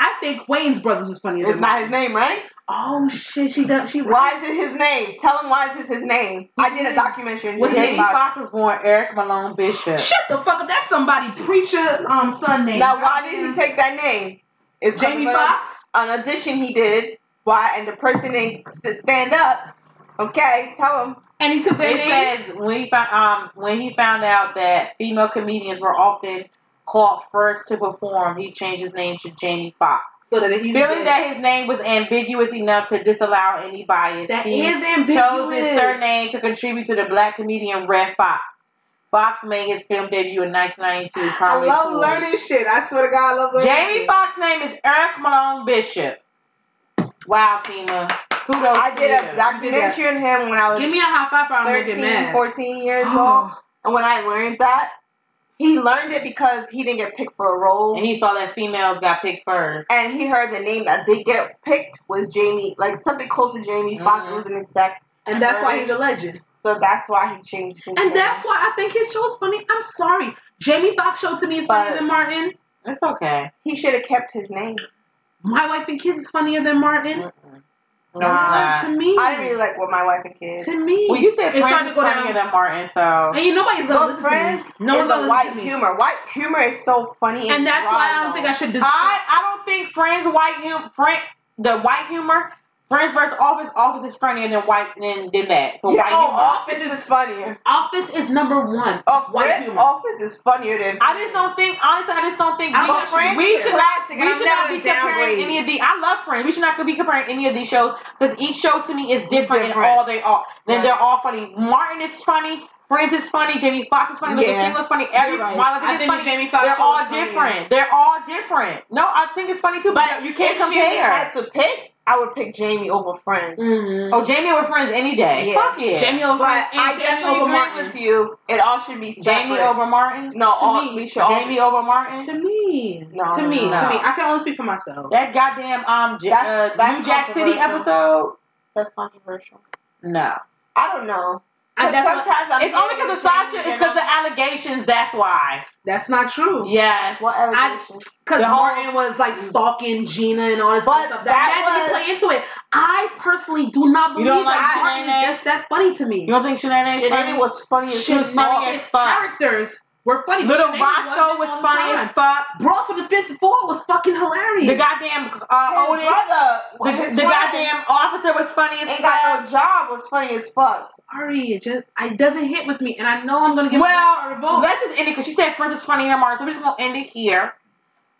S2: I think Wayne's Brothers was funnier
S3: It's
S2: than
S3: not
S2: Martin.
S3: his name, right?
S2: Oh shit, she does. She
S3: Why is it his name? Tell him wis is his name. I did a documentary on
S2: With
S3: Jamie
S1: Jamie
S3: Foxx.
S1: Foxx was born Eric Malone Bishop.
S2: Shut the fuck up. That's somebody preacher um son name.
S3: Now, why did he take that name? It's 'cause
S2: Jamie
S3: of an-
S2: Foxx?
S3: An audition he did. Why? And the person didn't s- stand up. Okay, tell him.
S2: And he took that
S1: It
S2: name.
S1: says when he found um when he found out that female comedians were often called first to perform, he changed his name to Jamie Foxx.
S2: So that he was
S1: Feeling that his name was ambiguous enough to disallow any bias,
S2: that
S1: he
S2: is
S1: chose his
S2: ambiguous.
S1: surname to contribute to the black comedian Red Fox. Fox made his film debut in 1992.
S2: I
S1: Comedy
S2: love
S1: Tour.
S2: learning shit. I swear to God, I love learning.
S1: Jamie
S2: shit.
S1: Foxx's name is Eric Malone Bishop. Wow, Kima. Kudos
S3: I
S1: to
S3: did
S1: you.
S3: a documentary on him when I was
S2: Give me a high five for I'm making
S3: 13,
S2: mad.
S3: 14 years old.
S2: Oh,
S3: And when I learned that, he learned it because he didn't get picked for a role.
S1: And he saw that females got picked first.
S3: and he heard the name that they get picked was Jamie, like something close to Jamie Foxx.
S1: Mhm.
S6: Mm-hmm.
S3: It was an exec,
S2: and that's why he's a legend.
S3: so that's why he changed his name.
S2: And that's why I think his show's funny. I'm sorry. Jamie Foxx show to me is funnier
S3: But-
S2: than Martin.
S1: It's okay.
S3: he should have kept his name.
S2: My Wife and Kids is funnier than Martin.
S1: Mm-mm. No,
S2: Those
S1: it's not.
S2: are- to me.
S3: I didn't really like what my wife and kids.
S2: To me.
S1: Well, you said
S2: It's
S1: Prince
S2: starting
S1: is
S2: to go
S1: funnier
S2: down.
S1: than Martin, so
S2: And you nobody's gonna
S3: But
S2: listen
S3: Friends
S2: to me. No one's
S3: is a
S2: gonna
S3: white
S2: listen to me.
S3: humor. White humor is so funny, and,
S2: And that's
S3: dry,
S2: why I don't
S3: though.
S2: think I should. Dis-
S1: I I don't think Friends white hum Friend the white humor Friends versus Office Office is funnier than white than than that. But
S3: Yeah,
S1: white
S3: oh,
S1: humor.
S3: Office is funnier.
S2: Office is number one.
S3: Off
S2: white
S3: rip,
S2: humor.
S3: Office is funnier than.
S1: I just don't think honestly. I just don't think
S2: I
S1: we
S2: love
S1: should,
S2: Friends.
S1: we should not
S3: Classic, and
S1: we
S3: I'm
S1: should
S3: never
S1: not be
S3: gonna
S1: comparing
S3: downgrade.
S1: any of the. I love Friends. We should not be comparing any of these shows because each show to me is different, in
S3: Different.
S1: all they are. Then
S3: Right.
S1: they're all funny. Martin is funny. Friends is funny. Jamie Foxx is funny. Lucas
S2: Yeah.
S1: Single is funny. Every
S2: You're right.
S1: Marlon
S2: I
S1: is
S2: think
S1: funny.
S2: the Jamie Foxx
S1: They're
S2: show
S1: all
S2: is funnier.
S1: different. They're all different. No, I think it's funny too, but, you can't
S3: if She had
S1: compare.
S3: to pick. I would pick Jamie over Friends.
S2: Mhm.
S1: Oh, Jamie with Friends any day.
S3: Yeah.
S1: Fuck yeah.
S2: Jamie over
S3: But
S2: and
S3: I
S2: Jamie
S3: definitely
S2: over
S3: agree
S2: Martin.
S3: with you. It all should be separate.
S1: Jamie over Martin.
S3: No,
S2: To
S3: all,
S2: me,
S3: we should all.
S1: Jamie over Martin.
S2: To me,
S3: No,
S2: to me,
S1: no.
S2: to me. I can only speak for myself.
S1: That goddamn um J-
S3: That's-
S1: uh,
S3: that's
S1: New Jack City
S3: controversial.
S1: episode.
S3: That's controversial.
S1: No.
S3: I don't know.
S2: I, that's,
S3: sometimes
S2: what,
S3: I'm
S1: It's only because of Sasha. It's because the
S3: the
S1: allegations. That's why.
S2: that's not true.
S1: Yes.
S3: what allegations?
S2: Because
S1: The whole- Mm.
S2: Martin was like stalking Gina and all this
S3: But
S2: other stuff. That, that,
S3: that
S2: didn't play into it. I personally do not
S1: You
S2: believe
S1: don't like
S2: that Martin
S1: Shanae?
S2: is just that funny to me.
S1: You don't think Shanae is funny?
S3: Shanae was funny as
S1: She was
S3: fuck.
S1: funny as fuck.
S2: Characters were funny. but
S1: Little
S2: Shanae
S1: Roscoe
S2: wasn't
S1: was
S2: all the
S1: funny
S2: time.
S1: as fuck.
S2: Bro from the fifth floor was fucking hilarious.
S1: The goddamn
S3: His
S1: uh, Otis.
S3: brother,
S1: The,
S3: his
S1: the
S3: friend,
S1: goddamn officer was funny as
S3: ain't
S1: fuck.
S3: got no job was funny as fuck.
S2: Sorry, it just it doesn't hit with me, and I know I'm gonna get
S1: Well,
S2: revolt.
S1: Let's just end it because she said Friends is funny and Martin, so we're just gonna end it here.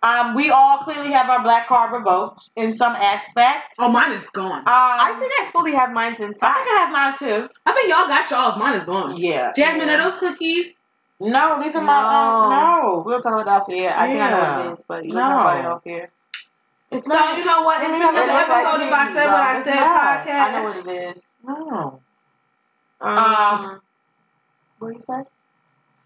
S1: Um, we all clearly have our black card revoked in some aspect.
S2: Oh, mine is gone.
S1: Um, I
S6: I think I fully have mine
S1: I
S6: inside.
S1: think I have mine
S2: I think y'all got y'all's. Mine is gone.
S1: too. Yeah.
S2: Jasmine,
S6: Yeah.
S2: are those cookies?
S1: No, these are my own. No.
S6: We'll talk about that off here. I think I know what
S1: Yeah.
S6: it is, but we'll
S1: No.
S6: talk about it off here.
S1: It's
S2: So you know what? It's
S1: Mm,
S2: another
S6: it looks like
S2: episode of I
S1: cookies,
S2: Said What I
S1: though.
S2: Said
S1: It's
S2: podcast.
S1: not.
S6: I know what it is.
S1: No.
S6: Um,
S1: Um,
S6: what do you say?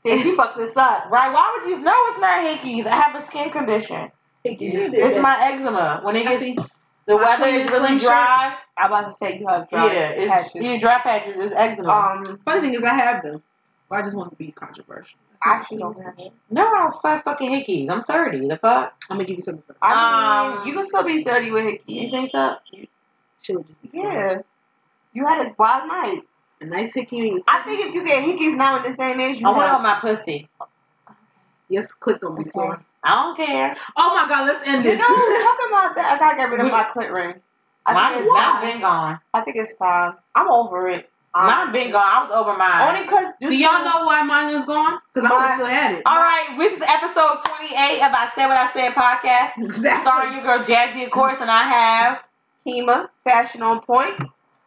S6: Did you fuck this up?
S1: Right? Why would you? No, it's not hickeys. I have a skin condition.
S2: Yes.
S1: It's my eczema. When it
S2: I
S1: gets
S2: see.
S1: the
S6: I
S1: weather
S6: put it
S1: is
S6: in
S1: really
S6: Slim Shady.
S1: dry.
S6: I'm about to say you have dry
S1: yeah, it's
S6: patches.
S1: yeah, dry patches. It's eczema.
S6: Um,
S2: Funny thing is, I have them. But I just want to be controversial.
S6: I actually don't have it.
S1: no, I don't fight fucking hickeys. I'm thirty. The fuck?
S2: I'm gonna give you something. For that.
S6: I mean,
S1: Um,
S6: you can still be 30 with Hickey.
S1: You think so?
S2: She'll just be fine.
S6: Yeah. You had a wild night.
S2: A nice hickey. and your
S6: I
S2: titty.
S6: think if you get hickeys now in this day and age, you
S1: I want it
S6: have-
S1: on my pussy.
S2: Yes, click on me, Sora.
S1: I don't care.
S2: Oh my God, let's end
S6: You
S2: this.
S6: know, talking about that, I gotta get rid of
S1: We-
S6: my clit ring. I
S1: Mine
S6: think
S1: has
S6: it's
S1: not
S6: time.
S1: been gone.
S6: I think it's time. I'm over it.
S1: Mine been gone. I was over mine.
S6: Only because
S2: Do y'all know why mine is gone? Because I would
S6: Mine-
S2: have still had it.
S1: All right, this is episode 28 of I Said What I Said podcast. Starring
S2: Exactly.
S1: your girl Jazzy, of course, and I have.
S6: Kima, fashion on point.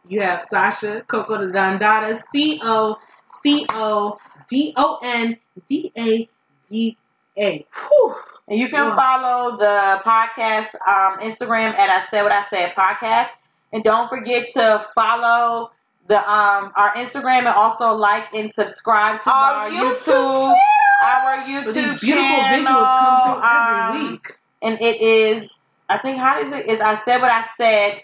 S2: You have Sasha, Coco the Dandada, C O C O D O N D A D A. Whew.
S1: And you can
S2: Yeah.
S1: follow the podcast um, Instagram at I Said What I Said podcast. And don't forget to follow the um, our Instagram and also like and subscribe to our, YouTube, our
S2: But
S1: YouTube
S2: these beautiful
S1: channel.
S2: visuals come through every
S1: Um,
S2: week.
S1: and it is I think how does it is I said what I said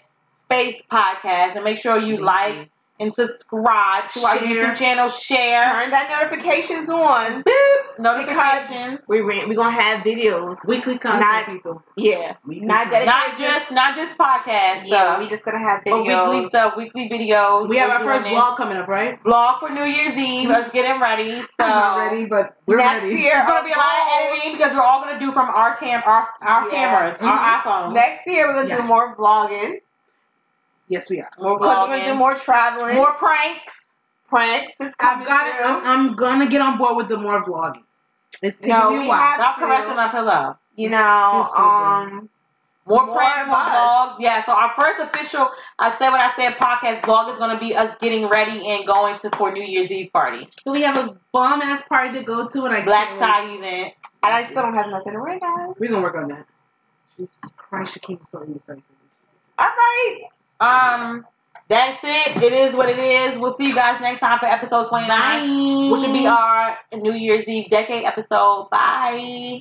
S1: space podcast and make sure you like and subscribe to our
S6: Share.
S1: YouTube channel share
S6: Turn that notifications on.
S1: Boop. notifications
S6: We re- we gonna have videos.
S2: Weekly content,
S6: Not-
S2: people.
S6: Yeah,
S2: Weekly
S6: not
S2: content.
S6: dedicated.
S1: not just not just podcast
S6: yeah. We
S1: stuff
S6: just gonna have
S1: but
S6: videos.
S1: weekly stuff weekly videos
S2: We have
S1: We're
S2: our first
S1: doing it.
S2: vlog coming up, right?
S1: vlog for New Year's Eve us getting ready so
S2: I'm not ready, but we're
S6: next
S2: ready.
S6: year,
S1: There's gonna be a lot of
S6: goals.
S1: editing because we're all gonna do from our cam, our our
S6: Yeah.
S1: cameras, our iPhones.
S6: Next year, we're gonna
S2: Yes.
S6: do more vlogging.
S2: Yes, we are.
S1: more
S6: Cause we're gonna do
S1: vlogging,
S6: more traveling,
S1: more pranks.
S6: pranks. It's
S2: I've
S6: coming.
S2: got it. I'm, I'm gonna get on board with the more vlogging. It's taking
S6: No,
S2: me a
S6: we
S2: while.
S6: have-
S1: Stop caressing my pillow.
S6: you know,
S2: It's so good.
S6: um,
S1: More
S6: More
S1: plans,
S6: of
S1: more vlogs.
S6: us.
S1: Yeah, so our first official I Said What I Said podcast vlog is going to be us getting ready and going to for New Year's Eve party.
S2: So we have a bomb ass party to go to, and I
S1: Black
S2: can't
S1: tie event.
S6: and I still don't have nothing to wear, guys.
S2: Wait. We're gonna work on that. Jesus Christ, she came so indecisive.
S6: All right.
S1: Um, that's it. It is what it is. We'll see you guys next time for episode 29, which will be our New Year's Eve decade episode. Bye.